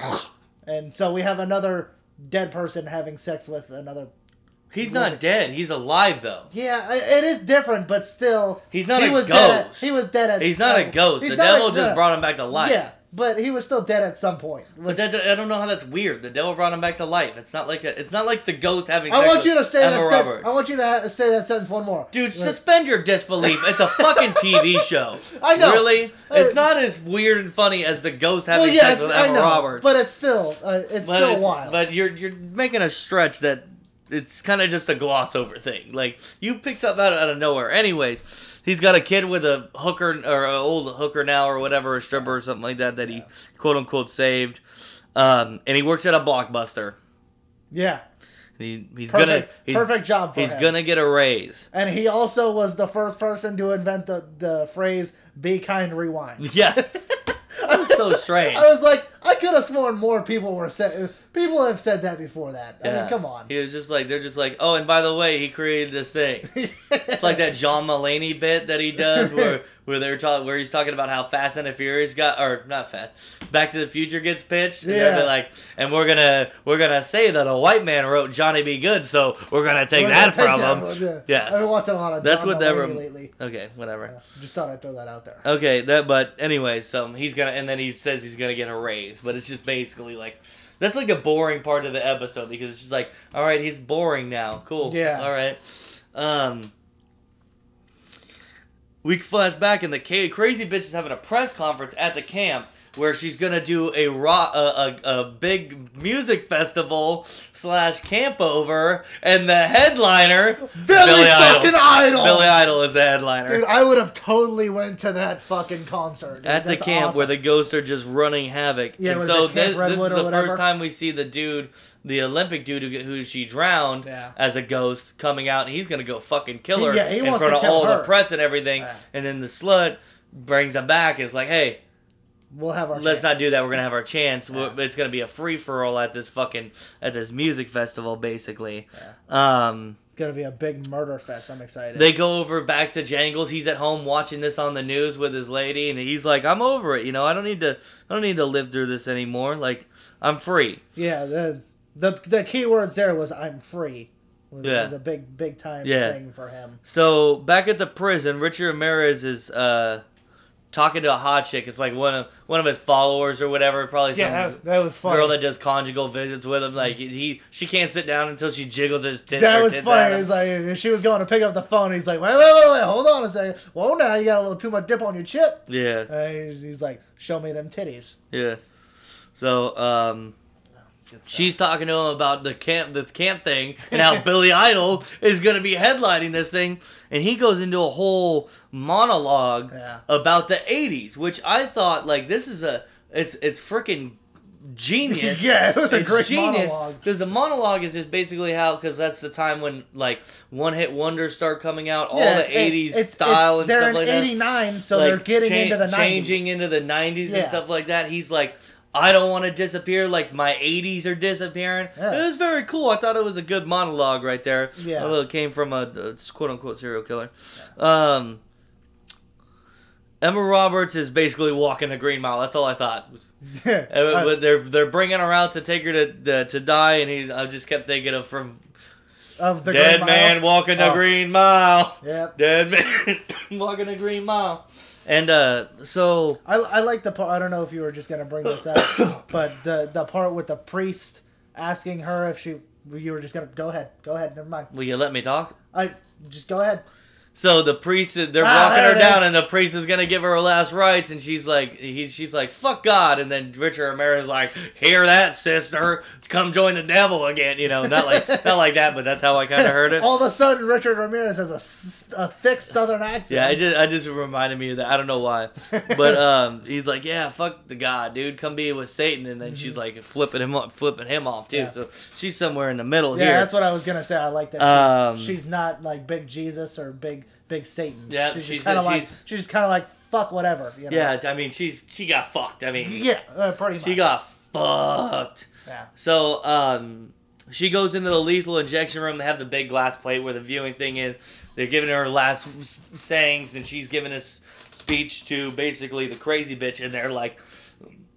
S2: and so we have another dead person having sex with another.
S1: He's not dead. He's alive though.
S2: Yeah, i- it is different, but still,
S1: He's not
S2: he
S1: a
S2: was Dead at,
S1: ghost.
S2: he was dead at.
S1: He's not a
S2: some-
S1: ghost.
S2: he's
S1: The
S2: not a-
S1: devil just
S2: no.
S1: brought him back to life.
S2: Yeah, but he was still dead at some point.
S1: But that, I don't know how that's weird. The devil brought him back to life. It's not like a, it's not like the ghost having.
S2: I
S1: sex
S2: want
S1: with
S2: you to say
S1: Emma
S2: that. sen-
S1: Roberts.
S2: I want you to ha- say that sentence one more,
S1: Dude,
S2: Like,
S1: suspend your disbelief. It's a fucking TV show.
S2: I know.
S1: Really,
S2: I-
S1: it's not as weird and funny as the ghost having
S2: well, yeah,
S1: sex
S2: it's-
S1: with
S2: I
S1: Emma
S2: know,
S1: Roberts.
S2: but it's still uh, it's
S1: But
S2: still
S1: it's-
S2: wild.
S1: But you're you're making a stretch that it's kind of just a gloss over thing. Like you pick something out out of nowhere. Anyways, he's got a kid with a hooker or an old hooker now or whatever, a stripper or something like that that he quote unquote saved. Um, and he works at a blockbuster.
S2: Yeah.
S1: He, he's gonna
S2: Perfect.
S1: he's,
S2: perfect job for
S1: He's
S2: him.
S1: gonna get a raise.
S2: And he also was the first person to invent the, the phrase "be kind, rewind."
S1: Yeah, that was so strange.
S2: I was like, I could have sworn more people were said. People have said that before that. I
S1: Yeah.
S2: mean, come on.
S1: He was just like, they're just like, oh, and by the way, he created this thing. It's like that John Mulaney bit that he does, where where they're talking, where he's talking about how Fast and the Furious got, or not Fast, Back to the Future gets pitched, and they'll
S2: Yeah.
S1: be like, and we're gonna we're gonna say that a white man wrote Johnny Be Good, so we're gonna take
S2: We're gonna
S1: that
S2: take
S1: from
S2: that
S1: him.
S2: one, yeah.
S1: Yes.
S2: I've been watching a lot of
S1: That's
S2: John
S1: what Uh, that
S2: Mulaney
S1: rem-
S2: lately.
S1: Okay, whatever.
S2: Yeah, Just thought I'd throw that out there.
S1: Okay, that but anyway, so he's gonna and then he says he's gonna get a raise, but it's just basically like that's like the boring part of the episode because it's just like, all right, he's boring now. Cool.
S2: Yeah.
S1: All right. Um we flash back and the ca- crazy bitch is having a press conference at the camp where she's gonna do a raw a, a, a big music festival slash camp over and the headliner
S2: Billy, fucking Idol.
S1: Billy Idol is the headliner
S2: Oh. Dude, I would have totally went to that fucking concert. dude.
S1: at the
S2: That's
S1: camp
S2: awesome.
S1: where the ghosts are just running havoc.
S2: Yeah,
S1: and
S2: what is
S1: so
S2: it, Camp
S1: thi- this
S2: Redwood
S1: is
S2: or
S1: the
S2: whatever?
S1: first time we see the dude, the Olympic dude who, who she drowned
S2: Yeah.
S1: as a ghost coming out, and he's gonna go fucking kill her
S2: Yeah, he
S1: in
S2: wants
S1: front
S2: to
S1: of
S2: kill
S1: all
S2: her.
S1: the press and everything.
S2: Yeah.
S1: And then the slut brings him back. Is like, hey,
S2: we'll have our
S1: let's
S2: chance.
S1: not do that. We're gonna have our chance. We're-
S2: Yeah.
S1: It's gonna be a free for all at this fucking at this music festival, basically. Um,
S2: It's gonna be a big murder fest. I'm excited.
S1: they go over back to Jangles. He's at home watching this on the news with his lady, and he's like, "I'm over it. You know, I don't need to. I don't need to live through this anymore. Like, I'm free."
S2: yeah, the the the key words there was I'm free. Was
S1: Yeah.
S2: the big big time
S1: Yeah.
S2: thing for him.
S1: So back at the prison, Richard Ramirez is uh, talking to a hot chick. It's like one of one of his followers or whatever. Probably some
S2: was
S1: girl that does conjugal visits with him. Like he, she can't sit down until she jiggles her tits.
S2: That
S1: her
S2: was
S1: tits at
S2: funny.
S1: him.
S2: He's like, she was going to pick up the phone. He's like, wait, wait, wait, wait, hold on a second. Well, now you got a little too much dip on your chip.
S1: yeah.
S2: And he's like, show me them titties.
S1: Yeah. So um, she's talking to him about the camp, the camp thing, and how Billy Idol is going to be headlining this thing, and he goes into a whole monologue
S2: Yeah.
S1: about the '80s, which I thought like this is a it's it's freaking genius.
S2: Yeah, it was a
S1: It's
S2: great monologue.
S1: Because the monologue is just basically how, because that's the time when like one hit wonders start coming out, all
S2: Yeah,
S1: the
S2: it's eight-
S1: '80s
S2: it's-
S1: style
S2: it's-
S1: and stuff like
S2: They're in
S1: that.
S2: '89, so
S1: Like,
S2: they're getting
S1: cha-
S2: into the '90s.
S1: changing into the 90s and
S2: Yeah.
S1: stuff like that. He's like, I don't want to disappear. Like my 80s are disappearing.
S2: Yeah.
S1: It was very cool. I thought it was a good monologue right there.
S2: Yeah.
S1: although it came from a, quote unquote serial killer. Um, Emma Roberts is basically walking the Green Mile. That's all I thought.
S2: Yeah.
S1: Uh, but they're they're bringing her out to take her to to, to die, and he, I just kept thinking of from
S2: of the
S1: Dead
S2: Green
S1: Man
S2: Mile.
S1: Walking the
S2: Oh.
S1: Green Mile.
S2: Yep.
S1: Dead man walking a green mile. And uh, so
S2: I, I like the part. I don't know if you were just gonna bring this up, but the the part with the priest asking her if she you were just gonna go ahead, go ahead, never mind.
S1: will you let me talk?
S2: I just go ahead.
S1: So the priest, they're
S2: Ah,
S1: walking
S2: there
S1: her
S2: it
S1: down,
S2: is.
S1: and the priest is gonna give her her last rites, and she's like, he's she's like, fuck God, and then Richard Ramirez is like, hear that, sister, come join the devil again, you know, not like not like that, but that's how I kind of heard it.
S2: All of a sudden, Richard Ramirez has a, s- a thick Southern accent.
S1: Yeah, I just I just reminded me of that. I don't know why, but um, he's like, yeah, fuck the god, dude, come be with Satan, and then she's like flipping him up, flipping him off too.
S2: Mm-hmm.
S1: So
S2: Yeah.
S1: she's somewhere in the middle
S2: Yeah,
S1: here.
S2: that's what I was gonna say. I like that.
S1: Um,
S2: she's, she's not like big Jesus or big big Satan.
S1: Yeah,
S2: she's,
S1: she's-
S2: just kind of like
S1: she's-
S2: she's just kind of like fuck whatever. You know?
S1: Yeah, I mean, she's she got fucked. I mean,
S2: yeah, uh, pretty much.
S1: she got fucked.
S2: yeah.
S1: So, um, she goes into the lethal injection room. They have the big glass plate where the viewing thing is. They're giving her last s- sayings, and she's giving this speech to basically the crazy bitch, and they're like,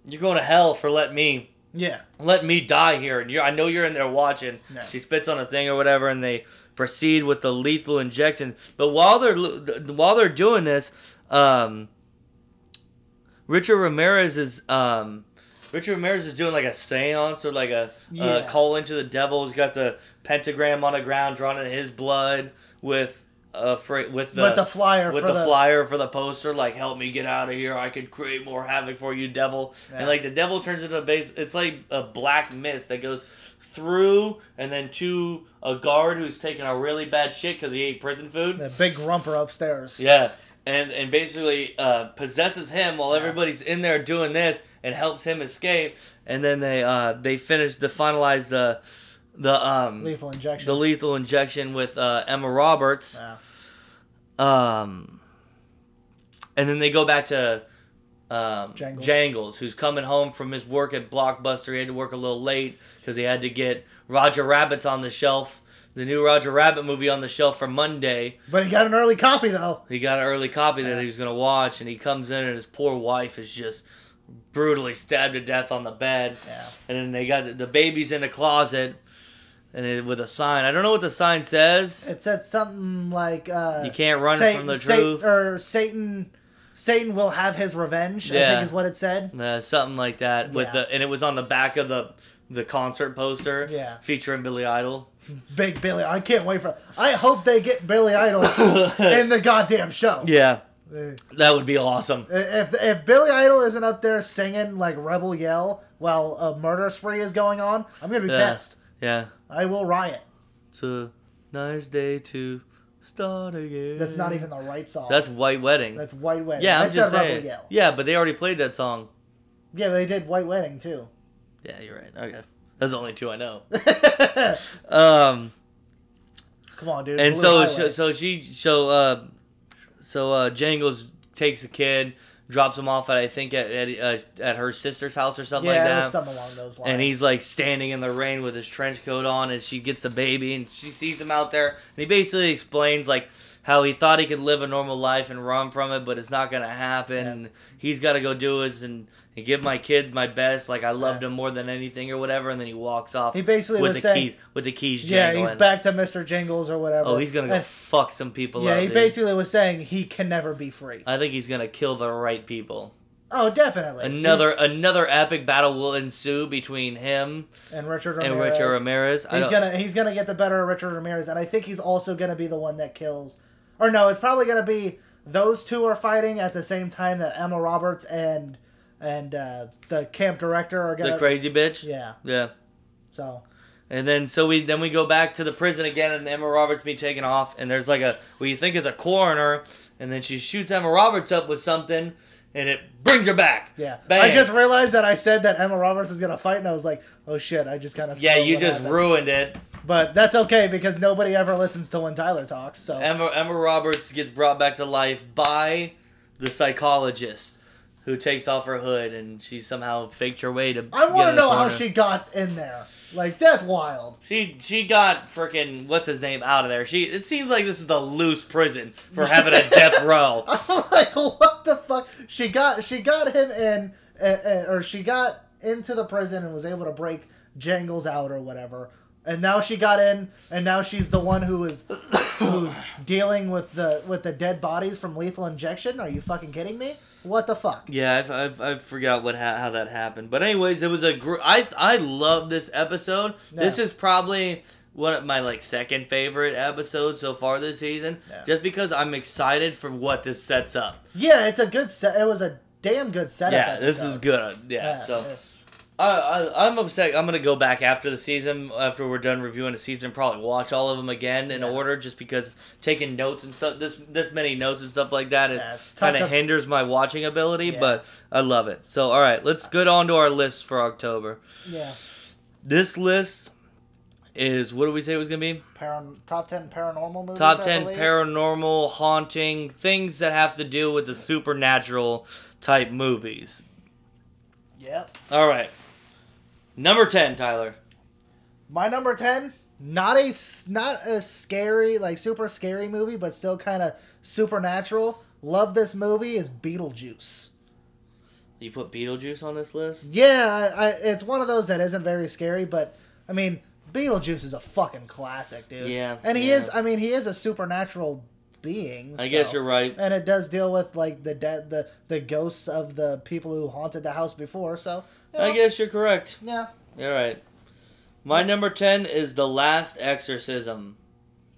S1: "You're going to hell for letting me."
S2: Yeah.
S1: Let me die here, and you I know you're in there watching.
S2: Yeah.
S1: She spits on a thing or whatever, and they proceed with the lethal injection. But while they're lo- th- while they're doing this, um, Richard Ramirez is um, Richard Ramirez is doing like a séance or like a uh,
S2: Yeah.
S1: call into the devil. He's got the pentagram on the ground drawn in his blood with a fra- with the
S2: But the flyer
S1: with
S2: for
S1: the,
S2: the-
S1: flyer for the poster like help me get out of here I could create more havoc for you devil
S2: Yeah.
S1: and like the devil turns into a base it's like a black mist that goes through and then to a guard who's taking a really bad shit because he ate prison food.
S2: That big grumper upstairs.
S1: Yeah, and and basically uh, possesses him while everybody's in there doing this and helps him escape. And then they uh, they finish the finalize the the um
S2: Lethal injection.
S1: the lethal injection with uh, Emma Roberts.
S2: yeah.
S1: Um, and then they go back to um,
S2: Jangles.
S1: Jangles. who's coming home from his work at Blockbuster. He had to work a little late because he had to get Roger Rabbit's on the shelf, the new Roger Rabbit movie on the shelf for Monday.
S2: But he got an early copy though.
S1: He got an early copy that
S2: Yeah.
S1: he was gonna watch, and he comes in, and his poor wife is just brutally stabbed to death on the bed.
S2: Yeah.
S1: And then they got the baby's in the closet, and it, with a sign. I don't know what the sign says.
S2: It said something like uh,
S1: You can't run
S2: Satan,
S1: from the
S2: Satan-
S1: truth.
S2: or Satan. Satan will have his revenge. I
S1: Yeah.
S2: think is what it said.
S1: Uh, something like that. With
S2: Yeah.
S1: the and it was on the back of the the concert poster.
S2: Yeah.
S1: Featuring Billy Idol.
S2: Big Billy. I can't wait for. I hope they get Billy Idol in the goddamn show.
S1: Yeah.
S2: Uh,
S1: That would be awesome.
S2: If if Billy Idol isn't up there singing like Rebel Yell while a murder spree is going on, I'm gonna be
S1: Yeah.
S2: pissed.
S1: Yeah.
S2: I will riot.
S1: It's a nice day to start again.
S2: That's not even the right song.
S1: That's White Wedding.
S2: that's White Wedding.
S1: yeah,
S2: I
S1: I'm
S2: said
S1: just
S2: Rebel
S1: saying.
S2: Yell. Yeah.
S1: Yeah, but they already played that song.
S2: they did White Wedding too.
S1: Yeah, you're right. Okay. That's the only two I know.
S2: Come
S1: Um
S2: on, dude.
S1: and
S2: Blue
S1: so
S2: Highway.
S1: sh- so she so uh so uh Jangles takes the kid, drops him off at I think at at, uh, at her sister's house or something
S2: yeah,
S1: like
S2: it
S1: that.
S2: was something along those lines.
S1: and he's like standing in the rain with his trench coat on and she gets the baby and she sees him out there and he basically explains like how he thought he could live a normal life and run from it but it's not gonna happen
S2: Yeah.
S1: and he's gotta go do his and, and give my kid my best like i loved
S2: Yeah.
S1: him more than anything or whatever and then he walks off
S2: He basically
S1: with
S2: was
S1: the
S2: saying-
S1: keys with the keys
S2: yeah,
S1: jangling.
S2: he's back to Mr. Jingles or whatever.
S1: oh he's gonna go
S2: And-
S1: fuck some people
S2: yeah,
S1: up
S2: he
S1: dude.
S2: basically was saying he can never be free.
S1: i think he's gonna kill the right people
S2: oh, definitely.
S1: another another epic battle will ensue between him
S2: He's- and Richard
S1: and
S2: Ramirez.
S1: richard ramirez I
S2: He's
S1: don't-
S2: gonna he's gonna get the better of Richard Ramirez, and I think he's also gonna be the one that kills. Or no, it's probably gonna be those two are fighting at the same time that Emma Roberts and and uh, the camp director are gonna.
S1: the crazy bitch
S2: yeah.
S1: yeah
S2: So
S1: And then so we then we go back to the prison again, and Emma Roberts being taken off, and there's like a what you think is a coroner, and then she shoots Emma Roberts up with something, and it brings her back.
S2: yeah,
S1: Bang.
S2: I just realized that I said that Emma Roberts was gonna fight, and I was like, oh shit, I just kind of
S1: yeah, you just ruined it.
S2: But that's okay because nobody ever listens to when Tyler talks. So
S1: Emma Emma Roberts gets brought back to life by the psychologist, who takes off her hood, and she somehow faked her way to.
S2: I
S1: get
S2: want
S1: in
S2: to
S1: the
S2: know how
S1: corner.
S2: she got in there. Like that's wild.
S1: She she got freaking what's his name out of there. She it seems like this is a loose prison for having a death row.
S2: I'm like, what the fuck? She got she got him in, uh, uh, or she got into the prison and was able to break Jangles out or whatever. And now she got in, and now she's the one who is who's dealing with the with the dead bodies from lethal injection. Are you fucking kidding me? What the fuck?
S1: Yeah, I've, I've, I forgot what ha- how that happened, but anyways, it was a gr- I I love this episode. This
S2: Yeah.
S1: is probably one of my like second favorite episodes so far this season,
S2: Yeah.
S1: just because I'm excited for what this sets up.
S2: Yeah, it's a good set. It was a damn good setup.
S1: yeah, this is
S2: episode.
S1: good. Yeah, so
S2: yeah.
S1: I, I I'm upset. I'm gonna go back after the season after we're done reviewing a season, probably watch all of them again in
S2: Yeah.
S1: order, just because taking notes and stuff this this many notes and stuff like that is
S2: Yeah, it's tough
S1: kind
S2: to-
S1: of hinders my watching ability.
S2: Yeah.
S1: But I love it. So all right, let's get on to our list for October.
S2: yeah.
S1: This list is what did we say it was gonna be?
S2: Paran- top ten paranormal movies.
S1: Top
S2: I
S1: ten
S2: believe.
S1: paranormal, haunting things that have to do with the supernatural type movies.
S2: Yep.
S1: All right, number ten, Tyler.
S2: My number ten, not a s- not a scary like super scary movie, but still kind of supernatural. Love this movie is Beetlejuice.
S1: You put Beetlejuice on this list?
S2: Yeah, I, I, it's one of those that isn't very scary, but I mean Beetlejuice is a fucking classic, dude.
S1: Yeah,
S2: and he
S1: yeah.
S2: is. I mean, he is a supernatural being.
S1: I guess
S2: so-
S1: you're right.
S2: And it does deal with like the de- the the ghosts of the people who haunted the house before. So you
S1: I
S2: know,
S1: guess you're correct.
S2: yeah,
S1: All right. My number ten is The Last Exorcism.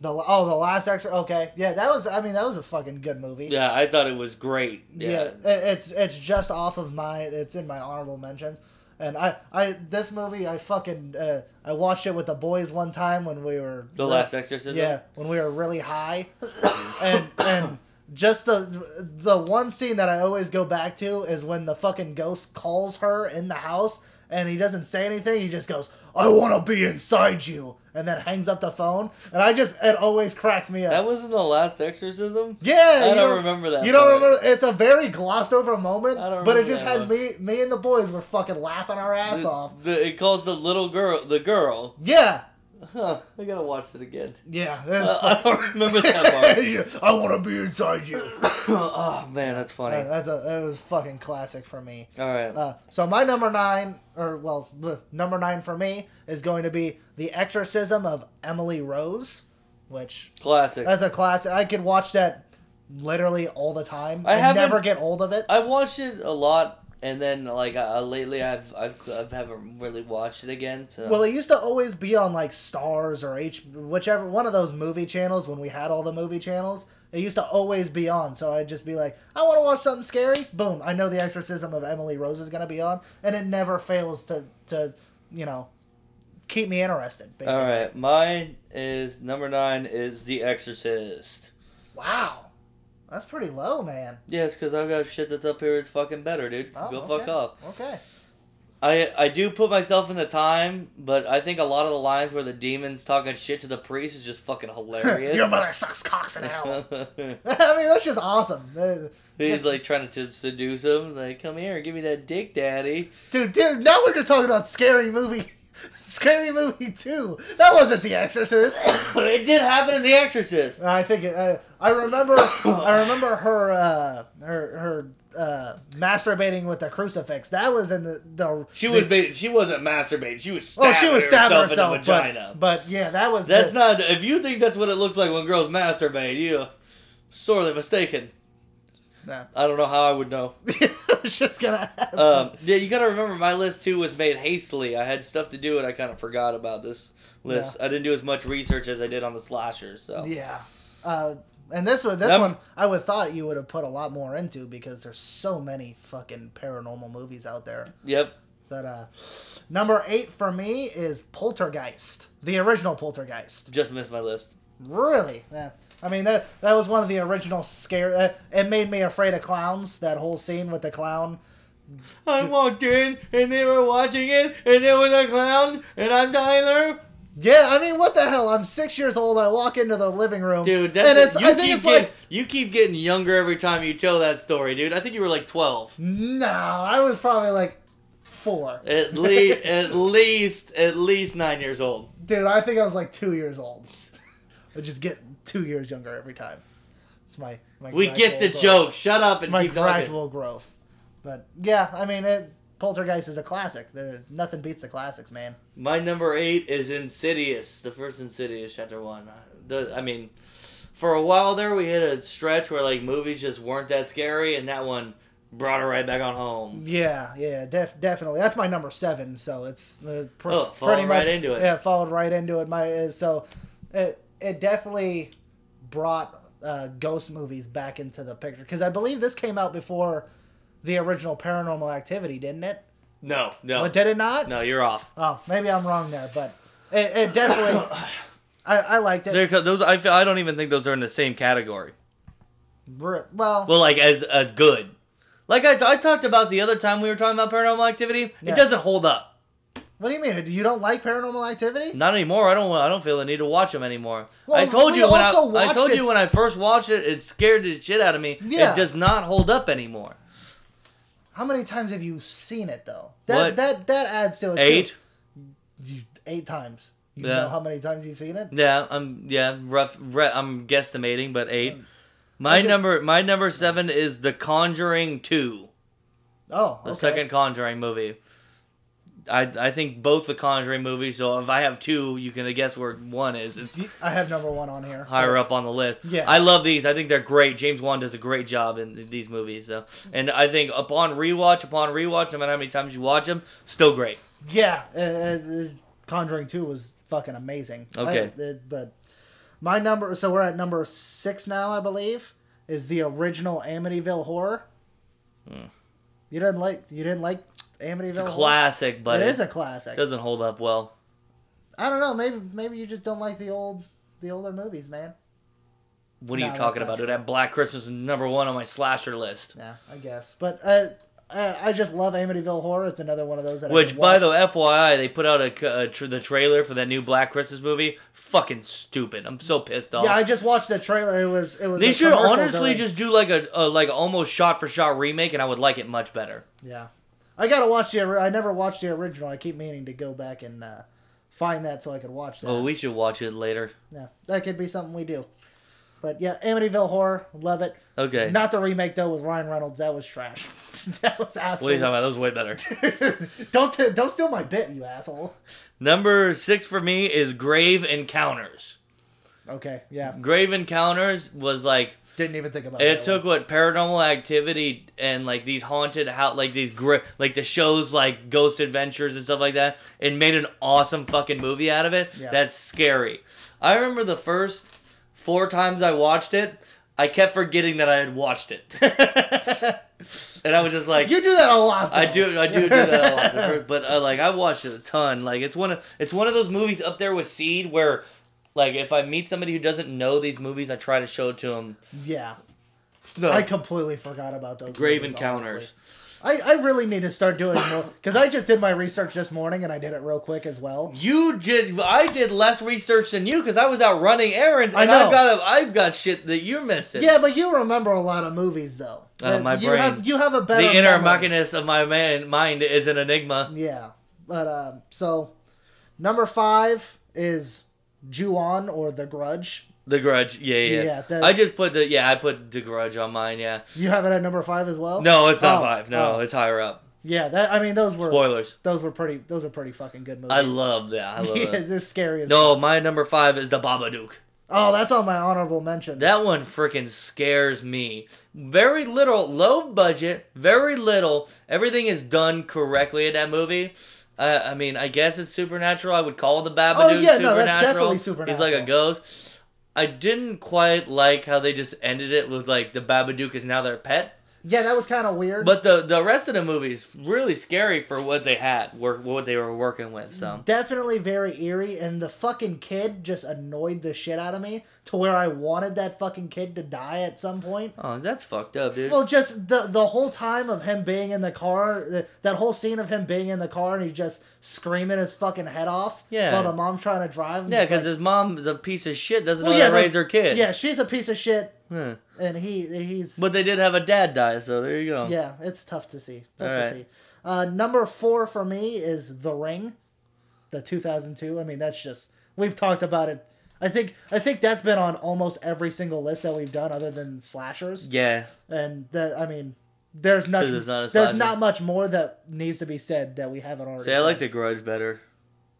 S2: the oh the last extra okay yeah that was I mean that was a fucking good movie.
S1: Yeah, I thought it was great.
S2: Yeah,
S1: Yeah.
S2: i- it's it's just off of my it's in my honorable mentions. And I, I this movie I fucking uh, I watched it with the boys one time when we were
S1: The Last Exorcism.
S2: yeah when we were really high, and and just the the one scene that I always go back to is when the fucking ghost calls her in the house and he doesn't say anything. He just goes, "I want to be inside you," and then hangs up the phone. And I just it always cracks me up.
S1: That wasn't the last exorcism?
S2: Yeah,
S1: I
S2: you
S1: don't remember that
S2: You don't
S1: part.
S2: remember? It's a very glossed over moment,
S1: I don't
S2: but it
S1: remember
S2: just
S1: that
S2: had
S1: one.
S2: me, me and the boys were fucking laughing our ass off.
S1: The, the, it calls the little girl the girl.
S2: Yeah,
S1: Huh, I gotta watch it again.
S2: yeah.
S1: Uh, I don't remember that part.
S2: Yeah, I want to be inside you.
S1: oh man, that's funny.
S2: Uh, that's a that was fucking classic for me.
S1: All right.
S2: Uh, so my number nine, or well, bleh, number nine for me is going to be the Exorcism of Emily Rose, which
S1: Classic.
S2: that's a classic. I could watch that literally all the time.
S1: I
S2: I,
S1: haven't-
S2: never get old of it.
S1: I watched it a lot, and then like I, I- lately, I've, I've I've haven't really watched it again. So
S2: Well, it used to always be on like Stars or H, whichever one of those movie channels when we had all the movie channels. It used to always be on, so I'd just be like, I want to watch something scary. Boom! I know The Exorcism of Emily Rose is gonna be on, and it never fails to to you know keep me interested. Basically.
S1: all right, mine is number nine is The Exorcist.
S2: Wow, that's pretty low, man.
S1: Yeah, it's because I've got shit that's up here. It's fucking better, dude.
S2: Oh,
S1: Go
S2: okay.
S1: fuck off.
S2: Okay.
S1: I I do put myself in the time, but I think a lot of the lines where the demons talking shit to the priest is just fucking hilarious.
S2: Your mother sucks cocks in hell. I mean, that's just awesome. Uh,
S1: He's like trying to t- seduce him. Like, come here, give me that dick, daddy.
S2: Dude, dude, now we're just talking about scary movie. Scary movie two. That wasn't The Exorcist.
S1: it did happen in The Exorcist.
S2: I think it, I, I remember. I remember her uh, her her uh, masturbating with the crucifix. That was in the the.
S1: She
S2: the-
S1: was ba- she wasn't masturbating. She was
S2: Oh,
S1: stabbing
S2: she was stabbing herself,
S1: in the vagina.
S2: but, but yeah, that was
S1: that's
S2: the,
S1: not. If you think that's what it looks like when girls masturbate, you are sorely mistaken.
S2: No.
S1: I don't know how I would know.
S2: I was just gonna. Ask.
S1: Um, yeah, you gotta remember my list too was made hastily. I had stuff to do and I kind of forgot about this list. I didn't do as much research as I did on the slashers. So
S2: yeah, uh, and this one, this
S1: Num-
S2: one, I would thought you would have put a lot more into because there's so many fucking paranormal movies out there.
S1: yep,
S2: Is that uh, number eight for me is Poltergeist, the original Poltergeist.
S1: just missed my list.
S2: Really? Yeah. I mean that that was one of the original scare. Uh, it made me afraid of clowns. That whole scene with the clown.
S1: I walked in and they were watching it and there was a clown and I'm Tyler.
S2: Yeah, I mean, what the hell? I'm six years old. I walk into the living room,
S1: Dude, that's
S2: and it's.
S1: you
S2: I think
S1: keep
S2: it's
S1: getting,
S2: like,
S1: you keep getting younger every time you tell that story, dude. I think you were like twelve.
S2: no, I was probably like four.
S1: At least, at least, at least nine years old.
S2: Dude, I think I was like two years old. I just get two years younger every time. It's my. my
S1: We get the
S2: gradual growth.
S1: joke. Shut up and
S2: my
S1: keep talking.
S2: gradual growth. But yeah, I mean, it, Poltergeist is a classic. There, nothing beats the classics, man.
S1: My number eight is Insidious, the first Insidious, Chapter One. The, I mean, for a while there, we hit a stretch where like movies just weren't that scary, and that one brought it right back on home.
S2: Yeah, yeah, def- definitely. That's my number seven, so it's uh, pr-
S1: Oh, followed
S2: pretty much
S1: right into it.
S2: Yeah, followed right into it. My uh, so it it definitely brought uh, ghost movies back into the picture because I believe this came out before the original Paranormal Activity, didn't it?
S1: No, no,
S2: But did it not?
S1: Oh. no, you're off.
S2: Oh, maybe I'm wrong there, but it, it definitely. I, I liked it.
S1: They're, those I, feel- I don't even think those are in the same category.
S2: Re- well,
S1: Well, like as as good. Like I, I talked about the other time we were talking about Paranormal Activity,
S2: Yeah.
S1: it doesn't hold up.
S2: What do you mean? You don't like Paranormal Activity?
S1: Not anymore. I don't. I don't feel the need to watch them anymore.
S2: Well,
S1: I told
S2: we
S1: you when
S2: also
S1: I, I
S2: watched
S1: told
S2: it
S1: you when I
S2: s-
S1: first watched it, it scared the shit out of me.
S2: Yeah.
S1: It does not hold up anymore.
S2: How many times have you seen it though? That
S1: What?
S2: that that adds to it. too.
S1: Eight.
S2: You, eight times. You
S1: Yeah.
S2: know how many times you've seen it?
S1: Yeah, I'm yeah rough. Re- I'm guesstimating, but eight.
S2: I
S1: My
S2: just-
S1: number my number seven is The Conjuring Two,
S2: Oh,
S1: the
S2: okay.
S1: second Conjuring movie. I I think both the Conjuring movies. So if I have two, you can guess where one is. It's
S2: I have number one on here.
S1: higher up on the list.
S2: Yeah.
S1: I love these. I think they're great. James Wan does a great job in these movies. So, and I think upon rewatch, upon rewatch, no matter how many times you watch them, still great.
S2: Yeah, uh, uh, Conjuring Two was fucking amazing.
S1: Okay.
S2: I- uh, but my number. So we're at number six now, I believe. Is the original Amityville Horror? You didn't like you didn't like Amityville.
S1: Hmm. It's a
S2: Horror?
S1: classic, but
S2: it
S1: it
S2: is a classic.
S1: doesn't hold up well.
S2: I don't know. Maybe maybe you just don't like the old the older movies, man.
S1: What are
S2: No,
S1: you
S2: that's
S1: talking
S2: not
S1: about,
S2: true.
S1: dude? That Black Christmas is number one on my slasher list.
S2: Yeah, I guess. But I I, I just love Amityville Horror. It's another one of those that. I
S1: Which,
S2: could
S1: by
S2: watch.
S1: the way, FYI, they put out a, c- a tr- the trailer for that new Black Christmas movie. Fucking stupid. I'm so pissed off.
S2: yeah, I just watched the trailer. It was it was.
S1: they
S2: a
S1: should
S2: commercial
S1: honestly
S2: during-
S1: just do like a, a like almost shot for shot remake, and I would like it much better.
S2: Yeah, I gotta watch the. ori- I never watched the original. I keep meaning to go back and uh, find that so I could watch that.
S1: Oh, we should watch it later.
S2: yeah, that could be something we do. But yeah, Amityville Horror, love it.
S1: Okay.
S2: Not the remake though with Ryan Reynolds. That was trash. that was
S1: what are you
S2: absolutely.
S1: talking about? That was way better.
S2: don't t- don't steal my bit, you asshole.
S1: Number six for me is Grave Encounters.
S2: Okay, yeah.
S1: Grave Encounters was like
S2: Didn't even think about
S1: it
S2: that
S1: took what paranormal activity and like these haunted how like these gri- like the shows like ghost adventures and stuff like that and made an awesome fucking movie out of it
S2: Yeah.
S1: that's scary i remember the first four times i watched it i kept forgetting that i had watched it and i was just like
S2: you do that a lot.
S1: I
S2: though.
S1: do, I do do that a lot. The first- but uh, like, I watched it a ton. Like, it's one of it's one of those movies up there with Seed, where like if I meet somebody who doesn't know these movies, I try to show it to them.
S2: yeah,
S1: So,
S2: I completely forgot about those.
S1: Grave
S2: movies,
S1: Encounters.
S2: honestly. I, I really need to start doing more because I just did my research this morning and I did it real quick as well.
S1: You did. I did less research than you because I was out running errands,
S2: I
S1: and
S2: know.
S1: I've got a, I've got shit that you're missing.
S2: Yeah, but you remember a lot of movies though.
S1: Uh,
S2: Uh,
S1: my
S2: you
S1: brain.
S2: Have, you have a better
S1: The inner
S2: memory.
S1: machinist of my man mind is an enigma.
S2: Yeah, but um, so number five is Ju-on or The Grudge.
S1: The Grudge. Yeah, yeah.
S2: Yeah,
S1: yeah
S2: that-
S1: I just put the yeah. I put the Grudge on mine. Yeah.
S2: You have it at number five as well.
S1: No, it's not
S2: Oh,
S1: five. No,
S2: oh.
S1: it's higher up.
S2: yeah. That I mean, those were
S1: Spoilers.
S2: those were pretty. Those are pretty fucking good movies.
S1: I love that. I love
S2: yeah,
S1: that.
S2: they're scary as
S1: No, my number five is the Babadook.
S2: Oh, that's on my honorable mention.
S1: That one freaking scares me. Very little, low budget, very little. Everything is done correctly in that movie. Uh, I mean, I guess it's supernatural. I would call the Babadook
S2: Oh, yeah, no,
S1: supernatural.
S2: that's definitely
S1: He's like a
S2: supernatural.
S1: ghost. I didn't quite like how they just ended it with like the Babadook is now their pet.
S2: yeah, that was kind of weird.
S1: But the the rest of the movie is really scary for what they had, work what they were working with. So
S2: definitely very eerie, and the fucking kid just annoyed the shit out of me to where I wanted that fucking kid to die at some point.
S1: oh, that's fucked up, dude.
S2: Well, just the the whole time of him being in the car, th- that whole scene of him being in the car and he just screaming his fucking head off
S1: Yeah.
S2: while the mom's trying to drive. I'm
S1: yeah,
S2: just
S1: because
S2: like-
S1: his mom is a piece of shit. Doesn't
S2: Well,
S1: know
S2: yeah,
S1: how to
S2: the-
S1: raise her kid.
S2: yeah, she's a piece of shit,
S1: Huh.
S2: and he he's
S1: But they did have a dad die, so there you go.
S2: yeah, it's tough to see. Tough
S1: All
S2: to
S1: right.
S2: see. Uh, number four for me is The Ring, the 2002. I mean, that's just we've talked about it. I think I think that's been on almost every single list that we've done, other than slashers.
S1: Yeah.
S2: And that I mean, there's not
S1: 'Cause it's not a
S2: there's
S1: slasher.
S2: not much more that needs to be said that we haven't already.
S1: See, I
S2: said.
S1: like the grudge better.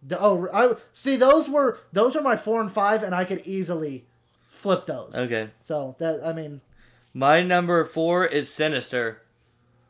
S2: The- Oh, I see. Those were those are my four and five, and I could easily flip those.
S1: Okay.
S2: So that I mean,
S1: My number four is Sinister.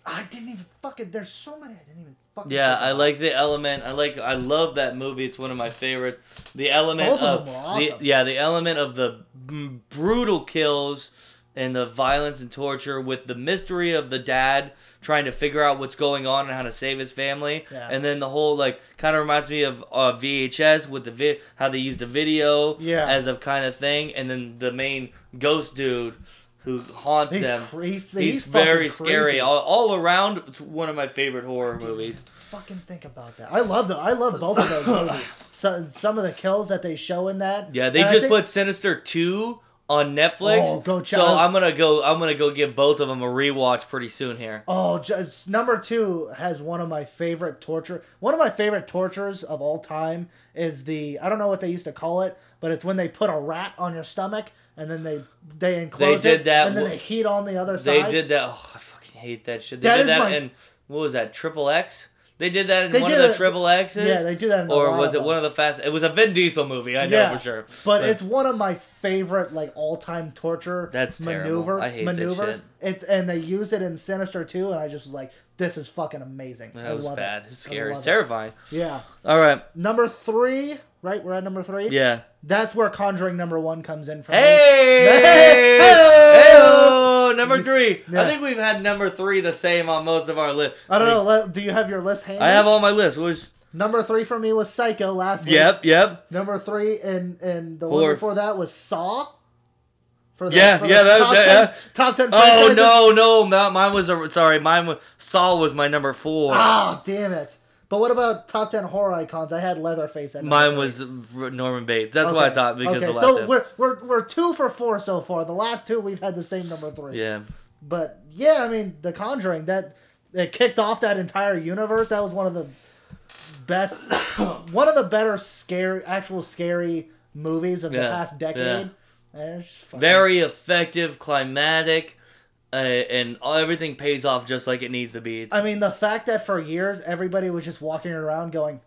S2: I didn't even fucking. There's so many I didn't even fucking.
S1: Yeah,
S2: think
S1: I
S2: about.
S1: like the element. I like. I love that movie. It's one of my favorites. The element
S2: Both of them were
S1: the,
S2: awesome.
S1: yeah, the element of the m- brutal kills and the violence and torture with the mystery of the dad trying to figure out what's going on and how to save his family.
S2: Yeah.
S1: And then the whole like kind of reminds me of uh, VHS with the vi- how they use the video
S2: Yeah.
S1: as of kind of thing. And then the main ghost dude who haunts
S2: He's
S1: them.
S2: crazy. He's,
S1: He's,
S2: fucking
S1: very
S2: creepy.
S1: scary. All, all around, it's one of my favorite horror movies.
S2: Fucking think about that. I love the. I love both of those movies. So, some of the kills that they show in that.
S1: Yeah, they
S2: And I
S1: just
S2: think-
S1: put Sinister Two on Netflix.
S2: Oh, go check-
S1: So I'm gonna go. I'm gonna go give both of them a rewatch pretty soon here.
S2: Oh, just, number two has one of my favorite torture. One of my favorite tortures of all time is the. I don't know what they used to call it, but it's when they put a rat on your stomach and then they they enclose
S1: did
S2: it
S1: that
S2: and then
S1: w-
S2: they heat on the other
S1: They
S2: side.
S1: did that. Oh, I fucking hate that shit. They
S2: That
S1: did
S2: is
S1: that
S2: my-
S1: in what was that? Triple X. They did that in
S2: They
S1: one
S2: did
S1: of the
S2: it-
S1: Triple X's.
S2: yeah, they do that in a
S1: or
S2: lot
S1: was
S2: of
S1: it
S2: them.
S1: one of the fast? It was a Vin Diesel movie. I know for sure.
S2: But, it's one of my favorite like all time torture
S1: That's terrible. I hate that
S2: maneuvers.
S1: shit.
S2: It and they used it in Sinister 2 and I just was like, this is fucking amazing. I
S1: that was
S2: love
S1: bad.
S2: it.
S1: It's
S2: I
S1: scary.
S2: love
S1: It's
S2: it.
S1: terrifying.
S2: Yeah.
S1: All right.
S2: Number three, right? We're at number three.
S1: Yeah.
S2: That's where Conjuring number one comes in for me.
S1: Hey!
S2: Hey!
S1: Hey! number three.
S2: Yeah.
S1: I think we've had number three the same on most of our list.
S2: I don't
S1: Like,
S2: know. Let, do you have your list handy?
S1: I have all my lists. Which
S2: Number three for me was Psycho last week.
S1: yep, yep.
S2: Number three and and the one
S1: Horror.
S2: before that was Saw. For
S1: Yeah, yeah, that-
S2: top,
S1: that-
S2: 10,
S1: yeah.
S2: top ten.
S1: Oh
S2: franchises.
S1: no, no, not mine was a sorry. Mine was Saul was my number four.
S2: Ah, damn it! But what about top ten horror icons? I had Leatherface. At number
S1: Mine
S2: three.
S1: was R- Norman Bates. That's what I
S2: Okay,
S1: thought because
S2: okay,
S1: the last
S2: so
S1: time.
S2: we're we're we're two for four so far. The last two we've had the same number three.
S1: yeah,
S2: But yeah, I mean, The Conjuring that it kicked off that entire universe. That was one of the best, one of the better scary, actual scary movies of the
S1: Yeah,
S2: past decade. And it's just fucking-
S1: very effective, climatic, uh, and all, everything pays off just like it needs to be. It's
S2: I mean, the fact that for years everybody was just walking around going,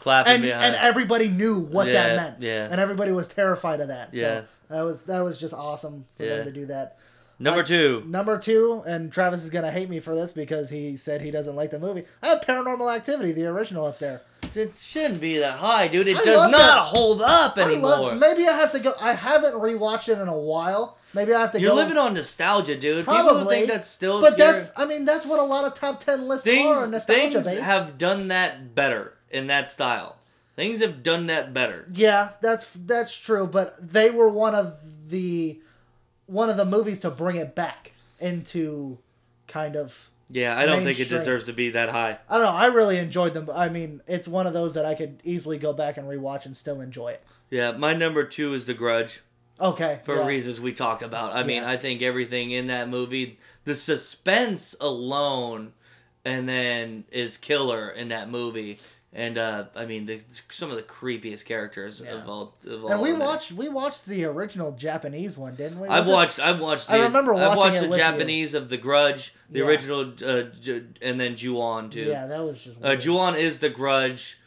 S1: clapping
S2: and
S1: behind.
S2: and uh, everybody knew what
S1: Yeah,
S2: that meant.
S1: yeah.
S2: And everybody was terrified of that.
S1: Yeah.
S2: So that was that was just awesome for
S1: Yeah.
S2: them to do that.
S1: number
S2: I-
S1: two,
S2: Number two, and Travis is gonna hate me for this because he said he doesn't like the movie. I have Paranormal Activity, the original, up there.
S1: it shouldn't be that high, dude. It
S2: I
S1: does
S2: love
S1: not
S2: that.
S1: hold up
S2: I
S1: anymore.
S2: love. Maybe I have to go. I haven't rewatched it in a while. Maybe I have to
S1: You're
S2: go.
S1: living on nostalgia, dude. People
S2: Probably,
S1: think that's still
S2: but
S1: scary.
S2: that's. I mean, that's what a lot of top ten lists are.
S1: things.
S2: Nostalgia
S1: Things
S2: based.
S1: have done that better in that style. Things have done that better.
S2: Yeah, that's that's true. But they were one of the one of the movies to bring it back into kind of.
S1: Yeah, I don't think it
S2: Mainstream.
S1: deserves to be that high.
S2: I don't know. I really enjoyed them. but I mean, it's one of those that I could easily go back and rewatch and still enjoy it.
S1: Yeah, my number two is The Grudge.
S2: Okay.
S1: for
S2: yeah.
S1: reasons we talked about. I mean,
S2: Yeah.
S1: I think everything in that movie, the suspense alone, and then is killer in that movie. And uh, I mean, the, some of the creepiest characters
S2: Yeah.
S1: of all. Of all
S2: And we
S1: of it.
S2: watched we watched the original Japanese one, didn't we?
S1: I've
S2: Was it-
S1: watched. I've watched. The,
S2: I remember
S1: I've
S2: watching
S1: watched
S2: it
S1: the
S2: with you.
S1: Japanese of The Grudge, the
S2: Yeah.
S1: original, uh, Ju- and then Ju-on too.
S2: Yeah, that was just.
S1: Uh,
S2: weird.
S1: Ju-on is The Grudge.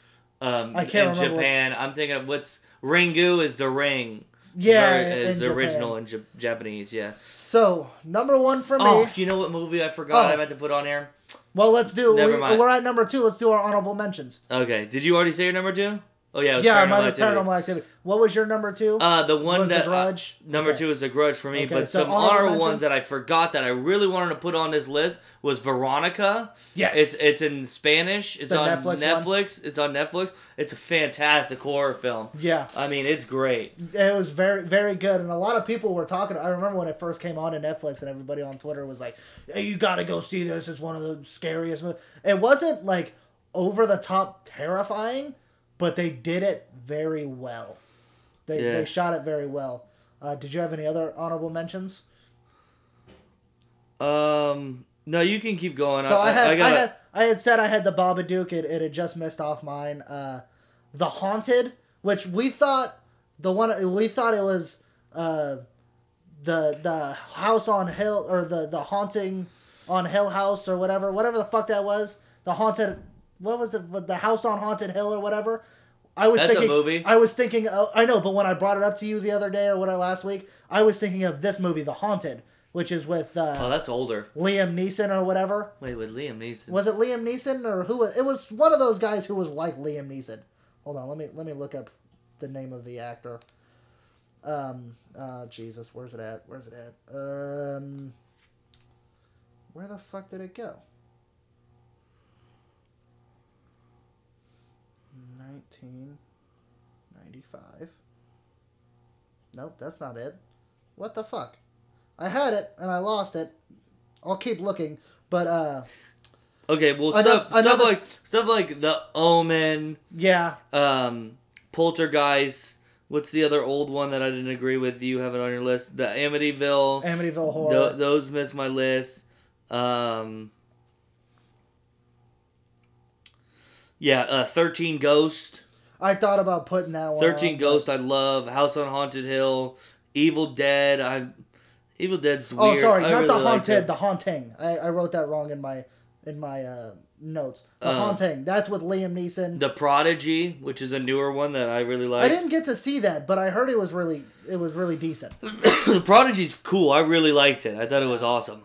S1: Um,
S2: I
S1: in
S2: can't remember what-
S1: Japan, I'm thinking of what's Ringu is the ring.
S2: yeah,
S1: Or
S2: in
S1: is the
S2: Japan.
S1: original in Jap- Japanese. Yeah.
S2: So number one for me.
S1: Oh, you know what movie I forgot
S2: Oh.
S1: I meant to put on here?
S2: well, let's do.
S1: Never
S2: we,
S1: mind.
S2: We're at number two. Let's do our honorable mentions.
S1: Okay, did you already say your number two? Oh yeah, it was
S2: Yeah,
S1: Paranormal
S2: mine was
S1: Activity.
S2: paranormal activity. What was your number two?
S1: Uh, the one
S2: Was The
S1: that
S2: Grudge?
S1: uh, number
S2: Okay.
S1: two is the Grudge for me,
S2: Okay,
S1: but
S2: so
S1: some
S2: honorable
S1: honorable
S2: mentions?
S1: ones that I forgot that I really wanted to put on this list was Veronica.
S2: Yes.
S1: it's it's in Spanish. It's,
S2: the
S1: on
S2: Netflix one.
S1: Netflix. It's on Netflix. It's a fantastic horror film.
S2: yeah,
S1: I mean, it's great.
S2: it was very very good, and a lot of people were talking. I remember when it first came on to Netflix, and everybody on Twitter was like, "Hey, "You got to go see this. It's one of the scariest." Movies. It wasn't like over the top terrifying, but they did it very well. They
S1: Yeah.
S2: they shot it very well. Uh, did you have any other honorable mentions?
S1: Um, no, you can keep going.
S2: So I, had, I,
S1: got
S2: had, I had said I had the Babadook. It, it had just missed off mine. Uh, the Haunted, which we thought the one we thought it was uh, the the house on hill or the the haunting on Hill House or whatever, whatever the fuck that was. The haunted, what was it? The house on haunted hill or whatever. I was
S1: That's a
S2: thinking.
S1: movie.
S2: I was thinking. oh, I know, but when I brought it up to you the other day or what I last week, I was thinking of this movie, The Haunted, which is with
S1: Oh,
S2: uh,
S1: that's older.
S2: Liam Neeson or whatever.
S1: Wait, with Liam Neeson.
S2: Was it Liam Neeson or who? Was, it was one of those guys who was like Liam Neeson. Hold on, let me let me look up the name of the actor. Um, uh, Jesus, where's it at? Where's it at? Um, where the fuck did it go? Nineteen ninety-five. Nope, that's not it. What the fuck? I had it and I lost it. I'll keep looking, but uh,
S1: Okay, well,
S2: Another-
S1: stuff, stuff
S2: another-
S1: like stuff like The Omen.
S2: yeah,
S1: um, Poltergeist. What's the other old one that I didn't agree with? You have it on your list. The Amityville.
S2: Amityville Horror.
S1: Tho- those miss my list. Um, yeah, uh, Thirteen Ghost.
S2: I thought about putting that one.
S1: Thirteen
S2: on,
S1: Ghost. I love House on Haunted Hill. Evil Dead. I. Evil Dead's
S2: but- Oh,
S1: weird.
S2: sorry,
S1: I
S2: not
S1: really
S2: the
S1: liked
S2: haunted,
S1: it.
S2: the haunting. I, I wrote that wrong in my in my uh, notes. The
S1: Uh,
S2: haunting. That's with Liam Neeson.
S1: The Prodigy, which is a newer one that I really
S2: I
S1: like.
S2: didn't get to see that, but I heard it was really it was really decent.
S1: the Prodigy's cool. I really liked it. I thought it was awesome.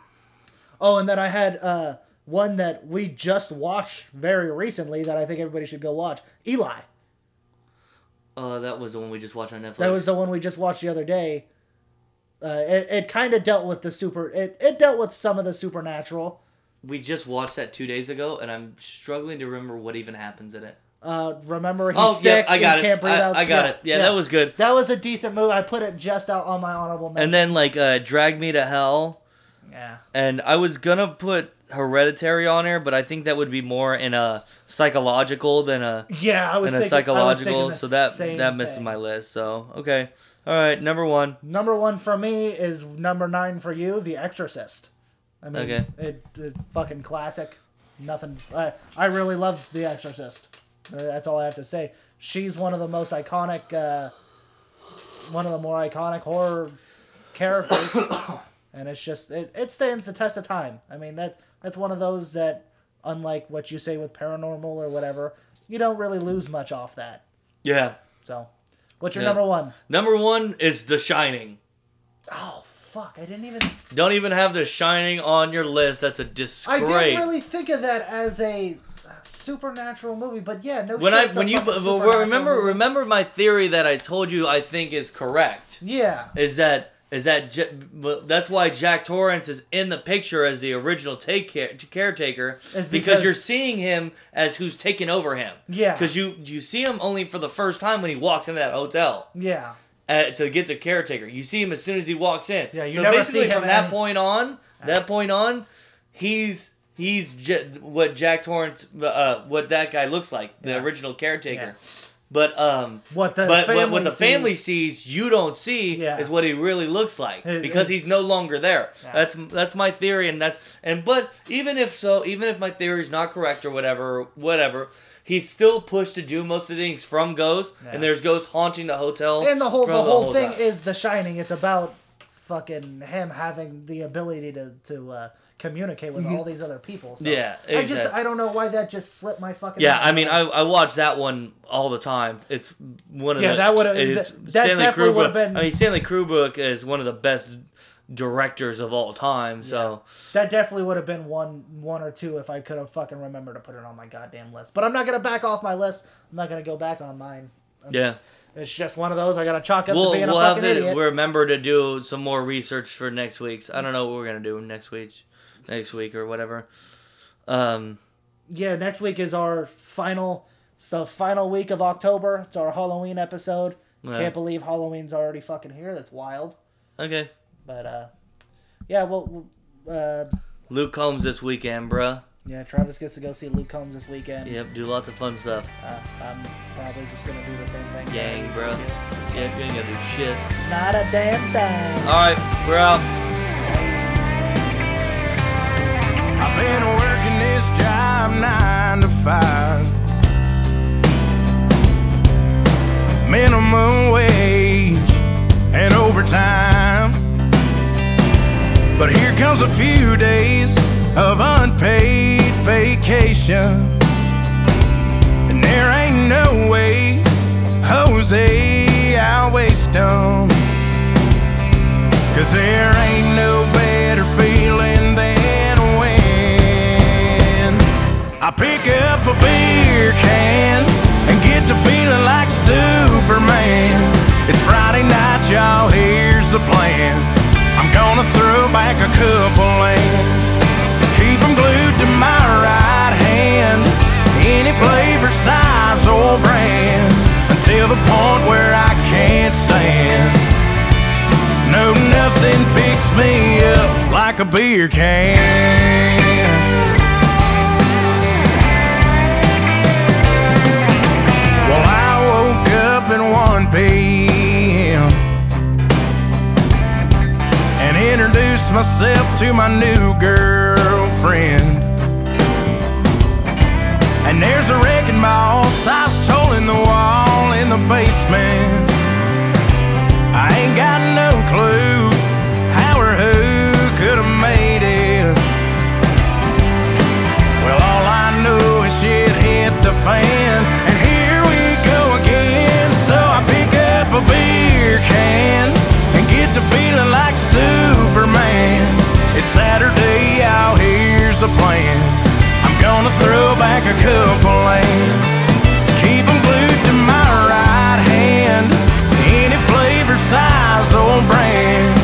S2: Oh, and then I had uh, one that we just watched very recently that I think everybody should go watch. Eli.
S1: Uh, that was the one we just watched on Netflix.
S2: That was the one we just watched the other day. Uh, it it kind of dealt with the super. It, it dealt with some of the supernatural.
S1: We just watched that two days ago, and I'm struggling to remember what even happens in it.
S2: Uh, remember he's
S1: oh
S2: sick.
S1: yeah, I got
S2: he
S1: it.
S2: Can't breathe
S1: I,
S2: out.
S1: I got it. Yeah, that was good.
S2: that was a decent move. I put it just out on my honorable mention.
S1: And then like uh, Drag Me to Hell,
S2: yeah,
S1: and I was gonna put Hereditary on here, but I think that would be more in a psychological than a
S2: yeah, I was
S1: than a
S2: thinking, I was thinking
S1: psychological.
S2: the
S1: So that
S2: same
S1: that misses
S2: thing.
S1: my list. So okay, all right, number one.
S2: Number one for me is number nine for you, The Exorcist. I mean,
S1: Okay.
S2: it, it fucking classic. Nothing. I I really love The Exorcist. Uh, That's all I have to say. She's one of the most iconic, uh, one of the more iconic horror characters, and it's just it, it stands the test of time. I mean that that's one of those that, unlike what you say with paranormal or whatever, you don't really lose much off that.
S1: Yeah,
S2: So, what's your
S1: Yeah.
S2: number one?
S1: number one is The Shining.
S2: Oh fuck! I didn't even.
S1: Don't even have The Shining on your list. That's a disgrace.
S2: I didn't really think of that as a supernatural movie, but yeah, no.
S1: when
S2: shit,
S1: I
S2: it's a
S1: when you
S2: fucking
S1: but- but
S2: supernatural
S1: remember
S2: movie.
S1: remember my theory that I told you I think is correct
S2: yeah,
S1: is that is that J- well, that's why Jack Torrance is in the picture as the original take care- caretaker
S2: It's because-
S1: because you're seeing him as who's taking over him
S2: Yeah.
S1: because you you see him only for the first time when he walks into that hotel
S2: yeah,
S1: uh, to get the caretaker. You see him as soon as he walks in.
S2: Yeah, you
S1: so
S2: never
S1: basically
S2: see him
S1: from that
S2: any-
S1: point on, that point on, he's he's j- what Jack Torrance, uh, what that guy looks like, the
S2: Yeah.
S1: original
S2: Yeah.
S1: caretaker. But um,
S2: What the
S1: but what,
S2: family
S1: what the family sees, you don't see,
S2: Yeah.
S1: is what he really looks like
S2: It-
S1: because
S2: it-
S1: he's no longer there.
S2: Yeah.
S1: That's that's my theory, and that's and but even if so, even if my theory is not correct or whatever, whatever. He's still pushed to do most of the things from Ghost,
S2: Yeah.
S1: and there's Ghost haunting the hotel.
S2: and the whole
S1: for
S2: the whole thing
S1: time.
S2: is The Shining. It's about fucking him having the ability to to uh, communicate with all these other people. So
S1: Yeah,
S2: I just
S1: exactly.
S2: I don't know why that just slipped my fucking.
S1: Yeah,
S2: mind.
S1: I mean, I, I watch that one all the time. It's one of
S2: Yeah,
S1: the
S2: that would've-
S1: it's
S2: that- that definitely would've
S1: Kubrick-
S2: been-
S1: I mean, Stanley Kubrick is one of the best directors of all time. So
S2: that definitely would have been one one or two if I could have fucking remembered to put it on my goddamn list. But I'm not gonna back off my list. I'm not gonna go back on mine. I'm
S1: Yeah.
S2: just- it's just one of those. I gotta chalk up
S1: we'll
S2: to being
S1: we'll
S2: a
S1: have
S2: fucking
S1: to
S2: idiot.
S1: remember to do some more research for next week's. I don't know what we're gonna do next week, next week or whatever. Um,
S2: yeah, next week is our final, it's the final week of October. It's our Halloween episode.
S1: Yeah.
S2: Can't believe Halloween's already fucking here. That's wild.
S1: okay,
S2: But uh, yeah, well, uh,
S1: Luke Combs this weekend, bruh.
S2: yeah, Travis gets to go see Luke Combs this weekend.
S1: Yep, do lots of fun stuff.
S2: Uh, I'm probably just gonna do the same thing.
S1: Gang, bruh. Yeah, you ain't gonna do shit.
S2: Not a damn thing.
S1: All right, we're out.
S3: I've been working this job nine to five. Minimum wage and overtime. But here comes a few days of unpaid vacation. And there ain't no way, Jose, I'll waste 'em. Cause there ain't no better feeling than when I pick up a beer can and get to feeling like Superman. It's Friday night, y'all, here's the plan. I'm gonna throw back a couple and Keep 'em glued to my right hand. Any flavor, size, or brand. Until the point where I can't stand. No, nothing picks me up like a beer can. Well, I woke up at 1 p.m. and introduced myself to my new girlfriend. And there's a wrecking ball size toll in the wall in the basement. I ain't got no clue how or who could have made it. Well, all I know is shit hit the fan, and here we go again. So I pick up a beer can and get to feeling like Superman. It's Saturday, y'all, here's the plan. I'm gonna throw back a couple and Keep 'em glued to my right hand. Any flavor, size, or brand.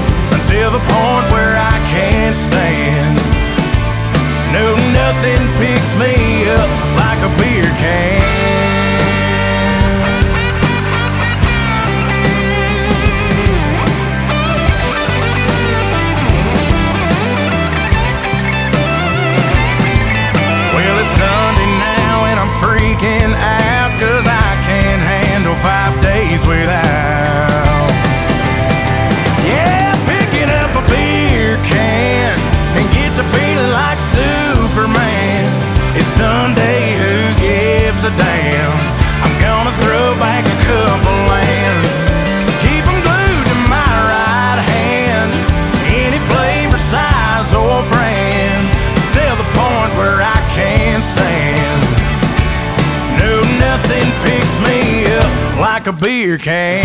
S3: like a beer can.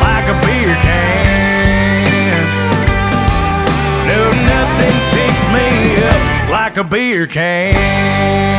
S3: Like a beer can. No, nothing picks me up like a beer can.